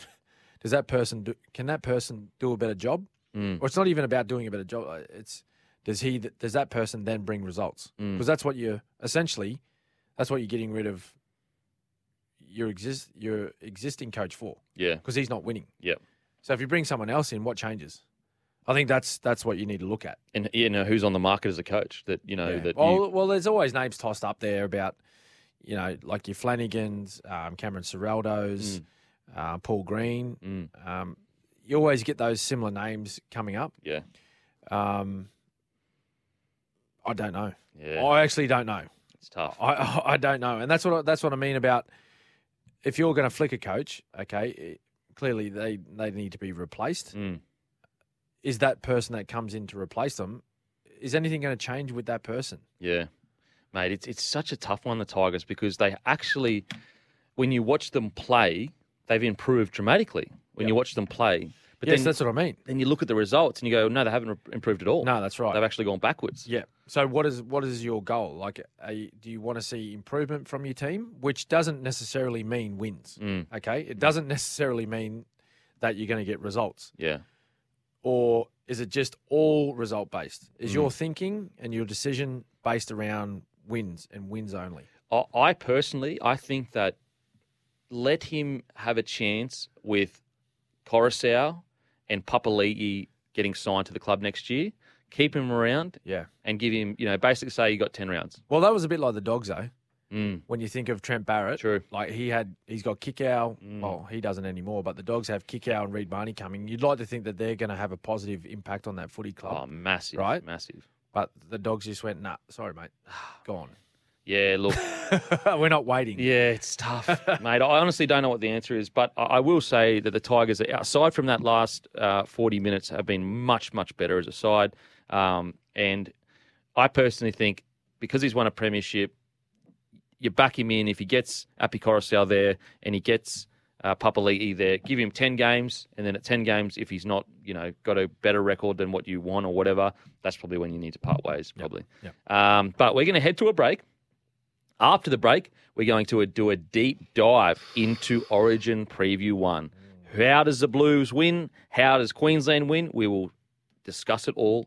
does that person do, can that person do a better job?
Mm.
Or it's not even about doing a better job. uh, It's does he does that person then bring results?
Mm.
Because that's what you're essentially, that's what you're getting rid of. your exist your existing coach for
Yeah.
because he's not winning.
Yep.
So if you bring someone else in, what changes? I think that's that's what you need to look at.
And you know who's on the market as a coach that you know
Yeah.
that
well,
you,
well, there's always names tossed up there about, you know, like your Flanagans, um, Cameron Serraldos,
Mm.
uh, Paul Green. Um, you always get those similar names coming up.
yeah
Um, I don't know.
yeah
I actually don't know.
it's tough.
I, I I don't know, and that's what I, that's what I mean about if you're going to flick a coach. Okay, it- clearly they they need to be replaced.
Mm.
Is that person that comes in to replace them? Is anything going to change with that person?
Yeah, mate, it's it's such a tough one the Tigers because they actually, when you watch them play, they've improved dramatically. When you watch them play, but
yes,
then
that's what I mean.
then you look at the results and you go, no, they haven't re- improved at all.
No, that's right.
they've actually gone backwards.
Yeah. So what is what is your goal? Like, are you- do you want to see improvement from your team, which doesn't necessarily mean wins?
Mm.
Okay, it doesn't necessarily mean that you're going to get results,
Yeah,
or is it just all result based? Is
Mm.
your thinking and your decision based around wins and wins only?
I, I personally, I think that let him have a chance with Coruscant and Papali'i getting signed to the club next year. Keep him around
Yeah.
and give him, you know, basically say you got ten rounds.
Well, that was a bit like the dogs, though.
Mm.
When you think of Trent Barrett,
True. Mm.
like he had, he's got kick out. Well, he doesn't anymore, but the dogs have kick out and Reed Barney coming. You'd like to think that they're going to have a positive impact on that footy club.
Oh, massive,
Right?
Massive.
But the dogs just went, nah, sorry, mate. Gone.
Yeah, look,
We're not waiting.
yeah, it's tough, mate. I honestly don't know what the answer is, but I, I will say that the Tigers, aside from that last uh, 40 minutes, have been much, much better as a side. Um, and I personally think because he's won a premiership, you back him in. If he gets Api Coruscant there and he gets uh, Papali'i there, give him 10 games. And then at 10 games, if he's not, you know, got a better record than what you want or whatever, that's probably when you need to part ways, probably. Um, but we're going to head to a break. After the break, we're going to do a deep dive into Origin Preview 1. How does the Blues win? How does Queensland win? We will discuss it all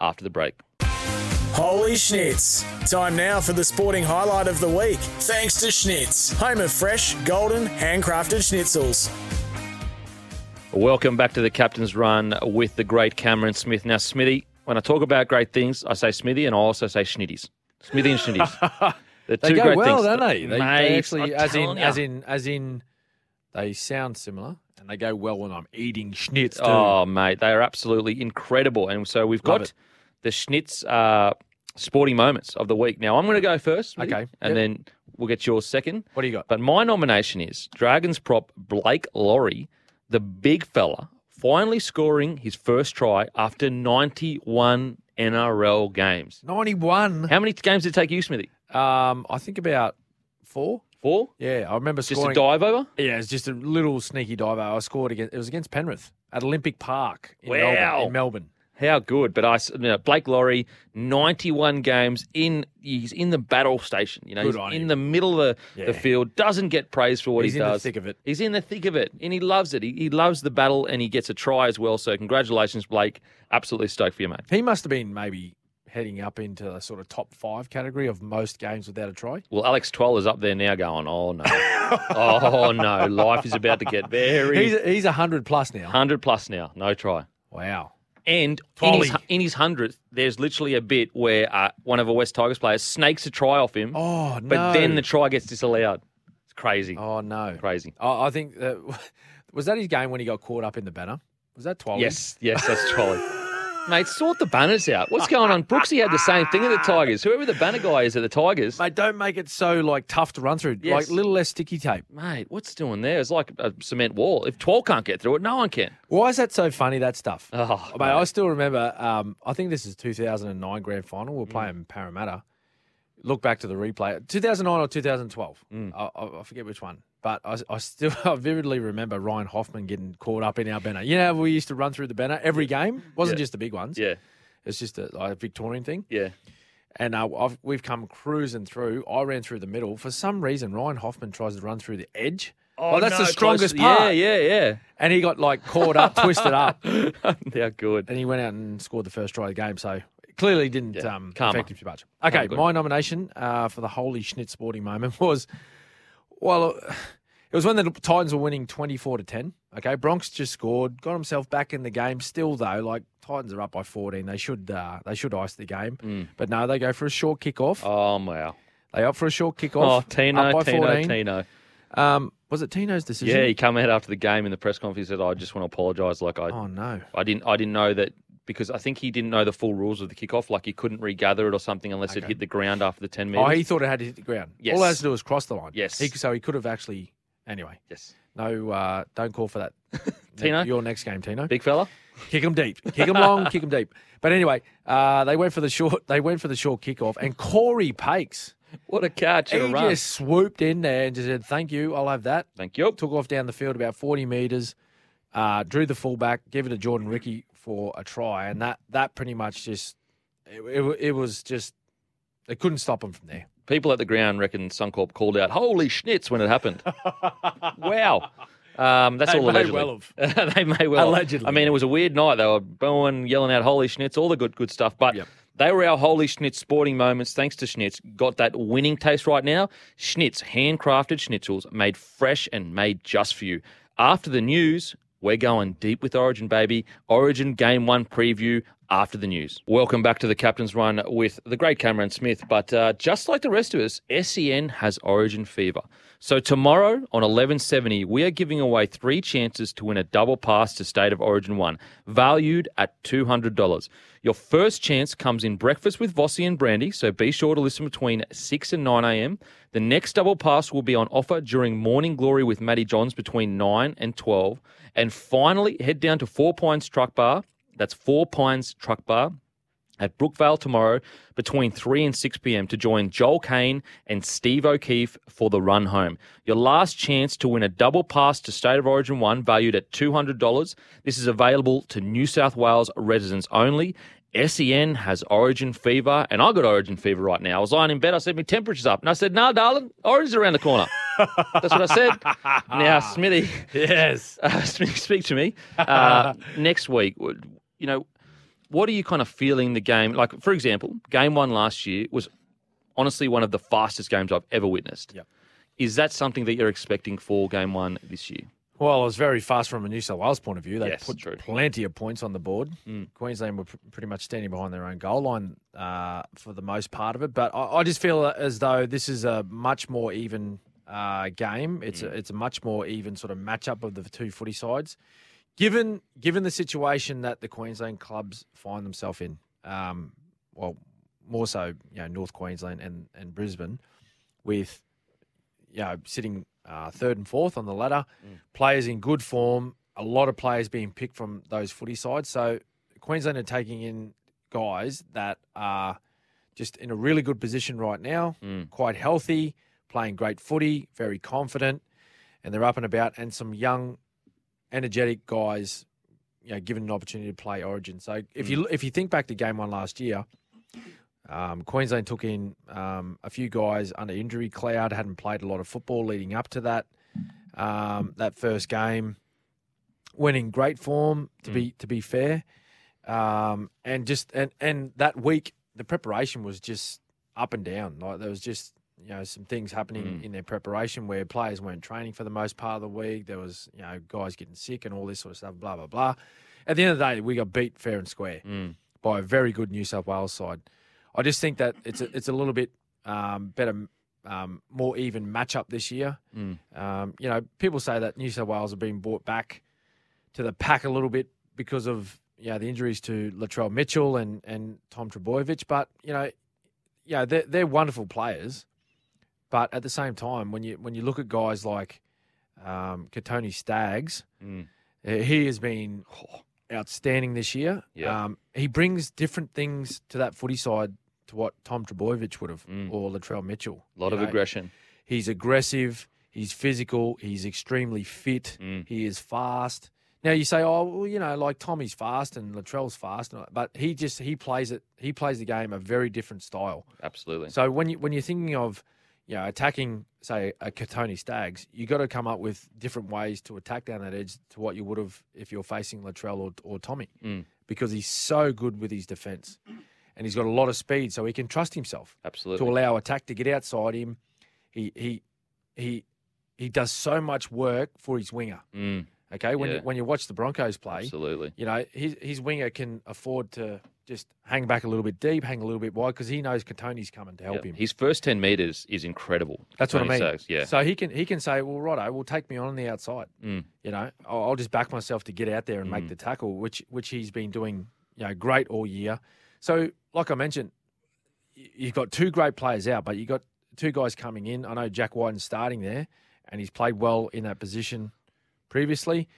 after the break.
Holy schnitz. Time now for the sporting highlight of the week. Thanks to Schnitz, home of fresh, golden, handcrafted schnitzels.
Welcome back to the Captain's Run with the great Cameron Smith. Now, Smithy, when I talk about great things, I say Smithy and I also say Schnitties. Smithy and Schnitties. They're
They
two
go
great
well,
things.
don't they? They, they
Mate, I'm
actually, as in,
telling
as
ya.
in, as in, they sound similar and they go well when I'm eating schnitz. Too.
Oh, mate, they are absolutely incredible. And so we've
Love
got
it.
the Schnitz uh, sporting moments of the week. Now, I'm going to go first. Smitty,
Okay.
And
Yep.
then we'll get yours second.
What do you got?
But my nomination is Dragons prop Blake Laurie, the big fella, finally scoring his first try after 91 NRL games.
91.
How many games did it take you, Smithy?
Um, I think about four.
Four?
Yeah, I remember
Just
scoring.
a dive over?
Yeah, it's just a little sneaky dive. I scored against. It was against Penrith at Olympic Park in,
Wow.
Melbourne, in Melbourne.
How good! But I, s- you know, Blake Laurie, ninety-one games in. He's in the battle station. You know,
Good
he's
on
in
him.
the middle of the,
Yeah.
the field. Doesn't get praise for what
He's
he
in the
does.
thick of it.
He's in the thick of it, and he loves it. He, he loves the battle, and he gets a try as well. So congratulations, Blake! Absolutely stoked for you, mate.
He must have been maybe heading up into the sort of top five category of most games without a try.
Well, Alex Twoll is up there now, going, "Oh no, oh no, life is about to get
He's
very
he's hundred plus now.
hundred plus now. No try."
Wow.
And in his,
Folly.
in his hundredth, there's literally a bit where uh, one of a West Tigers players snakes a try off him.
Oh no.
but then the try gets disallowed. It's crazy,
oh no.
crazy.
I, I think that was that his game when he got caught up in the banner. Was that twelve?
Yes, yes, that's trolley. Mate, sort the banners out. What's going on? Brooksy had the same thing at the Tigers. Whoever the banner guy is at the Tigers, mate,
Mate, don't make it so like tough to run through.
Yes.
Like little less sticky tape.
what's doing there? It's like a cement wall. If 12 can't get through it, no one can.
Why is that so funny? That stuff.
Oh,
Mate, I still remember. Um, I think this is 2009 grand final.
Mm.
We're playing Parramatta. Look back to the replay. 2009 or 2012.
Mm.
I, I, I forget which one. But I, I still I vividly remember Ryan Hoffman getting caught up in our banner. You know, how we used to run through the banner every game. wasn't
Yeah.
just the big ones.
yeah,
It's just a, like, a Victorian thing.
yeah.
And uh, I've, we've come cruising through. I ran through the middle. For some reason, Ryan Hoffman tries to run through the edge. Well, that's the
Oh, no,
strongest
close-
part.
Yeah, yeah,
And he got like caught up, twisted up.
yeah. They're good.
and he went out and scored the first try of the game. So clearly didn't
Yeah,
um,
karma.
affect him too much. Okay,
good.
my nomination uh, for the holy schnitz sporting moment was well, It was when the Titans were winning 24 to 10. Okay. Bronx just scored, got himself back in the game. Still, though, like Titans are up by 14. They should uh, they should ice the game.
Mm.
But no, they go for a short kick off.
Oh, wow.
They up for a short kick
Oh,
off.
Tino,
up by
Tino,
14.
Tino.
Um, was it Tino's decision?
Yeah, he came out after the game in the press conference and said, I just want to apologise. Like, I,
Oh, no.
I didn't I didn't know that because I think he didn't know the full rules of the kickoff. Like he couldn't regather it or something unless it hit the ground after the ten meters.
Oh, he thought it had to hit the ground.
Yes.
All it has to do is cross the line.
Yes.
He, so he could have actually. Anyway,
yes,
no, uh, don't call for that.
Tino?
Your next game, Tino.
big fella.
Kick them deep. Kick them long, kick them deep. But anyway, uh, they went for the short They went for the short kickoff, and Corey Pakes,
What a catch and a
he
run!
just swooped in there and just said, thank you, I'll have that.
Thank you.
Took off down the field about 40 metres, uh, drew the fullback, gave it to Jordan Ricky for a try, and that, that pretty much just, it, it, it was just, they couldn't stop him from there.
People at the ground reckon Suncorp called out "Holy schnitz" when it happened. wow. Um, that's
They
all
may
allegedly.
well
they may well. have.
Allegedly.
I mean, it was a weird night. They were booing, yelling out "Holy schnitz," all the good good stuff. But
Yep.
they were our holy schnitz sporting moments. Thanks to Schnitz, got that winning taste right now. Schnitz, handcrafted schnitzels, made fresh and made just for you. After the news, we're going deep with Origin, baby. Origin Game One preview. After the news. Welcome back to the Captain's Run with the great Cameron Smith. But uh, just like the rest of us, SEN has Origin fever. So tomorrow on 1170, we are giving away three chances to win a double pass to State of Origin 1, valued at $200. Your first chance comes in breakfast with Vossi and Brandy, so be sure to listen between 6 and 9 a.m. The next double pass will be on offer during Morning Glory with Matty Johns between 9 and 12. And finally, head down to Four Pines Truck Bar. That's Four Pines Truck Bar at Brookvale tomorrow between 3 and 6 p.m. to join Joel Kane and Steve O'Keefe for the run home. Your last chance to win a double pass to State of Origin 1 valued at $200. This is available to New South Wales residents only. SEN has Origin fever, and I got Origin fever right now. I was lying in bed. I said, My temperature's up. And I said, No, darling, Origin's around the corner. That's what I said. Now, Smithy,
Yes.
uh, speak speak to me uh, next week. would- You know, what are you kind of feeling the game? Like, for example, game one last year was honestly one of the fastest games I've ever witnessed.
Yep.
Is that something that you're expecting for game one this year?
Well, it was very fast from a New South Wales point of view. They
Yes,
put
true. Mm.
plenty of points on the board. Queensland were pr- pretty much standing behind their own goal line uh, for the most part of it. But I, I just feel as though this is a much more even uh, game. It's
Mm.
a, it's a much more even sort of matchup of the two footy sides. Given given the situation that the Queensland clubs find themselves in, um, well, more so you know North Queensland and and Brisbane, with you know, sitting uh, third and fourth on the ladder, players in good form, a lot of players being picked from those footy sides. So Queensland are taking in guys that are just in a really good position right now, quite healthy, playing great footy, very confident, and they're up and about, and some young, energetic guys, you know, given an opportunity to play Origin. So if you if you think back to game one last year, um, Queensland took in um, a few guys under injury cloud, hadn't played a lot of football leading up to that um, that first game. Went in great form, to be to be fair, um, and just and and that week the preparation was just up and down. Like there was just you know some things happening in their preparation where players weren't training for the most part of the week. There was you know guys getting sick and all this sort of stuff. Blah blah blah. At the end of the day, we got beat fair and square by a very good New South Wales side. I just think that it's a, it's a little bit um, better, um, more even matchup this year. Um, you know, people say that New South Wales have been brought back to the pack a little bit because of you know, the injuries to Latrell Mitchell and and Tom Trebojevic, but you know, you know, they're they're wonderful players, but at the same time, when you when you look at guys like um, Katoni Staggs,
Mm.
uh, he has been outstanding this year.
Yeah.
Um, he brings different things to that footy side to what Tom Trebojevic would have or Latrell Mitchell.
Mm. A lot
you
of
know.
aggression.
He's aggressive. He's physical. He's extremely fit. He is fast. Now you say, oh, well, you know, like Tommy's fast and Latrell's fast, and all that," but he just he plays it. He plays the game a very different style.
Absolutely.
So when you when you're thinking of, you know, attacking say a Katoni Stags, you got to come up with different ways to attack down that edge to what you would have if you're facing Latrell or, or Tommy, because he's so good with his defence, and he's got a lot of speed, so he can trust himself
Absolutely.
to allow attack to get outside him. He he he he does so much work for his winger.
Mm,
Okay, when
Yeah.
you, when you watch the Broncos play,
absolutely.
you know his his winger can afford to just hang back a little bit deep, hang a little bit wide because he knows Katoni's coming to help
Yeah.
him.
His first ten meters is incredible.
That's what I
Tony
mean.
Sacks, yeah.
So he can he can say, well, righto, well, take me on, on the outside.
Mm.
You know, I'll, I'll just back myself to get out there and make the tackle, which which he's been doing, you know, great all year. So, like I mentioned, y- you've got two great players out, but you've got two guys coming in. I know Jack Wyden's starting there, and he's played well in that position previously.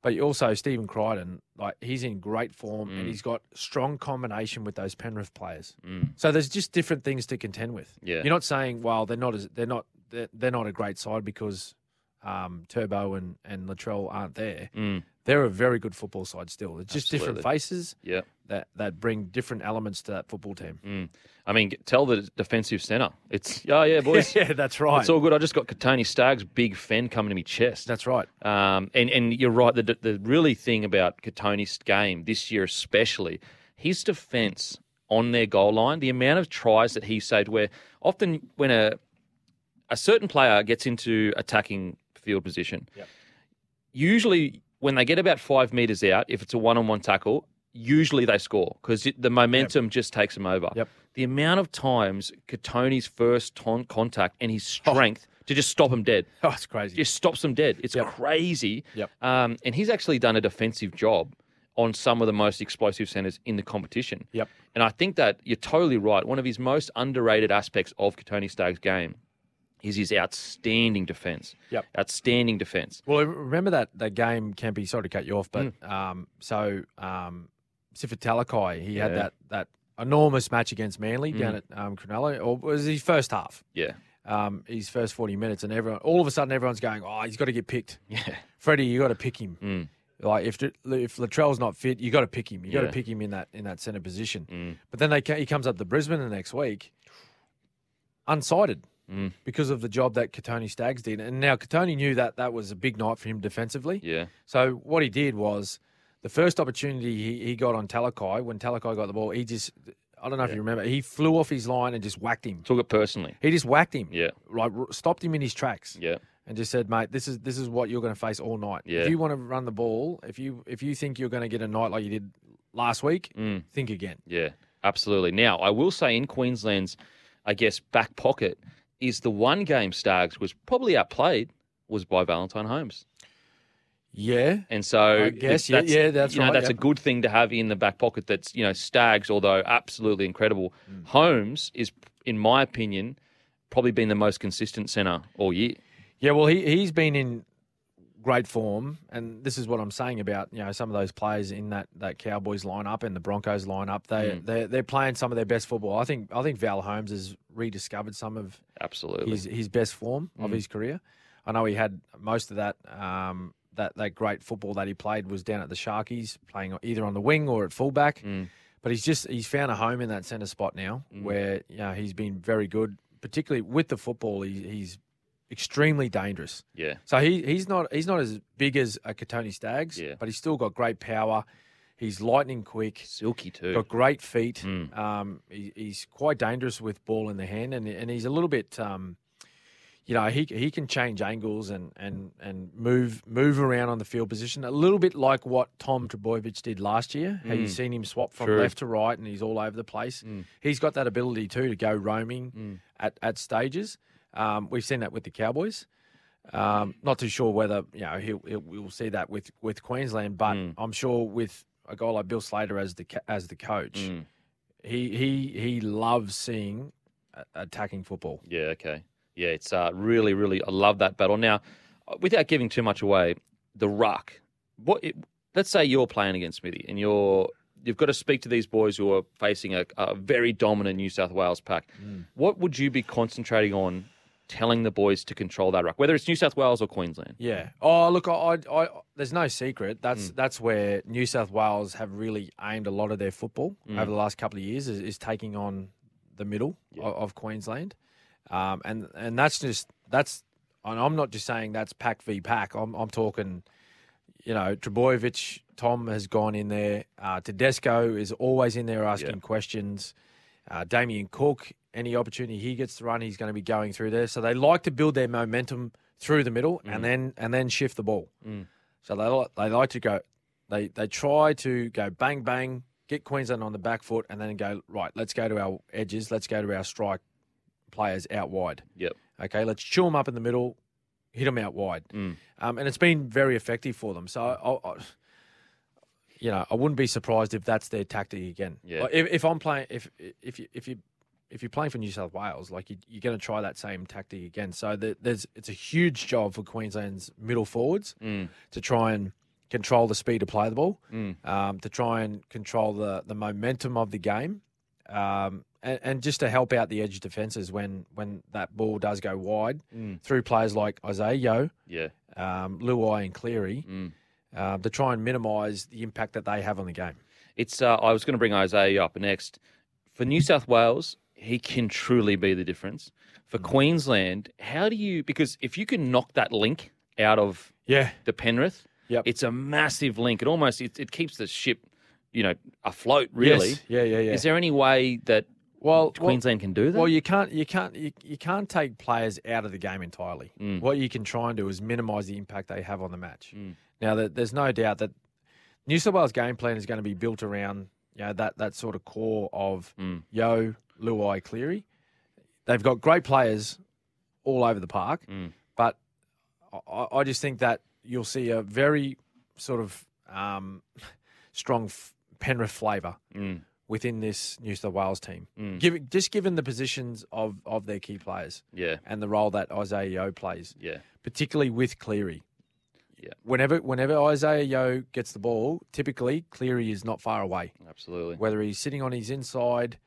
But you also Stephen Crichton, like he's in great form
Mm.
and he's got strong combination with those Penrith players.
Mm,
So there's just different things to contend with.
Yeah.
You're not saying, well, they're not as they're not they're, they're not a great side because um, Turbo and and Latrell aren't there.
Mm,
They're a very good football side still. It's just different
Absolutely.
faces
yeah.
that that bring different elements to that football team.
I mean, g- tell the defensive center. It's oh yeah, boys.
yeah, that's right.
It's all good. I just got Katoni Stagg's big fen coming to me chest.
that's right.
Um, and and you're right. The the really thing about Katoni's game this year, especially his defense on their goal line, the amount of tries that he saved. Where often when a a certain player gets into attacking field position, usually when they get about five meters out, if it's a one-on-one tackle, usually they score because the momentum just takes them over.
Yep.
The amount of times Katoni's first ton- contact and his strength to just stop him dead
Oh, it's crazy.
just stops them dead. It's crazy.
Yep.
Um, and he's actually done a defensive job on some of the most explosive centers in the competition.
Yep.
And I think that you're totally right. One of his most underrated aspects of Katoni Stagg's game is his outstanding defense.
Yep.
Outstanding defense.
Well, I remember that that game, Kempy. Sorry to cut you off, but
Mm.
um, so um, Sifatalakai, he had
Yeah. Mm.
that that enormous match against Manly down at um, Cronulla, or was his first half,
Yeah.
um, his first forty minutes, and everyone, all of a sudden, everyone's going, "Oh, he's got to get picked,
Yeah. Mm.
Freddie, you got to pick him." Like if if Latrell's not fit, you got to pick him. You got to
Yeah. Mm.
pick him in that in that centre position. But then they ca- he comes up to Brisbane the next week, unsighted
Mm.
because of the job that Katoni Staggs did. And now Katoni knew that that was a big night for him defensively.
Yeah.
So what he did was the first opportunity he, he got on Talakai, when Talakai got the ball, he just, I don't know if you remember, he flew off his line and just whacked him.
Took it personally.
He just whacked him.
Yeah.
Like r- stopped him in his tracks
Yeah.
and just said, "Mate, this is this is what you're going to face all night.
Yeah.
If you want to run the ball, if you if you think you're going to get a night like you did last week, think again."
Yeah, absolutely. Now, I will say in Queensland's, I guess, back pocket is the one game Stags was probably outplayed was by Valentine Holmes.
Yeah,
And so
I guess, yeah, yeah, that's
you know,
right,
That's
yeah.
a good thing to have in the back pocket. That's you know Stags, although absolutely incredible.
Mm.
Holmes is, in my opinion, probably been the most consistent centre all year.
yeah. Well, he he's been in great form, and this is what I'm saying about you know some of those players in that that Cowboys lineup and the Broncos lineup. They they they're playing some of their best football. I think I think Val Holmes has rediscovered some of
Absolutely. Mm.
his his best form of his career. I know he had most of that um, that that great football that he played was down at the Sharkies, playing either on the wing or at fullback.
Mm.
But he's just he's found a home in that centre spot now, where you know, he's been very good, particularly with the football. He, he's extremely dangerous.
yeah.
So he he's not he's not as big as a Katoni Staggs,
Yeah.
but he's still got great power. He's lightning quick.
Silky too.
Got great feet.
Mm.
Um, he, he's quite dangerous with ball in the hand, and and he's a little bit, um, you know, he he can change angles and and and move move around on the field position a little bit like what Tom Trebojevic did last year. Have you seen him swap from
True.
left to right, and he's all over the place. He's got that ability too to go roaming at at stages. Um, we've seen that with the Cowboys. Um, not too sure whether you know he'll, he'll we'll see that with with Queensland, but I'm sure with a guy like Bill Slater as the ca- as the coach, he he he loves seeing a- attacking football.
Yeah, okay. Yeah, it's uh, really, really. I love that battle. Now, uh, without giving too much away, the ruck. What? It, let's say you're playing against Smithy, and you're you've got to speak to these boys who are facing a, a very dominant New South Wales pack. What would you be concentrating on? Telling the boys to control that ruck, whether it's New South Wales or Queensland.
Yeah. Oh, look, I, I, I there's no secret. That's that's where New South Wales have really aimed a lot of their football over the last couple of years is, is taking on the middle o- of, Queensland, um, and and that's just that's. And I'm not just saying that's pack v pack. I'm I'm talking, you know, Trebojevic, Tom has gone in there. Uh, Tedesco is always in there asking questions. Uh, Damien Cook, any opportunity he gets to run, he's going to be going through there. So they like to build their momentum through the middle and then and then shift the ball. So they like they like to go they they try to go bang bang, get Queensland on the back foot and then go, right, let's go to our edges, let's go to our strike players out wide.
Yep.
Okay, let's chew them up in the middle, hit them out wide.
Mm.
Um, and it's been very effective for them. So I, I, you know, I wouldn't be surprised if that's their tactic again.
Yeah.
Like, if, if I'm playing, if if you if you if you're playing for New South Wales, like you, you're going to try that same tactic again. So there, there's it's a huge job for Queensland's middle forwards
Mm.
to try and control the speed to play the ball,
Mm.
um, to try and control the the momentum of the game, um, and, and just to help out the edge defences when when that ball does go wide
Mm.
through players like Isaiah Yo,
Yeah.
um, Luai, and Cleary
Mm.
um, to try and minimise the impact that they have on the game.
It's. Uh, I was going to bring Isaiah up next. For New South Wales, he can truly be the difference. For Queensland, how do you? Because if you can knock that link out of
Yeah,
the Penrith,
Yep.
it's a massive link. It almost it, it keeps the ship, you know, afloat. Really.
Yeah, yeah, yeah.
Is there any way that
well, well,
Queensland can do that?
well, you can't, you can't, you, you can't take players out of the game entirely.
Mm.
What you can try and do is minimise the impact they have on the match.
Mm.
Now, there- there's no doubt that New South Wales game plan is going to be built around you know, that that sort of core of
Mm.
Yo, Luai, Cleary. They've got great players all over the park,
Mm.
but I- I, I just think that you'll see a very sort of um, strong f- Penrith flavour
Mm.
within this New South Wales team.
Mm.
Given just given the positions of of their key players
Yeah.
and the role that Isaiah Yo plays,
Yeah.
particularly with Cleary.
Yeah.
Whenever whenever Isaiah Yo gets the ball, typically Cleary is not far away.
Absolutely.
Whether he's sitting on his inside,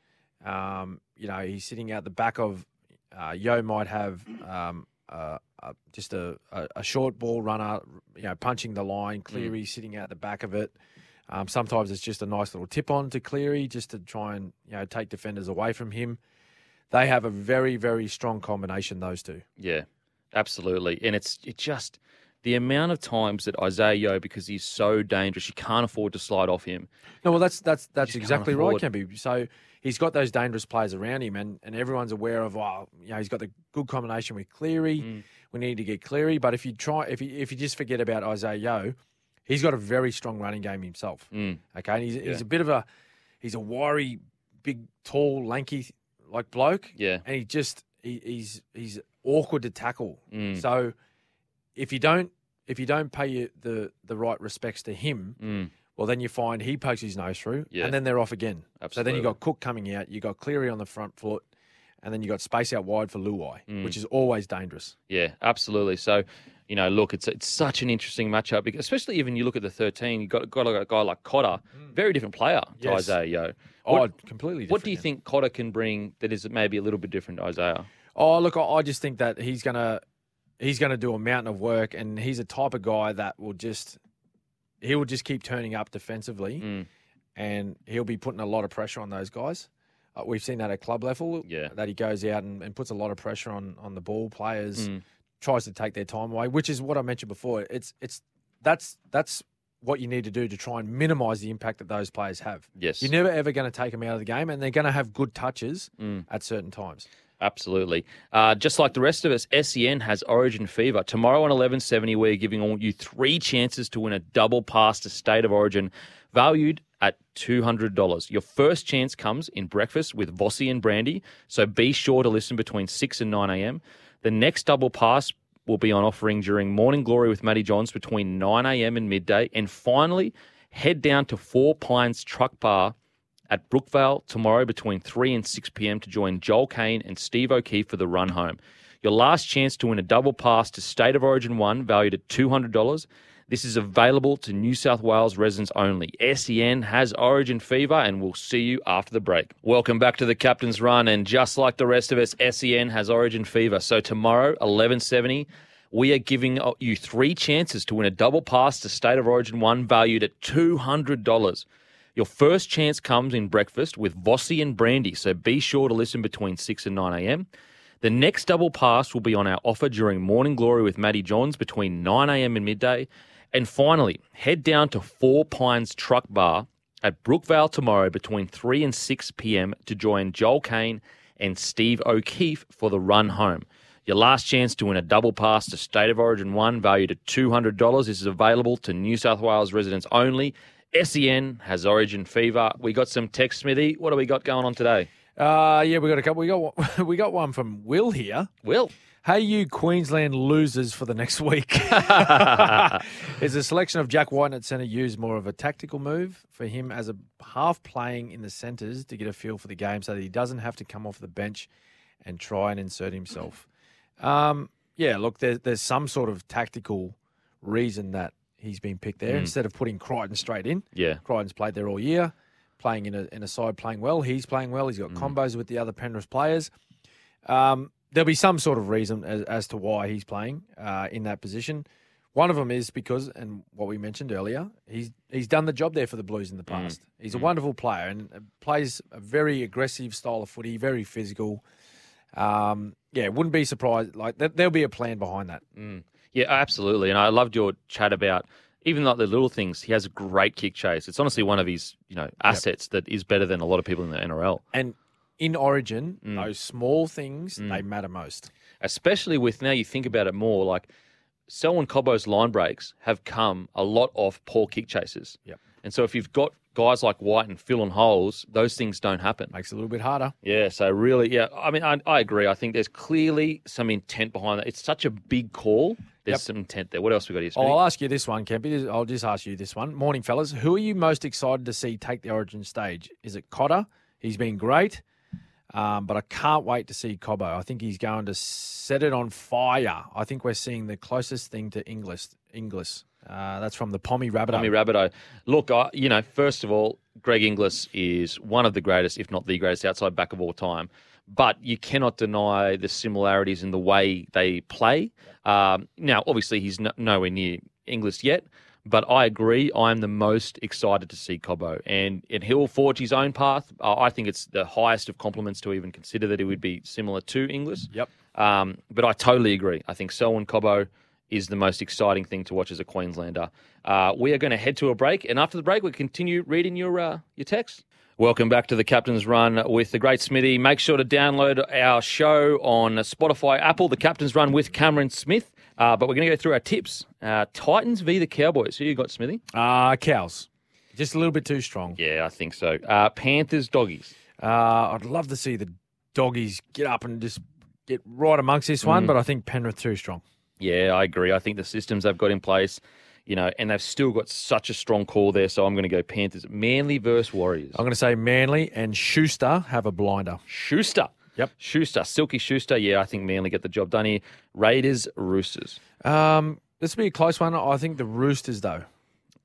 um, you know, he's sitting out the back of uh, Yo might have um, uh, uh, just a, a, a short ball runner, you know, punching the line. Cleary sitting out the back of it. Um, sometimes it's just a nice little tip on to Cleary just to try and you know take defenders away from him. They have a very very strong combination. Those two.
Yeah, absolutely. And it's it just the amount of times that Isaiah Yo, because he's so dangerous, you can't afford to slide off him.
No, well, that's that's that's
just can't
exactly right,
afford-
Kempy. So he's got those dangerous players around him, and, and everyone's aware of. Oh, you know, he's got the good combination with Cleary.
Mm.
We need to get Cleary, but if you try, if you if you just forget about Isaiah Yo, he's got a very strong running game himself.
Mm,
Okay, and he's,
Yeah.
he's a bit of a he's a wiry, big, tall, lanky like bloke,
yeah.
and he just he, he's he's awkward to tackle.
Mm,
So if you don't if you don't pay you the the right respects to him.
mm,
Well, then you find he pokes his nose through,
Yeah.
and then they're off again. So then
absolutely.
you got Cook coming out, you got Cleary on the front foot, and then you got space out wide for Luai,
Mm.
which is always dangerous.
yeah, absolutely. So. You know, look, it's it's such an interesting matchup, because especially even you look at the 13, you've got, got a guy like Cotter, very different player to
Mm. Yes.
Isaiah Yo.
Oh,
What,
completely.
what do you
different
think Cotter can bring that is maybe a little bit different to Isaiah?
now. Oh, look, I, I just think that he's gonna he's gonna do a mountain of work, and he's a type of guy that will just he will just keep turning up defensively,
Mm,
and he'll be putting a lot of pressure on those guys. Uh, we've seen that at club level,
Yeah.
that he goes out and, and puts a lot of pressure on on the ball players.
mm,
tries to take their time away, which is what I mentioned before. It's it's that's that's what you need to do to try and minimise the impact that those players have.
yes.
You're never ever going to take them out of the game, and they're going to have good touches
Mm.
at certain times.
Absolutely. Uh, just like the rest of us, SEN has Origin Fever. Tomorrow on 1170, we're giving all you three chances to win a double pass to State of Origin, valued at $200. Your first chance comes in breakfast with Vossi and Brandy, so be sure to listen between 6 and 9 a.m. The next double pass will be on offering during Morning Glory with Matty Johns between 9 a.m. and midday. And finally, head down to Four Pines Truck Bar at Brookvale tomorrow between 3 and 6 p.m. to join Joel Kane and Steve O'Keefe for the run home. Your last chance to win a double pass to State of Origin 1 valued at $200. This is available to New South Wales residents only. SEN has Origin Fever and we'll see you after the break. Welcome back to the Captain's Run and just like the rest of us, SEN has Origin Fever. So tomorrow, 1170, we are giving you three chances to win a double pass to State of Origin 1 valued at $200. Your first chance comes in breakfast with Vossi and Brandy, so be sure to listen between 6 and 9 a.m. The next double pass will be on our offer during Morning Glory with Matty Johns between 9 a.m. and midday. And finally, head down to Four Pines Truck Bar at Brookvale tomorrow between 3 and 6 p.m. to join Joel Kane and Steve O'Keefe for the run home. Your last chance to win a double pass to State of Origin 1 valued at $200. This is available to New South Wales residents only. SEN has Origin fever. We got some text, Smithy. What do we got going on today?
Uh, yeah, we got a couple. We got one, we got one from Will here.
Will.
Hey, you Queensland losers for the next week. Is the selection of Jack White at centre used more of a tactical move for him as a half playing in the centres to get a feel for the game so that he doesn't have to come off the bench and try and insert himself? Um, yeah, look, there, there's some sort of tactical reason that he's been picked there instead of putting Crichton straight in.
Yeah.
Crichton's played there all year, playing in a, in a side playing well. He's playing well. He's got combos with the other Penrith players. Um, there'll be some sort of reason as, as to why he's playing uh, in that position. One of them is because, and what we mentioned earlier, he's he's done the job there for the Blues in the past. He's a wonderful player and uh, plays a very aggressive style of footy, very physical. Um, yeah, wouldn't be surprised. Like there, there'll be a plan behind that.
Yeah, absolutely. And I loved your chat about even like the little things. He has a great kick chase. It's honestly one of his you know assets that is better than a lot of people in the NRL,
And in Origin, those small things they matter most.
especially with now you think about it more like Selwyn Cobbo's line breaks have come a lot off poor kick chases.
Yep.
And so if you've got guys like White and Phil on holes, those things don't happen.
Makes it a little bit harder.
Yeah, so really, yeah. I mean, I, I agree. I think there's clearly some intent behind that. It's such a big call. There's
Yep.
some intent there. What else we got here? Smitty?
Oh, I'll ask you this one, Kempy. I'll just ask you this one. Morning, fellas. Who are you most excited to see take the Origin stage? Is it Cotter? He's been great, um, but I can't wait to see Cobbo. I think he's going to set it on fire. I think we're seeing the closest thing to Inglis. Inglis. Uh, that's from the Pommy Rabbit.
Tommy Rabideau. Look, I, you know, first of all, Greg Inglis is one of the greatest, if not the greatest, outside back of all time. But you cannot deny the similarities in the way they play. Um, now, obviously, he's no, nowhere near Inglis yet, but I agree. I'm the most excited to see Cobbo, and and he'll forge his own path. Uh, I think it's the highest of compliments to even consider that he would be similar to Inglis.
Yep.
Um, but I totally agree. I think Selwyn Cobbo is the most exciting thing to watch as a Queenslander. Uh, we are going to head to a break, and after the break, we continue reading your uh, your texts. Welcome back to the Captain's Run with the great Smithy. Make sure to download our show on Spotify, Apple, the Captain's Run with Cameron Smith. Uh, but we're going to go through our tips. Uh, Titans v the Cowboys. Who you got, Smithy?
Uh, cows. Just a little bit too strong.
Yeah, I think so. Uh, Panthers, doggies.
Uh, I'd love to see the doggies get up and just get right amongst this one, but I think Penrith too strong.
Yeah, I agree. I think the systems they've got in place, you know, and they've still got such a strong call there. So I'm going to go Panthers. Manly versus Warriors.
I'm going to say Manly and Schuster have a blinder.
Schuster.
Yep.
Schuster. Silky Schuster. Yeah, I think Manly get the job done here. Raiders, Roosters.
Um, this will be a close one. I think the Roosters, though.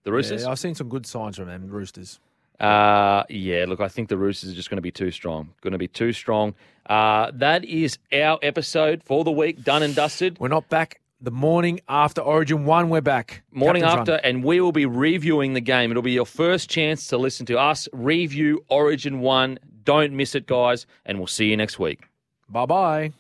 The Roosters?
Yeah, I've seen some good signs from them, Roosters.
Uh, yeah, look, I think the Roosters are just going to be too strong. Going to be too strong. Uh, that is our episode for the week, done and dusted.
We're not back the morning after Origin 1. We're back.
Morning
Captain's
after,
run.
and we will be reviewing the game. It'll be your first chance to listen to us review Origin 1. Don't miss it, guys, and we'll see you next week.
Bye bye.